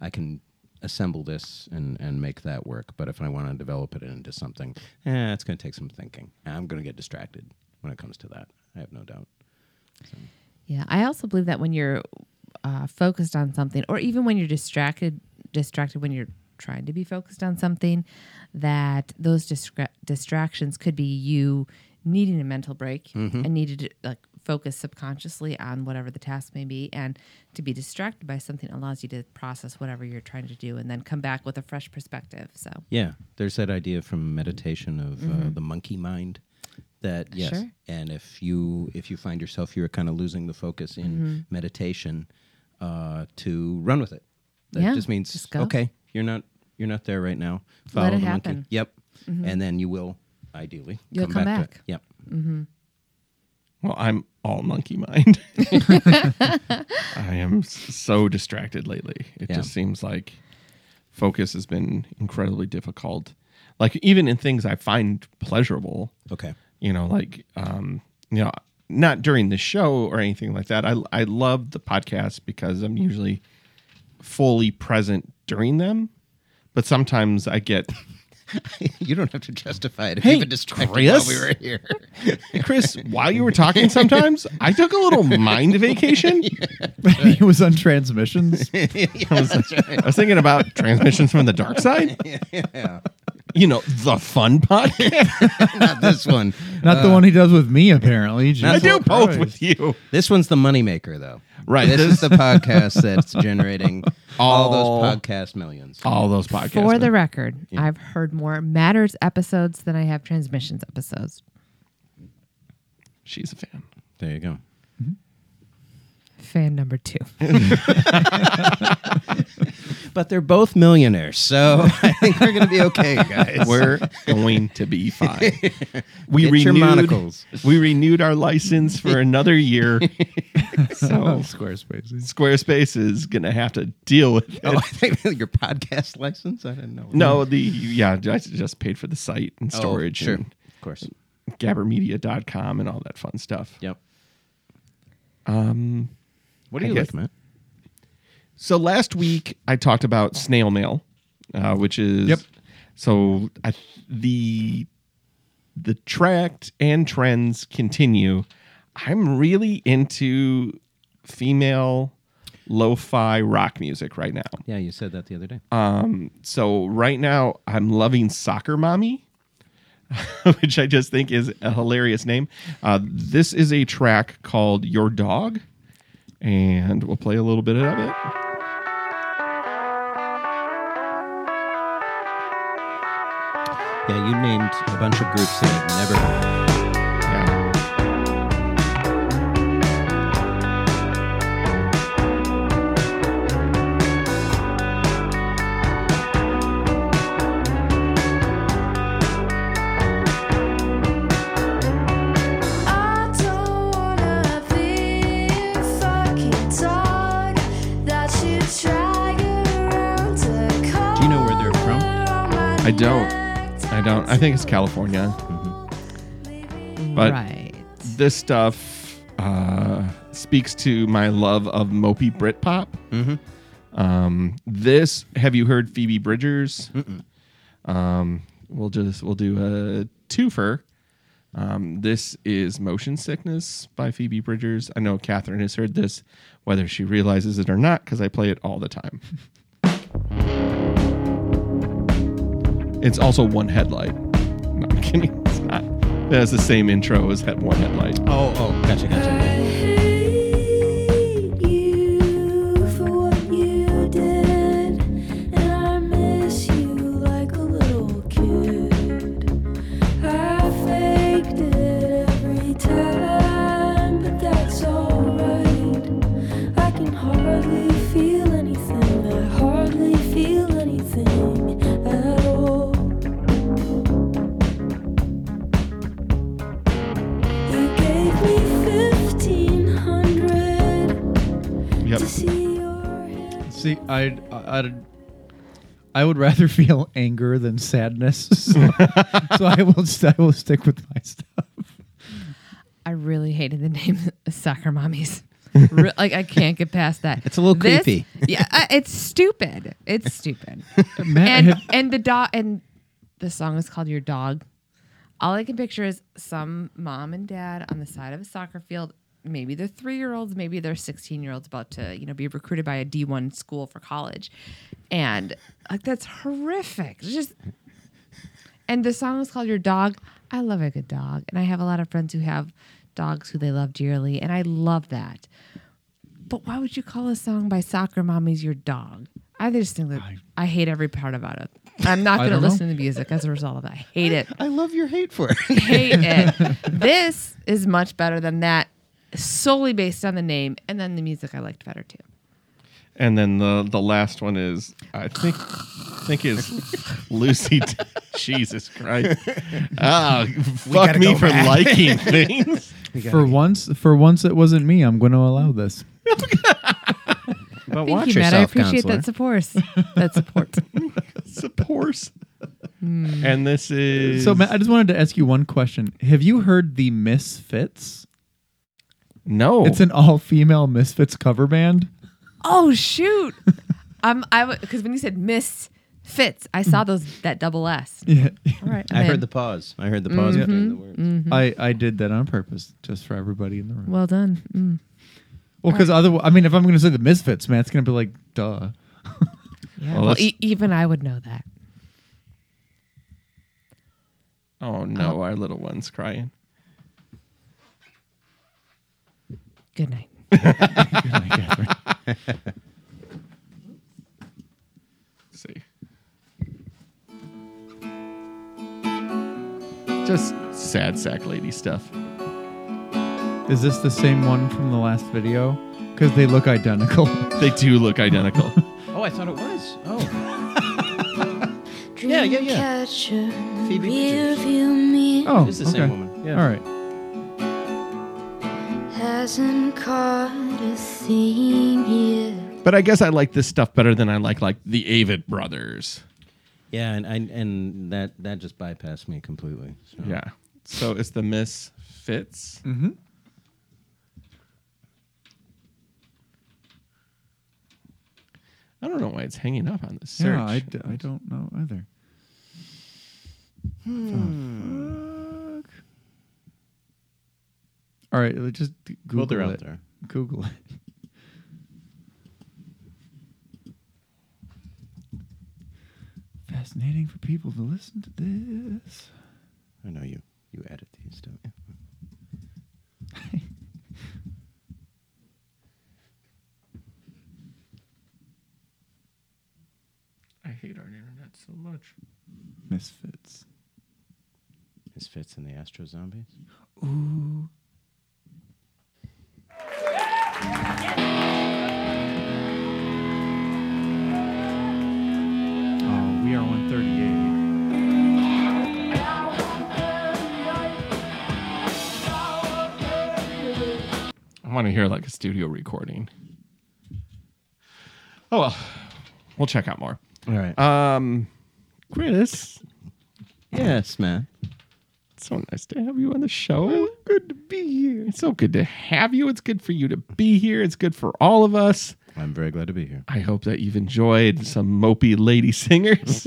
[SPEAKER 6] I can assemble this and and make that work. But if I want to develop it into something, eh, it's going to take some thinking. I'm going to get distracted when it comes to that. I have no doubt.
[SPEAKER 11] Yeah, I also believe that when you're uh, focused on something, or even when you're distracted, distracted when you're trying to be focused on something, that those distra- distractions could be you needing a mental break and needed to like focus subconsciously on whatever the task may be, and to be distracted by something allows you to process whatever you're trying to do, and then come back with a fresh perspective. So
[SPEAKER 6] Yeah, there's that idea from meditation of uh, the monkey mind. That yes,
[SPEAKER 11] Mm-hmm. Sure.
[SPEAKER 6] and if you if you find yourself you're kind of losing the focus in
[SPEAKER 11] Mm-hmm.
[SPEAKER 6] meditation, uh, to run with it. That
[SPEAKER 11] Yeah,
[SPEAKER 6] just means
[SPEAKER 11] just go.
[SPEAKER 6] okay, you're not You're not there right now. Follow
[SPEAKER 11] Let it
[SPEAKER 6] the
[SPEAKER 11] happen.
[SPEAKER 6] monkey. Yep.
[SPEAKER 11] Mhm.
[SPEAKER 6] And then you will, ideally,
[SPEAKER 11] You'll come
[SPEAKER 6] To
[SPEAKER 11] back.
[SPEAKER 6] it. Yep.
[SPEAKER 11] Mm-hmm.
[SPEAKER 2] Well, I'm all monkey mind. [LAUGHS] I am s- so distracted lately. It
[SPEAKER 6] Yeah.
[SPEAKER 2] just seems like focus has been incredibly difficult. Like even in things I find pleasurable.
[SPEAKER 6] Okay.
[SPEAKER 2] You know, like um, you know, not during the show or anything like that. I I love the podcast because I'm usually fully present during them. But sometimes I get
[SPEAKER 6] [LAUGHS] you don't have to justify it if
[SPEAKER 2] Hey,
[SPEAKER 6] you've been distracted
[SPEAKER 2] Chris?
[SPEAKER 6] while we were [LAUGHS] here.
[SPEAKER 2] Chris, while you were talking sometimes, I took a little mind vacation. [LAUGHS]
[SPEAKER 3] [LAUGHS] he was on
[SPEAKER 6] [LAUGHS]
[SPEAKER 3] transmissions.
[SPEAKER 2] I was, I was thinking about transmissions from the dark side.
[SPEAKER 6] [LAUGHS] yeah.
[SPEAKER 2] You know, the fun
[SPEAKER 6] [LAUGHS]
[SPEAKER 2] podcast.
[SPEAKER 6] Not this one. [LAUGHS]
[SPEAKER 3] Not the
[SPEAKER 6] Uh,
[SPEAKER 3] one he does with me, apparently. Jesus Christ.
[SPEAKER 2] you.
[SPEAKER 6] This one's the moneymaker, though.
[SPEAKER 2] Right. [LAUGHS]
[SPEAKER 6] This is the podcast that's generating
[SPEAKER 2] All-
[SPEAKER 6] all, those podcast millions.
[SPEAKER 2] All those podcasts.
[SPEAKER 11] For the
[SPEAKER 2] man.
[SPEAKER 11] record, I've heard more matters episodes than I have transmissions episodes.
[SPEAKER 2] She's a fan.
[SPEAKER 6] There you go.
[SPEAKER 11] Fan number two.
[SPEAKER 6] But they're both millionaires, so [LAUGHS] I think we're going to be okay,
[SPEAKER 2] [LAUGHS]
[SPEAKER 6] guys.
[SPEAKER 2] We're going to
[SPEAKER 6] [LAUGHS]
[SPEAKER 2] be fine. We
[SPEAKER 6] Get
[SPEAKER 2] renewed
[SPEAKER 6] your monocles.
[SPEAKER 2] We renewed our license
[SPEAKER 6] [LAUGHS]
[SPEAKER 2] for another year.
[SPEAKER 3] Oh,
[SPEAKER 2] so
[SPEAKER 3] Squarespace.
[SPEAKER 2] Squarespace is gonna have to deal with it.
[SPEAKER 6] Oh, I think [LAUGHS] your podcast license? I didn't know.
[SPEAKER 2] [LAUGHS] No, the yeah, I just paid for the site and
[SPEAKER 6] Oh,
[SPEAKER 2] storage
[SPEAKER 6] sure.
[SPEAKER 2] and
[SPEAKER 6] Of course.
[SPEAKER 2] gabbermedia.com and all that fun stuff.
[SPEAKER 6] Yep.
[SPEAKER 2] Um
[SPEAKER 6] What
[SPEAKER 2] I
[SPEAKER 6] are you
[SPEAKER 2] guess-
[SPEAKER 6] with, Matt?
[SPEAKER 2] So last week I talked about snail mail, uh, which is
[SPEAKER 3] Yep.
[SPEAKER 2] So I, the the tract and trends continue. I'm really into female lo-fi rock music right now.
[SPEAKER 6] Yeah, you said that the other day.
[SPEAKER 2] Uh, So right now I'm loving Soccer Mommy, [LAUGHS] which I just think is a hilarious name. Uh, this is a track called Your Dog, and we'll play a little bit of it.
[SPEAKER 6] yeah, you named a bunch of groups that I've never heard.
[SPEAKER 2] Yeah.
[SPEAKER 12] I don't wanna be a fucking dog that you drag around the car.
[SPEAKER 6] Do you know where they're from?
[SPEAKER 2] I don't. I don't. I think it's California. But
[SPEAKER 11] right.
[SPEAKER 2] this stuff uh, speaks to my love of mopey Britpop.
[SPEAKER 6] Mhm.
[SPEAKER 2] Um, this, have you heard Phoebe Bridgers? Um, we'll just we'll do a twofer. Um, this is Motion Sickness by Phoebe Bridgers. I know Catherine has heard this, whether she realizes it or not, because I play it all the time. It's also one headlight. [LAUGHS] No, I'm kidding. It's not. It has the same intro as that one headlight.
[SPEAKER 6] Oh, oh, gotcha, gotcha.
[SPEAKER 12] hate you for what you did, and I miss you like a little kid. I faked it every time, but that's alright. I can hardly feel anything. I hardly feel anything at all. You gave me fifteen hundred.
[SPEAKER 2] Yep.
[SPEAKER 12] To see your head.
[SPEAKER 3] See, I'd, I'd, I would rather [LAUGHS] feel anger than sadness. [LAUGHS] So, so I will, st- I will stick with my stuff.
[SPEAKER 11] I really hated the name [LAUGHS] Soccer Mommies.
[SPEAKER 6] [LAUGHS]
[SPEAKER 11] Re- like I can't get past that.
[SPEAKER 6] It's a little creepy.
[SPEAKER 11] Yeah, I, it's stupid. It's stupid.
[SPEAKER 3] [LAUGHS] Matt,
[SPEAKER 11] and
[SPEAKER 3] have-
[SPEAKER 11] and the dog and the song is called Your Dog. All I can picture is some mom and dad on the side of a soccer field. Maybe they're three year olds, maybe they're sixteen year olds about to, you know, be recruited by a D one school for college. And like that's horrific. It's just and the song is called Your Dog. I love a good dog. And I have a lot of friends who have dogs who they love dearly, and I love that. But why would you call a song by soccer mommies your dog? I just think that I, hate every part about it. I'm not going to
[SPEAKER 3] don't know.
[SPEAKER 11] listen to the music as a result of that. I hate it.
[SPEAKER 6] I love your hate for it. [LAUGHS]
[SPEAKER 3] [LAUGHS]
[SPEAKER 11] Hate it. This is much better than that, solely based on the name, and then the music I liked better too.
[SPEAKER 2] And then the the last one is I think think is
[SPEAKER 6] [LAUGHS]
[SPEAKER 2] Lucy. T- Jesus Christ! Ah, fuck
[SPEAKER 3] gotta
[SPEAKER 2] me
[SPEAKER 3] go
[SPEAKER 2] for
[SPEAKER 3] back.
[SPEAKER 6] [LAUGHS]
[SPEAKER 2] liking things.
[SPEAKER 3] For once, for once, it wasn't me. I'm going to allow this.
[SPEAKER 6] But
[SPEAKER 11] Thank you, Matt. I appreciate that support. that
[SPEAKER 3] [LAUGHS]
[SPEAKER 11] support.
[SPEAKER 2] support. And this is
[SPEAKER 3] Hmm. So, Matt, I just wanted to ask you one question. Have you heard the Misfits?
[SPEAKER 2] No,
[SPEAKER 3] It's an all-female Misfits cover band.
[SPEAKER 11] Oh shoot! [LAUGHS] um, I because when you said Miss Fitz, I saw those that double S.
[SPEAKER 3] [LAUGHS] Yeah.
[SPEAKER 11] All right. I'm
[SPEAKER 6] I
[SPEAKER 11] in.
[SPEAKER 6] heard the pause. I heard the
[SPEAKER 2] Mm-hmm.
[SPEAKER 6] pause between the words.
[SPEAKER 11] Mhm.
[SPEAKER 3] I I did that on purpose, just for everybody in the room.
[SPEAKER 11] Well done. Mm.
[SPEAKER 3] Well, because otherwise, I mean, if I'm going to say the Misfits, man, it's going to be like, duh.
[SPEAKER 11] Yeah.
[SPEAKER 2] Well,
[SPEAKER 11] Well,
[SPEAKER 2] let's-
[SPEAKER 11] e- even I would know that.
[SPEAKER 2] Oh no, our little one's crying.
[SPEAKER 11] Good night.
[SPEAKER 3] [LAUGHS]
[SPEAKER 2] see. Just sad sack lady stuff.
[SPEAKER 3] Is this the same one from the last video? Because they look identical.
[SPEAKER 2] They do look identical.
[SPEAKER 6] Oh, I thought it was. Oh. yeah, yeah, yeah.
[SPEAKER 13] Catcher,
[SPEAKER 6] Oh, Phoebe
[SPEAKER 13] rearview mirror
[SPEAKER 3] Oh,
[SPEAKER 6] It's the
[SPEAKER 3] okay.
[SPEAKER 6] same woman. Yeah.
[SPEAKER 3] All right.
[SPEAKER 13] hasn't caught a thing yet.
[SPEAKER 2] but I guess I like this stuff better than I like like the Avid brothers.
[SPEAKER 6] Yeah, and I, and that that just bypassed me completely. So.
[SPEAKER 2] Yeah. So it's the Misfits.
[SPEAKER 3] Mm-hmm.
[SPEAKER 2] I don't know why it's hanging up on this search.
[SPEAKER 3] Yeah, I, d- I don't know either.
[SPEAKER 6] Hmm.
[SPEAKER 3] Fuck. All right, let's just g- Google
[SPEAKER 6] Well, they're out
[SPEAKER 3] it.
[SPEAKER 6] there.
[SPEAKER 3] Google it. Fascinating for people to listen to this.
[SPEAKER 6] I know you you edit these, don't you?
[SPEAKER 2] I hate our internet so much.
[SPEAKER 3] Misfits.
[SPEAKER 6] Misfits and the Astro Zombies.
[SPEAKER 3] Ooh. Oh, we are 138.
[SPEAKER 2] I want to hear like a studio recording. Oh well. We'll check out more.
[SPEAKER 6] All right.
[SPEAKER 2] Um Chris,
[SPEAKER 6] yes, man.
[SPEAKER 2] It's so nice to have you on the show. Oh, good to be here. It's so good to have you. It's good for you to be here. It's good for all of us.
[SPEAKER 6] I'm very glad to be here.
[SPEAKER 2] I hope that you've enjoyed some mopey lady [LAUGHS] singers.
[SPEAKER 6] [LAUGHS]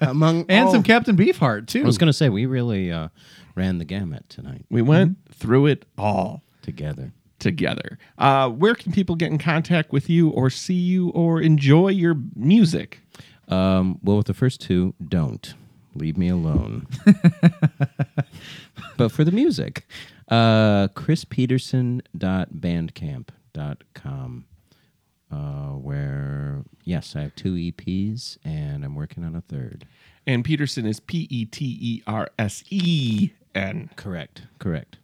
[SPEAKER 6] Among
[SPEAKER 3] And
[SPEAKER 6] all-
[SPEAKER 3] some Captain Beefheart, too.
[SPEAKER 6] Oh.
[SPEAKER 3] [LAUGHS]
[SPEAKER 6] I was gonna say we really uh, ran the gamut tonight
[SPEAKER 2] we went through it all
[SPEAKER 6] together.
[SPEAKER 2] together. Uh, where can people get in contact with you or see you or enjoy your music?
[SPEAKER 6] Um, well, with the first two, don't leave me [LAUGHS] alone. but for the music, uh, chrispeterson.bandcamp.com, uh, where yes, I have two EPs and I'm working on a third.
[SPEAKER 2] And Peterson is P E T E R S E N.
[SPEAKER 6] Correct. Correct.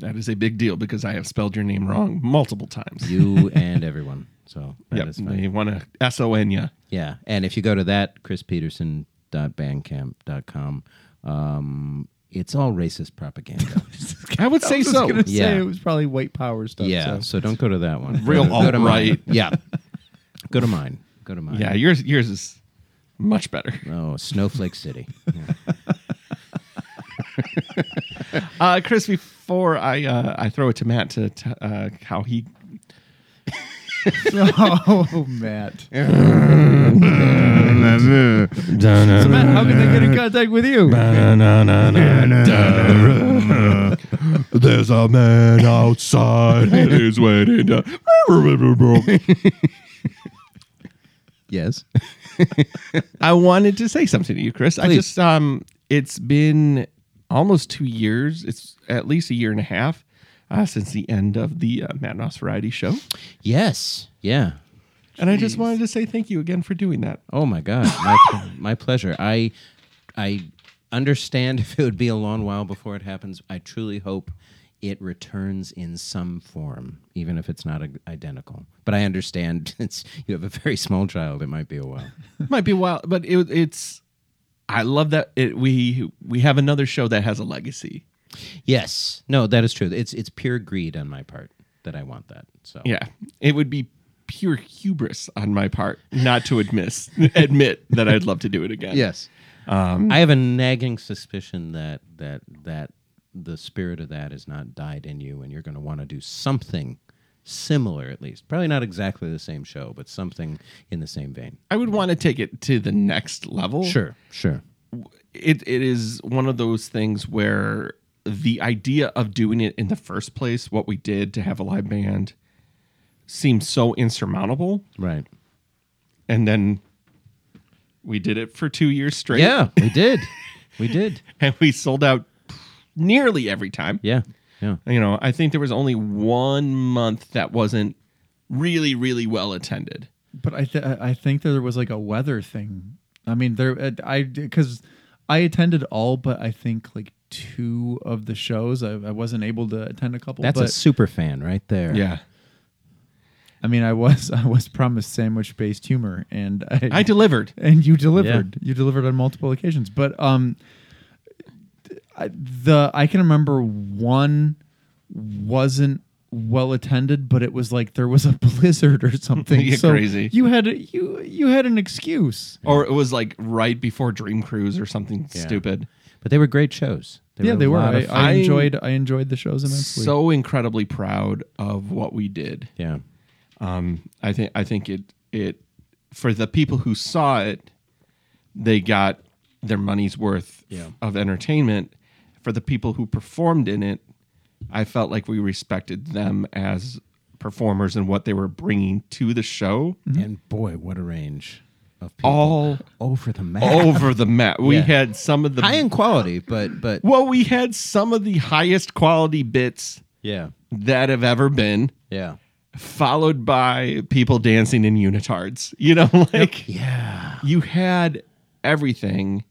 [SPEAKER 2] That is a big deal because I have spelled your name wrong multiple times.
[SPEAKER 6] You and everyone. So that
[SPEAKER 2] Yep,
[SPEAKER 6] is fine.
[SPEAKER 2] they want to S O N you.
[SPEAKER 6] Yeah, and if you go to that chrispeterson.bandcamp.com, um, it's all
[SPEAKER 2] [LAUGHS]
[SPEAKER 6] racist propaganda.
[SPEAKER 2] I would say
[SPEAKER 3] just
[SPEAKER 2] so.
[SPEAKER 3] gonna say
[SPEAKER 6] Yeah.
[SPEAKER 3] it was probably white power stuff.
[SPEAKER 6] yeah, so.
[SPEAKER 3] so. [LAUGHS]
[SPEAKER 6] don't go to that one.
[SPEAKER 2] Real
[SPEAKER 6] go to mine.
[SPEAKER 2] alt-right.
[SPEAKER 6] Yeah, go to mine. Go to mine.
[SPEAKER 2] Yeah, yours yours is much better.
[SPEAKER 6] Oh, Snowflake
[SPEAKER 2] [LAUGHS]
[SPEAKER 6] City. Yeah.
[SPEAKER 2] Uh, Chris, before I uh, I throw it to Matt to, to uh, how he
[SPEAKER 3] oh, Matt. so, Matt, how can they get in contact with you?
[SPEAKER 14] There's a man outside who's waiting to.
[SPEAKER 6] yes.
[SPEAKER 2] I wanted to say something to you, Chris. I
[SPEAKER 6] Please.
[SPEAKER 2] just um, it's been almost two years. It's at least a year and a half uh, since the end of the uh, Matt Noss Variety Show,
[SPEAKER 6] Yes. Yeah.
[SPEAKER 2] and I just wanted to say thank you again for doing that.
[SPEAKER 6] Oh my God, my, [LAUGHS] my pleasure. I [LAUGHS] I understand if it would be a long while before it happens. I truly hope it returns in some form, even if it's not i- identical. But I understand [LAUGHS] it's you have a very small child; it might be a while.
[SPEAKER 2] might be a while, but it, it's. I love that it, we we have another show that has a legacy.
[SPEAKER 6] Yes, no, that is true. It's it's pure greed on my part that I want that. So
[SPEAKER 2] Yeah, it would be pure hubris on my part not to admit [LAUGHS] admit that I'd love to do it again.
[SPEAKER 6] Yes.
[SPEAKER 2] um,
[SPEAKER 6] I have a nagging suspicion that that that the spirit of that is not died in you, and you're going to want to do something similar, at least. Probably not exactly the same show, but something in the same vein.
[SPEAKER 2] I would want to take it to the next level.
[SPEAKER 6] Sure, sure.
[SPEAKER 2] It it is one of those things where the idea of doing it in the first place, what we did to have a live band, seems so insurmountable.
[SPEAKER 6] Right.
[SPEAKER 2] And then we did it for two years straight.
[SPEAKER 6] Yeah, we did. we did.
[SPEAKER 2] And we sold out nearly every time.
[SPEAKER 6] Yeah. Yeah.
[SPEAKER 2] You know, I think there was only one month that wasn't really, really well attended.
[SPEAKER 3] But I th- I think there was like a weather thing. I mean, there I because I attended all, but I think like two of the shows I, I wasn't able to attend a couple.
[SPEAKER 6] That's a
[SPEAKER 3] but,
[SPEAKER 6] super fan right there.
[SPEAKER 2] Yeah.
[SPEAKER 3] I mean, I was [LAUGHS] I was promised sandwich based humor, and I,
[SPEAKER 2] I delivered.
[SPEAKER 3] and you delivered. You delivered on multiple occasions, but um, I, the I can remember one wasn't well attended, but it was like there was a [LAUGHS] blizzard or something.
[SPEAKER 2] Yeah,
[SPEAKER 3] so
[SPEAKER 2] crazy.
[SPEAKER 3] You had you you had an excuse.
[SPEAKER 2] Or it was like right before Dream Cruise or something
[SPEAKER 3] Yeah.
[SPEAKER 2] stupid.
[SPEAKER 6] But they were great shows.
[SPEAKER 3] yeah, they were. I, I
[SPEAKER 2] I'm
[SPEAKER 3] enjoyed I enjoyed the shows immensely.
[SPEAKER 2] so incredibly proud of what we did.
[SPEAKER 6] Yeah.
[SPEAKER 2] Um, I think I think it it for the people who saw it, they got their money's worth
[SPEAKER 6] Yeah.
[SPEAKER 2] of entertainment. For the people who performed in it, I felt like we respected them as performers and what they were bringing to the show.
[SPEAKER 6] And boy, what a range of people
[SPEAKER 2] all
[SPEAKER 6] over the map.
[SPEAKER 2] Over the map. We
[SPEAKER 6] Yeah.
[SPEAKER 2] had some of the
[SPEAKER 6] high in quality, but but
[SPEAKER 2] well, we had some of the highest quality bits
[SPEAKER 6] yeah,
[SPEAKER 2] that have ever been.
[SPEAKER 6] Yeah.
[SPEAKER 2] Followed by people dancing in unitards. You know, [LAUGHS] like
[SPEAKER 6] yeah.
[SPEAKER 2] You had everything.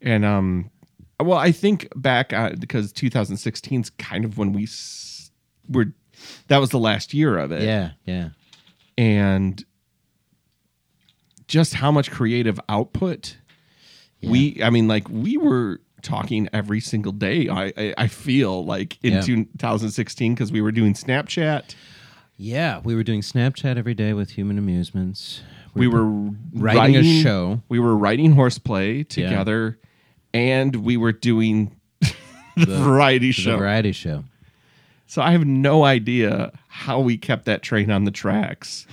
[SPEAKER 2] And um well, I think back uh, because 2016 is kind of when we s- were that was the last year of it.
[SPEAKER 6] yeah, yeah.
[SPEAKER 2] And just how much creative output we I mean like we were talking every single day. I I, I feel like in
[SPEAKER 6] Yeah.
[SPEAKER 2] 2016 cuz we were doing Snapchat.
[SPEAKER 6] Yeah, we were doing Snapchat every day with Human Amusements.
[SPEAKER 2] we were
[SPEAKER 6] writing a show.
[SPEAKER 2] We were writing horseplay together, and we were doing [LAUGHS] the, variety
[SPEAKER 6] the
[SPEAKER 2] show.
[SPEAKER 6] variety show.
[SPEAKER 2] So I have no idea how we kept that train on the
[SPEAKER 6] [LAUGHS]
[SPEAKER 2] tracks.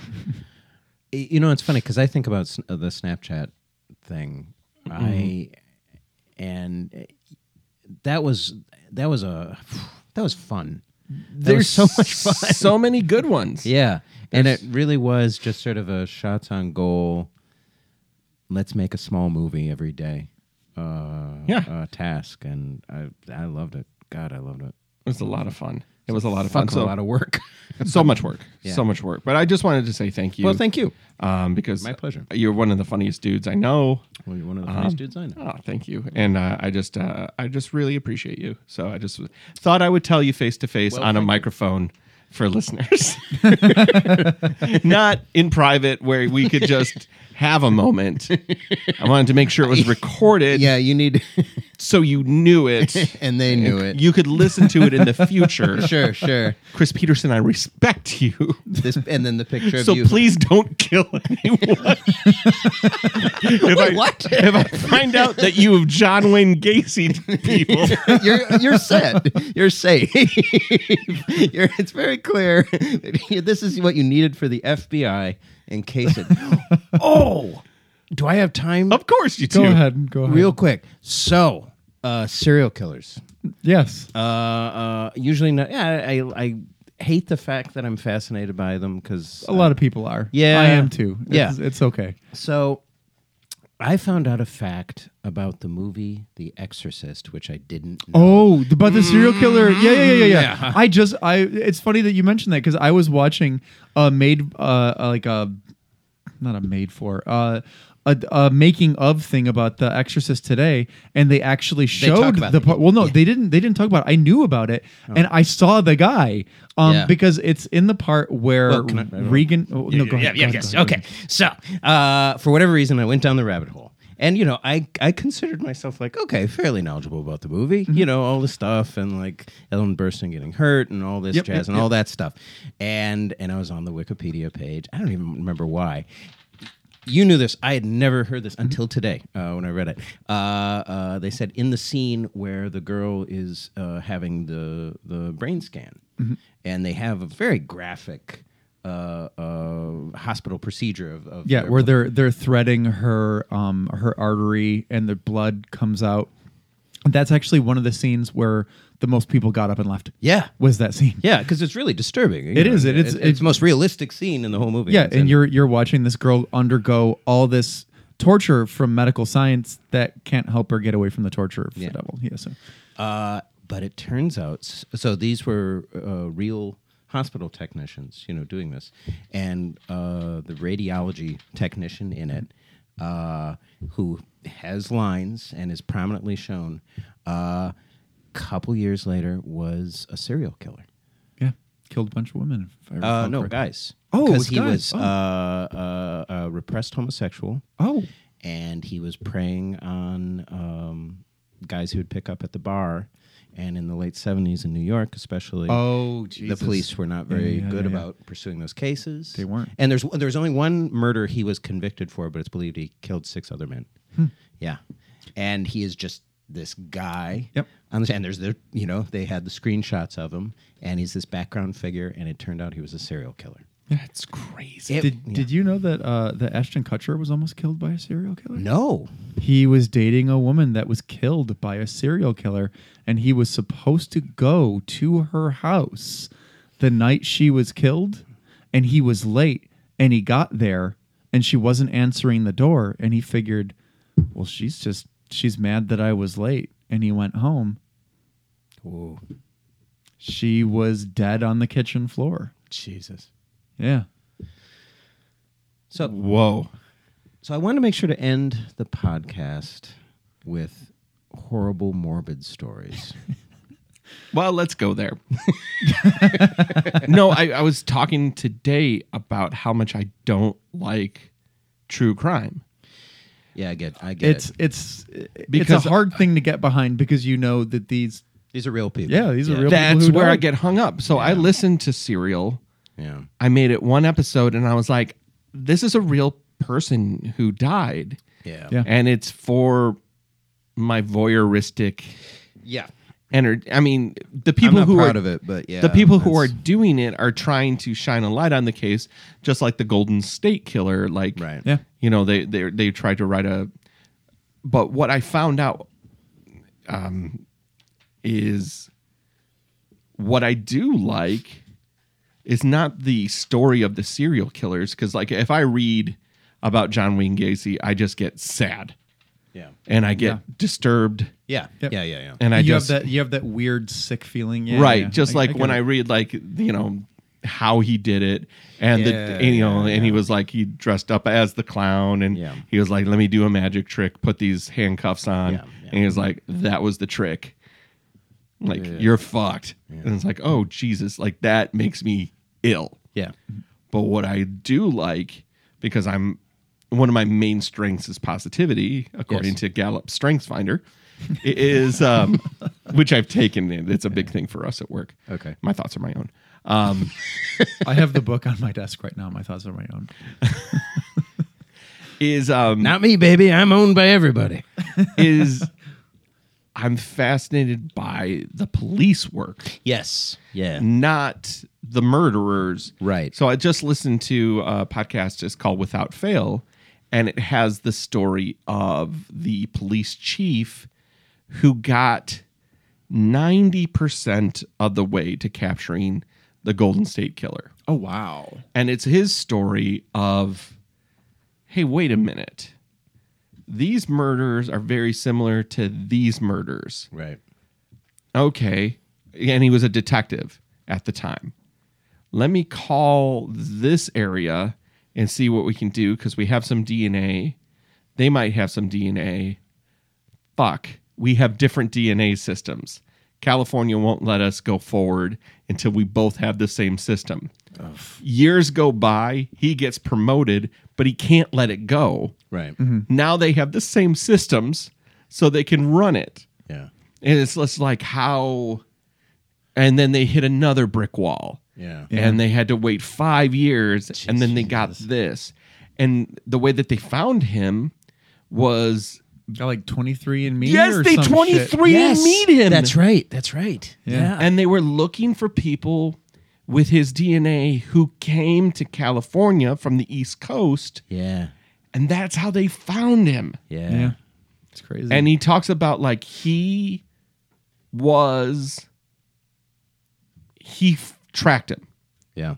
[SPEAKER 6] Y- You know, it's funny because I think about s- uh, the Snapchat thing. I
[SPEAKER 2] Mm-hmm.
[SPEAKER 6] and uh, that was that was a that was fun. That was
[SPEAKER 2] There's
[SPEAKER 6] so much fun.
[SPEAKER 2] so many good ones.
[SPEAKER 6] Yeah. And it
[SPEAKER 2] There's-
[SPEAKER 6] really was just sort of a shots on goal. Let's make a small movie every day. Uh,
[SPEAKER 2] Yeah.
[SPEAKER 6] Uh, task, and I I loved it. God, I loved it.
[SPEAKER 2] It was a lot of fun. It was a lot of fun.
[SPEAKER 6] Fuck, a lot of work.
[SPEAKER 2] so much work.
[SPEAKER 6] Yeah.
[SPEAKER 2] So much work. But I just wanted to say thank you.
[SPEAKER 6] [LAUGHS] Well, thank you.
[SPEAKER 2] Um, because
[SPEAKER 6] My pleasure.
[SPEAKER 2] You're one of the funniest dudes I know.
[SPEAKER 6] Well, you're one of the funniest dudes I know.
[SPEAKER 2] Oh, thank you. And uh, I just, uh, I just really appreciate you. So I just thought I would tell you face to face
[SPEAKER 6] Well,
[SPEAKER 2] on a
[SPEAKER 6] thank you.
[SPEAKER 2] microphone for
[SPEAKER 6] [LAUGHS]
[SPEAKER 2] listeners, [LAUGHS] not in private where we could just have a moment. I wanted to make sure it
[SPEAKER 6] [LAUGHS]
[SPEAKER 2] was recorded.
[SPEAKER 6] Yeah, you need. [LAUGHS]
[SPEAKER 2] so you knew it,
[SPEAKER 6] And they knew it.
[SPEAKER 2] You could listen to it in the future.
[SPEAKER 6] [LAUGHS] Sure, sure.
[SPEAKER 2] Chris Peterson, I respect you.
[SPEAKER 6] This and then the picture of
[SPEAKER 2] So
[SPEAKER 6] you.
[SPEAKER 2] please don't kill [LAUGHS] anyone. if I,
[SPEAKER 6] [LAUGHS] what? [LAUGHS]
[SPEAKER 2] If I find out that you have John Wayne Gacy [LAUGHS] people,
[SPEAKER 6] you're you're set. You're safe. [LAUGHS] you're, it's very clear. [LAUGHS] that This is what you needed for the FBI in case it. oh, do I have time?
[SPEAKER 2] of course you
[SPEAKER 3] go
[SPEAKER 2] do.
[SPEAKER 3] ahead, go ahead.
[SPEAKER 6] Real quick. So, uh, serial killers.
[SPEAKER 3] yes,
[SPEAKER 6] Uh, uh, usually not. Yeah, I, I I hate the fact that I'm fascinated by them because
[SPEAKER 3] a lot of people are.
[SPEAKER 6] Uh, Yeah.
[SPEAKER 3] I am too.
[SPEAKER 6] Yeah.
[SPEAKER 3] It's, it's okay.
[SPEAKER 6] So I found out a fact about the movie The Exorcist, which I didn't know.
[SPEAKER 3] Oh, the, but the serial killer. Yeah, yeah, yeah, yeah.
[SPEAKER 6] Mm-hmm.
[SPEAKER 3] yeah. I just, I. It's funny that you mentioned that because I was watching uh made uh uh, like a not a made for uh, a, a making of thing about The Exorcist today, and they actually showed
[SPEAKER 6] talk about
[SPEAKER 3] the
[SPEAKER 6] it, Oh.
[SPEAKER 3] part. Well, no, they didn't. They didn't talk about. it. I knew about it, and I saw the guy um,
[SPEAKER 6] Yeah.
[SPEAKER 3] because it's in the part where
[SPEAKER 6] Well, can I- I don't-
[SPEAKER 3] Regan. Oh, no, go
[SPEAKER 6] yeah,
[SPEAKER 3] ahead.
[SPEAKER 6] yeah,
[SPEAKER 3] go ahead,
[SPEAKER 6] yes.
[SPEAKER 3] go ahead.
[SPEAKER 6] Okay. So, uh, for whatever reason, I went down the rabbit hole. And, you know, I, I considered myself like, okay, fairly knowledgeable about the movie,
[SPEAKER 3] Mm-hmm.
[SPEAKER 6] you know, all the stuff and like Ellen Burstyn getting hurt and all this
[SPEAKER 3] Yep,
[SPEAKER 6] jazz
[SPEAKER 3] yep,
[SPEAKER 6] and
[SPEAKER 3] yep.
[SPEAKER 6] all that stuff. And and I was on the Wikipedia page. I don't even remember why. You knew this. I had never heard
[SPEAKER 3] Mm-hmm.
[SPEAKER 6] this until today uh, when I read it. Uh, uh, they said in the scene where the girl is uh, having the the brain scan, and they have a very graphic uh, uh, hospital procedure of, of
[SPEAKER 3] Yeah,
[SPEAKER 6] their-
[SPEAKER 3] where they're they're threading her um her artery and the blood comes out. That's actually one of the scenes where the most people got up and left.
[SPEAKER 6] Yeah.
[SPEAKER 3] was that scene? [LAUGHS]
[SPEAKER 6] yeah, because it's really disturbing. you
[SPEAKER 3] It is, it is-
[SPEAKER 6] It's, it's the most realistic scene in the whole movie.
[SPEAKER 3] Yeah,
[SPEAKER 6] It's
[SPEAKER 3] and
[SPEAKER 6] in-
[SPEAKER 3] you're you're watching this girl undergo all this torture from medical science that can't help her get away from the torture of the devil. Yeah, so
[SPEAKER 6] Uh, but it turns out, s- so these were uh, real hospital technicians, you know, doing this, and uh, the radiology technician in it, uh, who has lines and is prominently shown, a uh, couple years later was a serial killer.
[SPEAKER 3] yeah, killed a bunch of women. If I recall
[SPEAKER 6] Uh, no,
[SPEAKER 3] correctly.
[SPEAKER 6] guys.
[SPEAKER 3] Oh, it
[SPEAKER 6] because
[SPEAKER 3] was
[SPEAKER 6] he
[SPEAKER 3] guys.
[SPEAKER 6] was
[SPEAKER 3] Oh.
[SPEAKER 6] uh, uh, a repressed homosexual.
[SPEAKER 3] Oh,
[SPEAKER 6] and he was preying on um, guys who would pick up at the bar. And in the late seventies in New York, especially,
[SPEAKER 3] Oh, Jesus.
[SPEAKER 6] the police were not
[SPEAKER 3] Yeah,
[SPEAKER 6] very
[SPEAKER 3] yeah,
[SPEAKER 6] good
[SPEAKER 3] yeah, yeah.
[SPEAKER 6] about pursuing those cases.
[SPEAKER 3] They weren't.
[SPEAKER 6] And there's there's only one murder he was convicted for, but it's believed he killed six other men.
[SPEAKER 3] Hmm.
[SPEAKER 6] Yeah, and he is just this guy.
[SPEAKER 3] Yep.
[SPEAKER 6] On the, and there's the you know they had the screenshots of him, and he's this background figure, and it turned out he was a serial killer.
[SPEAKER 2] That's crazy.
[SPEAKER 6] It-
[SPEAKER 3] did
[SPEAKER 6] yeah.
[SPEAKER 3] did you know that uh, that Ashton Kutcher was almost killed by a serial killer?
[SPEAKER 6] No.
[SPEAKER 3] He was dating a woman that was killed by a serial killer, and he was supposed to go to her house the night she was killed, and he was late, and he got there, and she wasn't answering the door, and he figured, well, she's just she's mad that I was late, and he went home.
[SPEAKER 6] Whoa,
[SPEAKER 3] She was dead on the kitchen floor.
[SPEAKER 6] Jesus.
[SPEAKER 3] Yeah.
[SPEAKER 6] So
[SPEAKER 15] Whoa.
[SPEAKER 6] So I want to make sure to end the podcast with horrible, morbid stories.
[SPEAKER 2] Well, let's go [LAUGHS] there. no, I, I was talking today about how much I don't like true crime.
[SPEAKER 6] yeah, I get, I get.
[SPEAKER 3] It's
[SPEAKER 6] it.
[SPEAKER 3] it's
[SPEAKER 2] Because-
[SPEAKER 3] it's a hard thing to get behind because you know that these
[SPEAKER 6] These are real people.
[SPEAKER 3] Yeah, these are real people.
[SPEAKER 2] That's
[SPEAKER 3] who
[SPEAKER 2] where I
[SPEAKER 3] died.
[SPEAKER 2] get hung up. So I listened to Serial.
[SPEAKER 6] Yeah.
[SPEAKER 2] I made it one episode and I was like, this is a real person who died.
[SPEAKER 6] Yeah.
[SPEAKER 3] Yeah.
[SPEAKER 2] And it's for my voyeuristic
[SPEAKER 6] Yeah.
[SPEAKER 2] energy. I mean, the people
[SPEAKER 6] not
[SPEAKER 2] who
[SPEAKER 6] proud
[SPEAKER 2] are
[SPEAKER 6] of it, but yeah,
[SPEAKER 2] the people who are
[SPEAKER 6] that's-
[SPEAKER 2] doing it are trying to shine a light on the case, just like the Golden State Killer. Like,
[SPEAKER 6] Right.
[SPEAKER 3] Yeah.
[SPEAKER 2] you know, they they they tried to write a. But what I found out, um, is what I do like is not the story of the serial killers because, like, if I read about John Wayne Gacy, I just get sad
[SPEAKER 6] Yeah.
[SPEAKER 2] and I get
[SPEAKER 3] Yeah.
[SPEAKER 2] disturbed,
[SPEAKER 6] Yeah.
[SPEAKER 3] Yep.
[SPEAKER 6] Yeah. Yeah. Yeah.
[SPEAKER 2] and I
[SPEAKER 3] you
[SPEAKER 2] just
[SPEAKER 3] have that you have that weird sick feeling, yeah,
[SPEAKER 2] right
[SPEAKER 3] yeah.
[SPEAKER 2] just like
[SPEAKER 3] get
[SPEAKER 2] when
[SPEAKER 3] it.
[SPEAKER 2] i read like you know how he did it and the
[SPEAKER 6] Yeah,
[SPEAKER 2] and, you know
[SPEAKER 6] yeah,
[SPEAKER 2] and he
[SPEAKER 6] yeah.
[SPEAKER 2] was like he dressed up as the clown and
[SPEAKER 6] Yeah.
[SPEAKER 2] he was like let me do a magic trick put these handcuffs on
[SPEAKER 6] Yeah, yeah.
[SPEAKER 2] and he was like that was the trick like you're fucked and it's like oh jesus like that makes me ill
[SPEAKER 6] yeah.
[SPEAKER 2] but what I do like, because I'm one of my main strengths is positivity, according
[SPEAKER 6] Yes.
[SPEAKER 2] to Gallup Strengths Finder, i- is
[SPEAKER 6] [LAUGHS]
[SPEAKER 2] um, which I've taken. in. It's a big thing for us at work.
[SPEAKER 6] Okay.
[SPEAKER 2] my thoughts are my own. Um,
[SPEAKER 3] I have the book on my desk right now. My thoughts are my own.
[SPEAKER 2] is um,
[SPEAKER 6] Not me, baby. I'm owned by everybody.
[SPEAKER 2] is I'm fascinated by the police work.
[SPEAKER 6] yes. Yeah.
[SPEAKER 2] not the murderers.
[SPEAKER 6] Right.
[SPEAKER 2] So I just listened to a podcast just called Without Fail, and it has the story of the police chief who got 90% of the way to capturing the Golden State Killer.
[SPEAKER 6] Oh wow.
[SPEAKER 2] And it's his story of, hey, wait a minute. These murders are very similar to these murders
[SPEAKER 6] Right.
[SPEAKER 2] okay and he was a detective at the time let me call this area and see what we can do because we have some DNA. They might have some DNA. Fuck, we have different DNA systems. California won't let us go forward until we both have the same system. Years go by, he gets promoted, but he can't let it go.
[SPEAKER 6] Right.
[SPEAKER 2] Now they have the same systems so they can run it.
[SPEAKER 6] Yeah.
[SPEAKER 2] And it's just like how and then they hit another brick wall.
[SPEAKER 6] Yeah.
[SPEAKER 2] And they had to wait five years and then they got this. And the way that they found him was
[SPEAKER 3] Got like 23 and me.
[SPEAKER 2] Yes,
[SPEAKER 3] or
[SPEAKER 2] they
[SPEAKER 3] some shit.
[SPEAKER 2] 23 and meet him.
[SPEAKER 6] That's right. That's right. Yeah.
[SPEAKER 2] And they were looking for people with his DNA who came to California from the East Coast.
[SPEAKER 6] Yeah.
[SPEAKER 2] And that's how they found him.
[SPEAKER 6] Yeah.
[SPEAKER 3] Yeah. It's crazy.
[SPEAKER 2] And he talks about like he was he f- tracked him.
[SPEAKER 6] Yeah.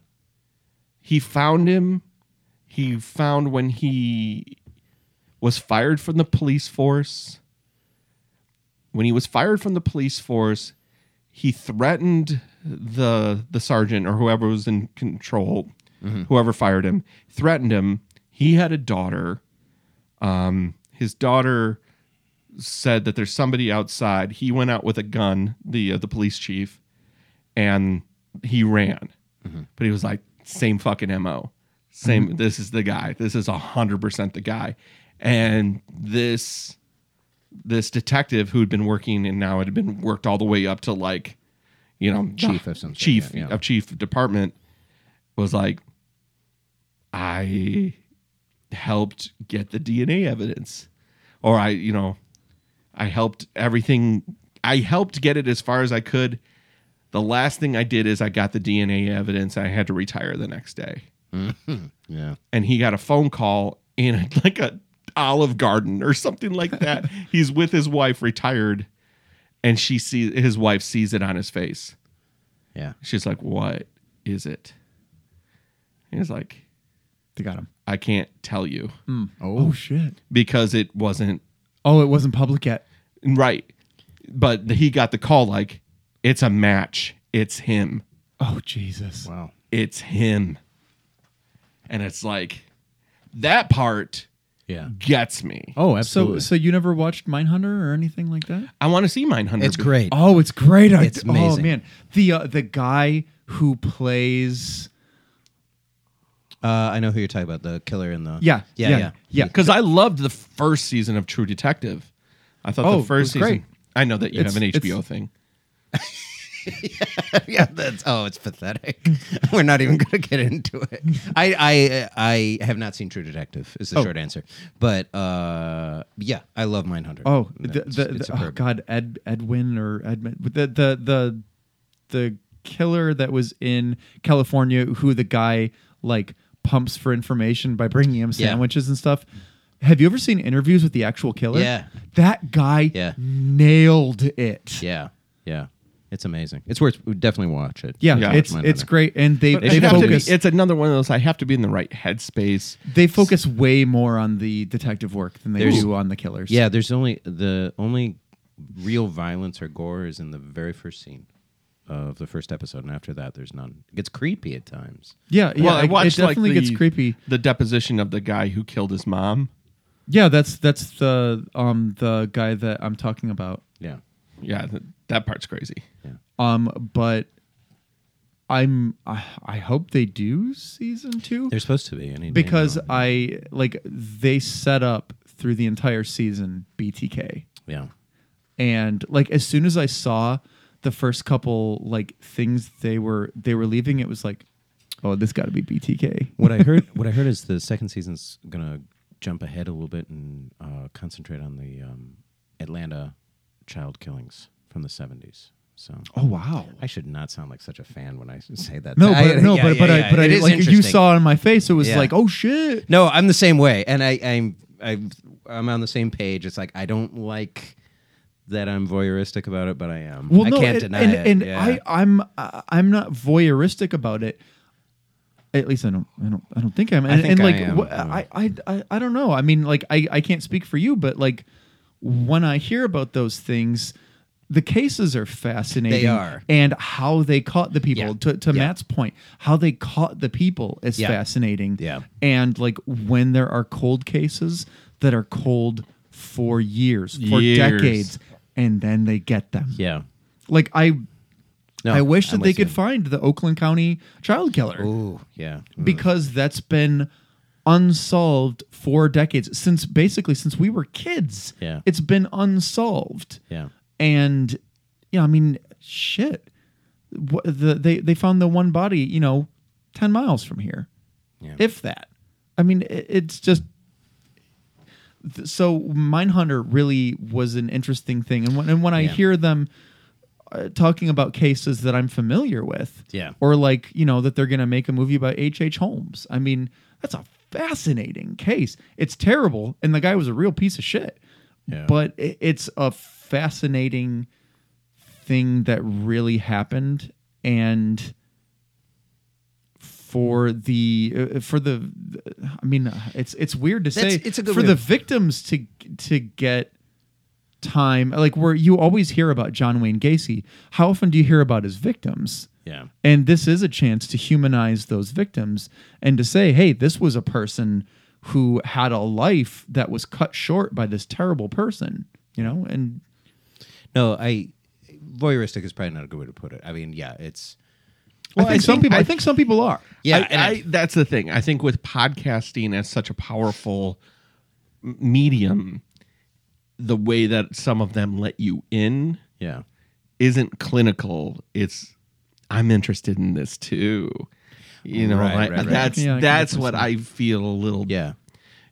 [SPEAKER 2] He found him. He found when he was fired from the police force. When he was fired from the police force, he threatened the the sergeant or whoever was in control, whoever fired him, threatened him. He had a daughter. Um, his daughter said that there's somebody outside. He went out with a gun, the uh, the police chief, and he ran.
[SPEAKER 6] Mm-hmm.
[SPEAKER 2] But he was like, same fucking mo, same. This is the guy. This is hundred percent the guy. And this this detective who had been working and now had been worked all the way up to like, you know,
[SPEAKER 6] Chief of something,
[SPEAKER 2] chief
[SPEAKER 6] yeah, yeah.
[SPEAKER 2] of chief of department was like, I helped get the DNA evidence, or I, you know, I helped everything. I helped get it as far as I could. The last thing I did is I got the DNA evidence. I had to retire the next day,
[SPEAKER 6] Yeah.
[SPEAKER 2] and he got a phone call in like a Olive Garden or something like that. He's with his wife, retired, and she sees his wife sees it on his face.
[SPEAKER 6] Yeah.
[SPEAKER 2] She's like, "What is it?" He's like,
[SPEAKER 3] They got him.
[SPEAKER 2] "I can't tell you."
[SPEAKER 3] Oh. shit.
[SPEAKER 2] because it wasn't
[SPEAKER 3] Oh, it wasn't public yet.
[SPEAKER 2] right. But the- he got the call like, it's a match. It's him.
[SPEAKER 3] Oh Jesus.
[SPEAKER 6] Wow.
[SPEAKER 2] It's him. And it's like, that part
[SPEAKER 6] Yeah.
[SPEAKER 2] gets me.
[SPEAKER 6] Oh,
[SPEAKER 3] So
[SPEAKER 6] absolutely.
[SPEAKER 3] so you never watched Mindhunter or anything like that?
[SPEAKER 2] I want to see Mindhunter.
[SPEAKER 6] it's great.
[SPEAKER 3] Oh, it's great. I-
[SPEAKER 6] It's amazing.
[SPEAKER 3] Oh man, the uh, the guy who plays
[SPEAKER 6] Uh, I know who you're talking about. The killer in the.
[SPEAKER 3] yeah
[SPEAKER 6] Yeah.
[SPEAKER 3] yeah
[SPEAKER 6] Yeah.
[SPEAKER 3] yeah,
[SPEAKER 2] Because I loved the first season of True Detective. I thought
[SPEAKER 3] Oh,
[SPEAKER 2] the first
[SPEAKER 3] it was
[SPEAKER 2] season.
[SPEAKER 3] great.
[SPEAKER 2] I know that you
[SPEAKER 3] It's-
[SPEAKER 2] have an
[SPEAKER 3] it's-
[SPEAKER 2] HBO thing.
[SPEAKER 6] [LAUGHS] yeah, that's oh, it's pathetic. [LAUGHS] We're not even going to get into it. I I I have not seen True Detective. Is the
[SPEAKER 3] Oh.
[SPEAKER 6] short answer, but uh, yeah, I love Mindhunter.
[SPEAKER 3] Oh,
[SPEAKER 6] No,
[SPEAKER 3] the,
[SPEAKER 6] it's-
[SPEAKER 3] the,
[SPEAKER 6] it's
[SPEAKER 3] the- oh
[SPEAKER 6] superb.
[SPEAKER 3] God, Ed Edwin or Edmund, the the the the killer that was in California, who the guy like pumps for information by bringing him
[SPEAKER 6] Yeah.
[SPEAKER 3] sandwiches and stuff. Have you ever seen interviews with the actual killer?
[SPEAKER 6] Yeah.
[SPEAKER 3] that guy
[SPEAKER 6] Yeah.
[SPEAKER 3] nailed it.
[SPEAKER 6] yeah, yeah, it's amazing. It's worth definitely watch it.
[SPEAKER 3] Yeah,
[SPEAKER 2] Yeah.
[SPEAKER 3] it's it's
[SPEAKER 6] Mindhunter.
[SPEAKER 3] great, and they
[SPEAKER 2] But
[SPEAKER 3] they
[SPEAKER 2] I have to be-
[SPEAKER 3] focus
[SPEAKER 2] it's another one of those. I have to be in the right headspace.
[SPEAKER 3] they focus way more on the detective work than they
[SPEAKER 6] There's-
[SPEAKER 3] do on the killers.
[SPEAKER 6] Yeah, there's only the only real violence or gore is in the very first scene of the first episode, and after that, there's none. It gets creepy at times.
[SPEAKER 3] yeah, yeah.
[SPEAKER 2] well,
[SPEAKER 3] it-
[SPEAKER 2] I watched
[SPEAKER 3] it definitely
[SPEAKER 2] like the,
[SPEAKER 3] gets creepy.
[SPEAKER 2] The deposition of the guy who killed his mom.
[SPEAKER 3] Yeah, that's that's the um the guy that I'm talking about.
[SPEAKER 6] Yeah,
[SPEAKER 2] Yeah, th- that part's crazy.
[SPEAKER 3] Um, but I'm I, I hope they do season two
[SPEAKER 6] they're supposed to be. I need-
[SPEAKER 3] because
[SPEAKER 6] you know.
[SPEAKER 3] I like they set up through the entire season BTK
[SPEAKER 6] yeah,
[SPEAKER 3] and like as soon as I saw the first couple like things they were they were leaving it was like oh this got to be BTK
[SPEAKER 6] what I heard what I heard is the second season's gonna jump ahead a little bit and uh, concentrate on the um, Atlanta child killings from the seventies. So
[SPEAKER 3] oh wow
[SPEAKER 6] I should not sound like such a fan when I [LAUGHS] s- say that.
[SPEAKER 3] no
[SPEAKER 6] I-
[SPEAKER 3] but no
[SPEAKER 6] yeah,
[SPEAKER 3] but
[SPEAKER 6] yeah,
[SPEAKER 3] but
[SPEAKER 6] yeah,
[SPEAKER 3] I but I
[SPEAKER 6] it is
[SPEAKER 3] like you
[SPEAKER 6] interesting.
[SPEAKER 3] saw it on my face it was
[SPEAKER 6] Yeah.
[SPEAKER 3] like oh shit
[SPEAKER 6] No, I'm the same way, and I, I'm I'm I'm on the same page. It's like I don't like that I'm voyeuristic about it, but I am.
[SPEAKER 3] Well,
[SPEAKER 6] I
[SPEAKER 3] no,
[SPEAKER 6] can't
[SPEAKER 3] and,
[SPEAKER 6] deny
[SPEAKER 3] and,
[SPEAKER 6] it.
[SPEAKER 3] And
[SPEAKER 6] yeah.
[SPEAKER 3] I, I'm, I- I'm not voyeuristic about it. At least I don't, I don't, I don't think I'm. And,
[SPEAKER 6] think
[SPEAKER 3] and
[SPEAKER 6] I
[SPEAKER 3] like,
[SPEAKER 6] am,
[SPEAKER 3] wh-
[SPEAKER 6] yeah.
[SPEAKER 3] I, I, I, I don't know. I mean, like, I, I can't speak for you, but like, when I hear about those things, the cases are fascinating.
[SPEAKER 6] They are.
[SPEAKER 3] And how they caught the people. To, to Matt's point, how they caught the people is
[SPEAKER 6] Yeah.
[SPEAKER 3] fascinating.
[SPEAKER 6] Yeah.
[SPEAKER 3] And like when there are cold cases that are cold for years, for
[SPEAKER 6] Years.
[SPEAKER 3] decades, and then they get them.
[SPEAKER 6] Yeah.
[SPEAKER 3] Like I
[SPEAKER 6] No,
[SPEAKER 3] I wish
[SPEAKER 6] I'm
[SPEAKER 3] that they
[SPEAKER 6] with
[SPEAKER 3] could find the Oakland County child killer.
[SPEAKER 6] Ooh, yeah.
[SPEAKER 3] Because that's been unsolved for decades since basically since we were kids.
[SPEAKER 6] Yeah.
[SPEAKER 3] It's been unsolved.
[SPEAKER 6] Yeah.
[SPEAKER 3] And yeah, I mean, shit. What, the, they they found the one body, you know, 10 miles from here.
[SPEAKER 6] Yeah.
[SPEAKER 3] If that. I mean, it, it's just th- so Mindhunter really was an interesting thing, and when and when I
[SPEAKER 6] Yeah.
[SPEAKER 3] hear them uh, talking about cases that I'm familiar with,
[SPEAKER 6] Yeah.
[SPEAKER 3] or like you know that they're gonna make a movie about H. H. Holmes. I mean, that's a fascinating case. It's terrible, and the guy was a real piece of shit,
[SPEAKER 6] Yeah.
[SPEAKER 3] but i- it's a fascinating thing that really happened, and for the uh, for the I mean uh, it's it's weird to say
[SPEAKER 6] That's- it's a good
[SPEAKER 3] for
[SPEAKER 6] way
[SPEAKER 3] the
[SPEAKER 6] of-
[SPEAKER 3] victims to to get time like where you always hear about John Wayne Gacy how often do you hear about his victims
[SPEAKER 6] Yeah.
[SPEAKER 3] and this is a chance to humanize those victims and to say hey this was a person who had a life that was cut short by this terrible person you know and
[SPEAKER 6] No, I voyeuristic is probably not a good way to put it. I mean, yeah, it's
[SPEAKER 3] I think some people I think some people are
[SPEAKER 6] Yeah,
[SPEAKER 2] I,
[SPEAKER 6] and I-
[SPEAKER 2] I- that's the thing. I think with podcasting as such a powerful m- medium, the way that some of them let you in,
[SPEAKER 6] yeah,
[SPEAKER 2] isn't clinical. It's I'm interested in this too. You know,
[SPEAKER 6] Right,
[SPEAKER 2] like,
[SPEAKER 6] right, right.
[SPEAKER 2] that's
[SPEAKER 6] Yeah, I can
[SPEAKER 2] that's
[SPEAKER 6] definitely
[SPEAKER 2] what I feel a little.
[SPEAKER 6] Yeah.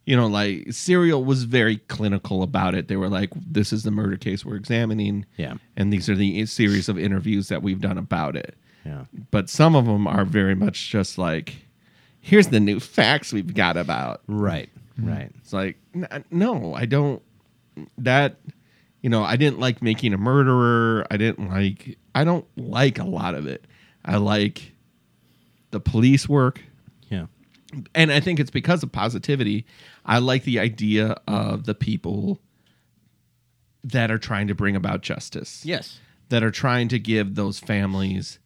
[SPEAKER 2] You know, like Serial was very clinical about it. They were like, "This is the murder case we're examining."
[SPEAKER 6] Yeah.
[SPEAKER 2] and these are the eh, series of interviews that we've done about it.
[SPEAKER 6] Yeah.
[SPEAKER 2] But some of them are very much just like, here's the new facts we've got about.
[SPEAKER 6] Right. Right.
[SPEAKER 2] It's like, n- no, I don't. That, you know, I didn't like making a murderer. I didn't like, I don't like a lot of it. I like the police work.
[SPEAKER 6] Yeah.
[SPEAKER 2] And I think it's because of positivity. I like the idea of the people that are trying to bring about justice
[SPEAKER 6] Yes.
[SPEAKER 2] that are trying to give those families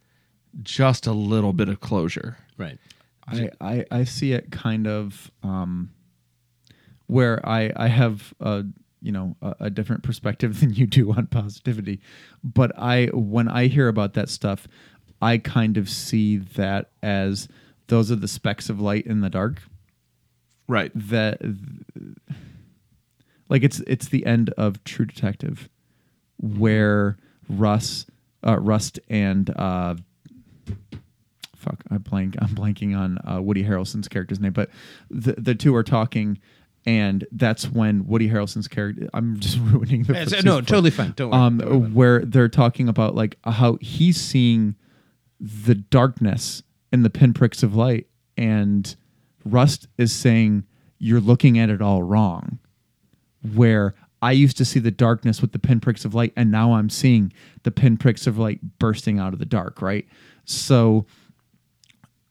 [SPEAKER 2] just a little bit of closure.
[SPEAKER 6] Right.
[SPEAKER 3] I, I, I see it kind of um, where I, I have a you know a, a different perspective [LAUGHS] than you do on positivity, but I when I hear about that stuff, I kind of see that as those are the specks of light in the dark
[SPEAKER 2] Right.
[SPEAKER 3] that like it's it's the end of True Detective, where Russ, uh, Rust and uh, fuck, I blank, I'm blanking on uh, Woody Harrelson's character's name, but the the two are talking. And that's when Woody Harrelson's character. I'm just [LAUGHS] ruining the.
[SPEAKER 6] It's-
[SPEAKER 3] first
[SPEAKER 6] no,
[SPEAKER 3] season for-
[SPEAKER 6] totally fine. Don't worry.
[SPEAKER 3] Um,
[SPEAKER 6] Don't worry about
[SPEAKER 3] where they're talking about like how he's seeing the darkness and the pinpricks of light, and Rust is saying you're looking at it all wrong where I used to see the darkness with the pinpricks of light, and now I'm seeing the pinpricks of light bursting out of the dark, right? So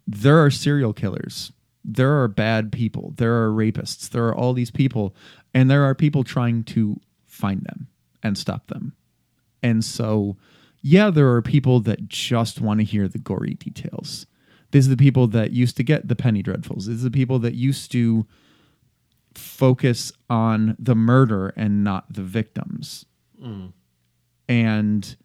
[SPEAKER 3] there are serial killers, there are bad people, there are rapists, there are all these people, and there are people trying to find them and stop them. And so, yeah, there are people that just want to hear the gory details. These are the people that used to get the penny dreadfuls. These are the people that used to focus on the murder and not the victims. And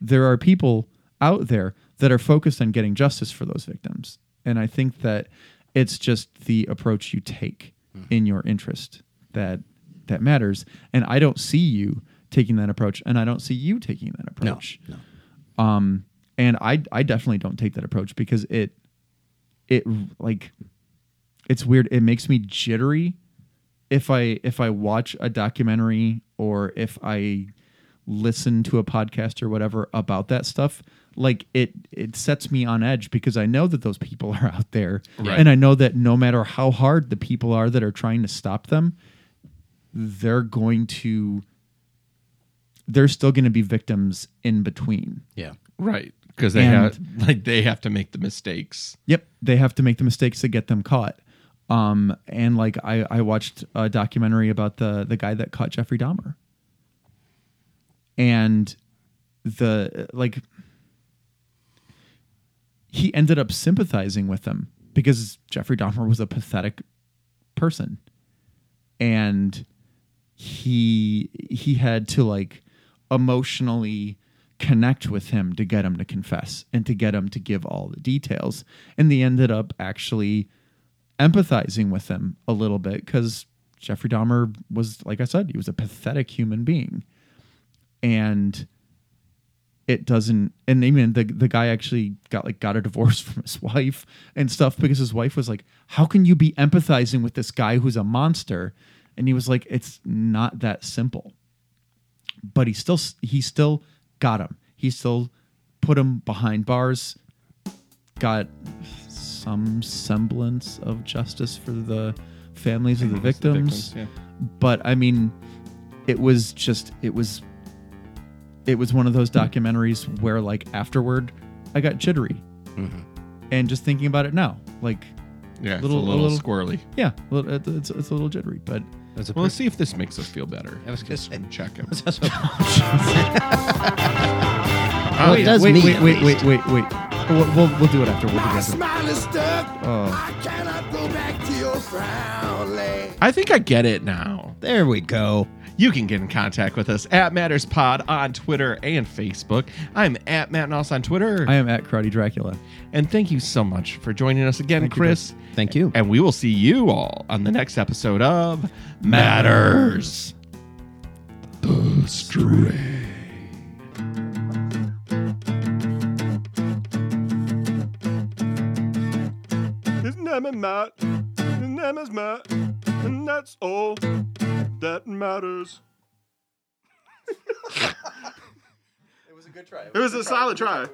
[SPEAKER 3] there are people out there that are focused on getting justice for those victims. And I think that it's just the approach you take in your interest that that matters. And I don't see you taking that approach, and I don't see you taking that approach. No, no. Um, and I I definitely don't take that approach because it it like it's weird. It makes me jittery if I if I watch a documentary or if I listen to a podcast or whatever about that stuff. Like it it sets me on edge because I know that those people [LAUGHS] are out there.
[SPEAKER 2] Right.
[SPEAKER 3] And I know that no matter how hard the people are that are trying to stop them, they're going to they're still going to be victims in between.
[SPEAKER 6] Yeah.
[SPEAKER 2] Right. Because they
[SPEAKER 3] And-
[SPEAKER 2] have like they have to make the mistakes.
[SPEAKER 3] Yep, they have to make the mistakes to get them caught. Um, and like I, I watched a documentary about the the guy that caught Jeffrey Dahmer, and the like he ended up sympathizing with them because Jeffrey Dahmer was a pathetic person. And he he had to like emotionally connect with him to get him to confess and to get him to give all the details. And they ended up actually empathizing with him a little bit because Jeffrey Dahmer was, like I said, he was a pathetic human being. And it doesn't and even the the guy actually got like got a divorce [LAUGHS] from his wife and stuff because his wife was like how can you be empathizing with this guy who's a monster and he was like it's not that simple but he still he still got him he still put him behind bars got some semblance of justice for the families
[SPEAKER 2] Families of
[SPEAKER 3] of the
[SPEAKER 2] the
[SPEAKER 3] victims,
[SPEAKER 2] victims,
[SPEAKER 3] but i mean it was just it was it was one of those documentaries where like afterward i got jittery and just thinking about it now like
[SPEAKER 2] Yeah, it's a little squirrely.
[SPEAKER 3] yeah little, it's, it's, it's a little jittery but [LAUGHS]
[SPEAKER 2] well, let's see if this makes us feel better. I was just check it.
[SPEAKER 6] Oh,
[SPEAKER 2] Oh,
[SPEAKER 3] wait, wait, wait, wait, wait wait wait we'll, we'll, we'll do it after we'll do it
[SPEAKER 16] My
[SPEAKER 3] after.
[SPEAKER 16] smile is stuck.
[SPEAKER 3] Oh.
[SPEAKER 16] I cannot go back to your frown lane.
[SPEAKER 2] I think I get it now.
[SPEAKER 6] There we go.
[SPEAKER 2] You can get in contact with us at Matters Pod on Twitter and Facebook. I'm at Matt Noss on Twitter.
[SPEAKER 3] i am at karate dracula
[SPEAKER 2] and thank you so much for joining us again,
[SPEAKER 3] Thank you,
[SPEAKER 2] Chris.
[SPEAKER 6] Thank you.
[SPEAKER 2] And we will see you all on the next episode of
[SPEAKER 17] Matters. The Stray.
[SPEAKER 1] His name is Matt. His name is Matt. And that's all that [LAUGHS] matters.
[SPEAKER 3] it was a good try
[SPEAKER 1] It was a solid try.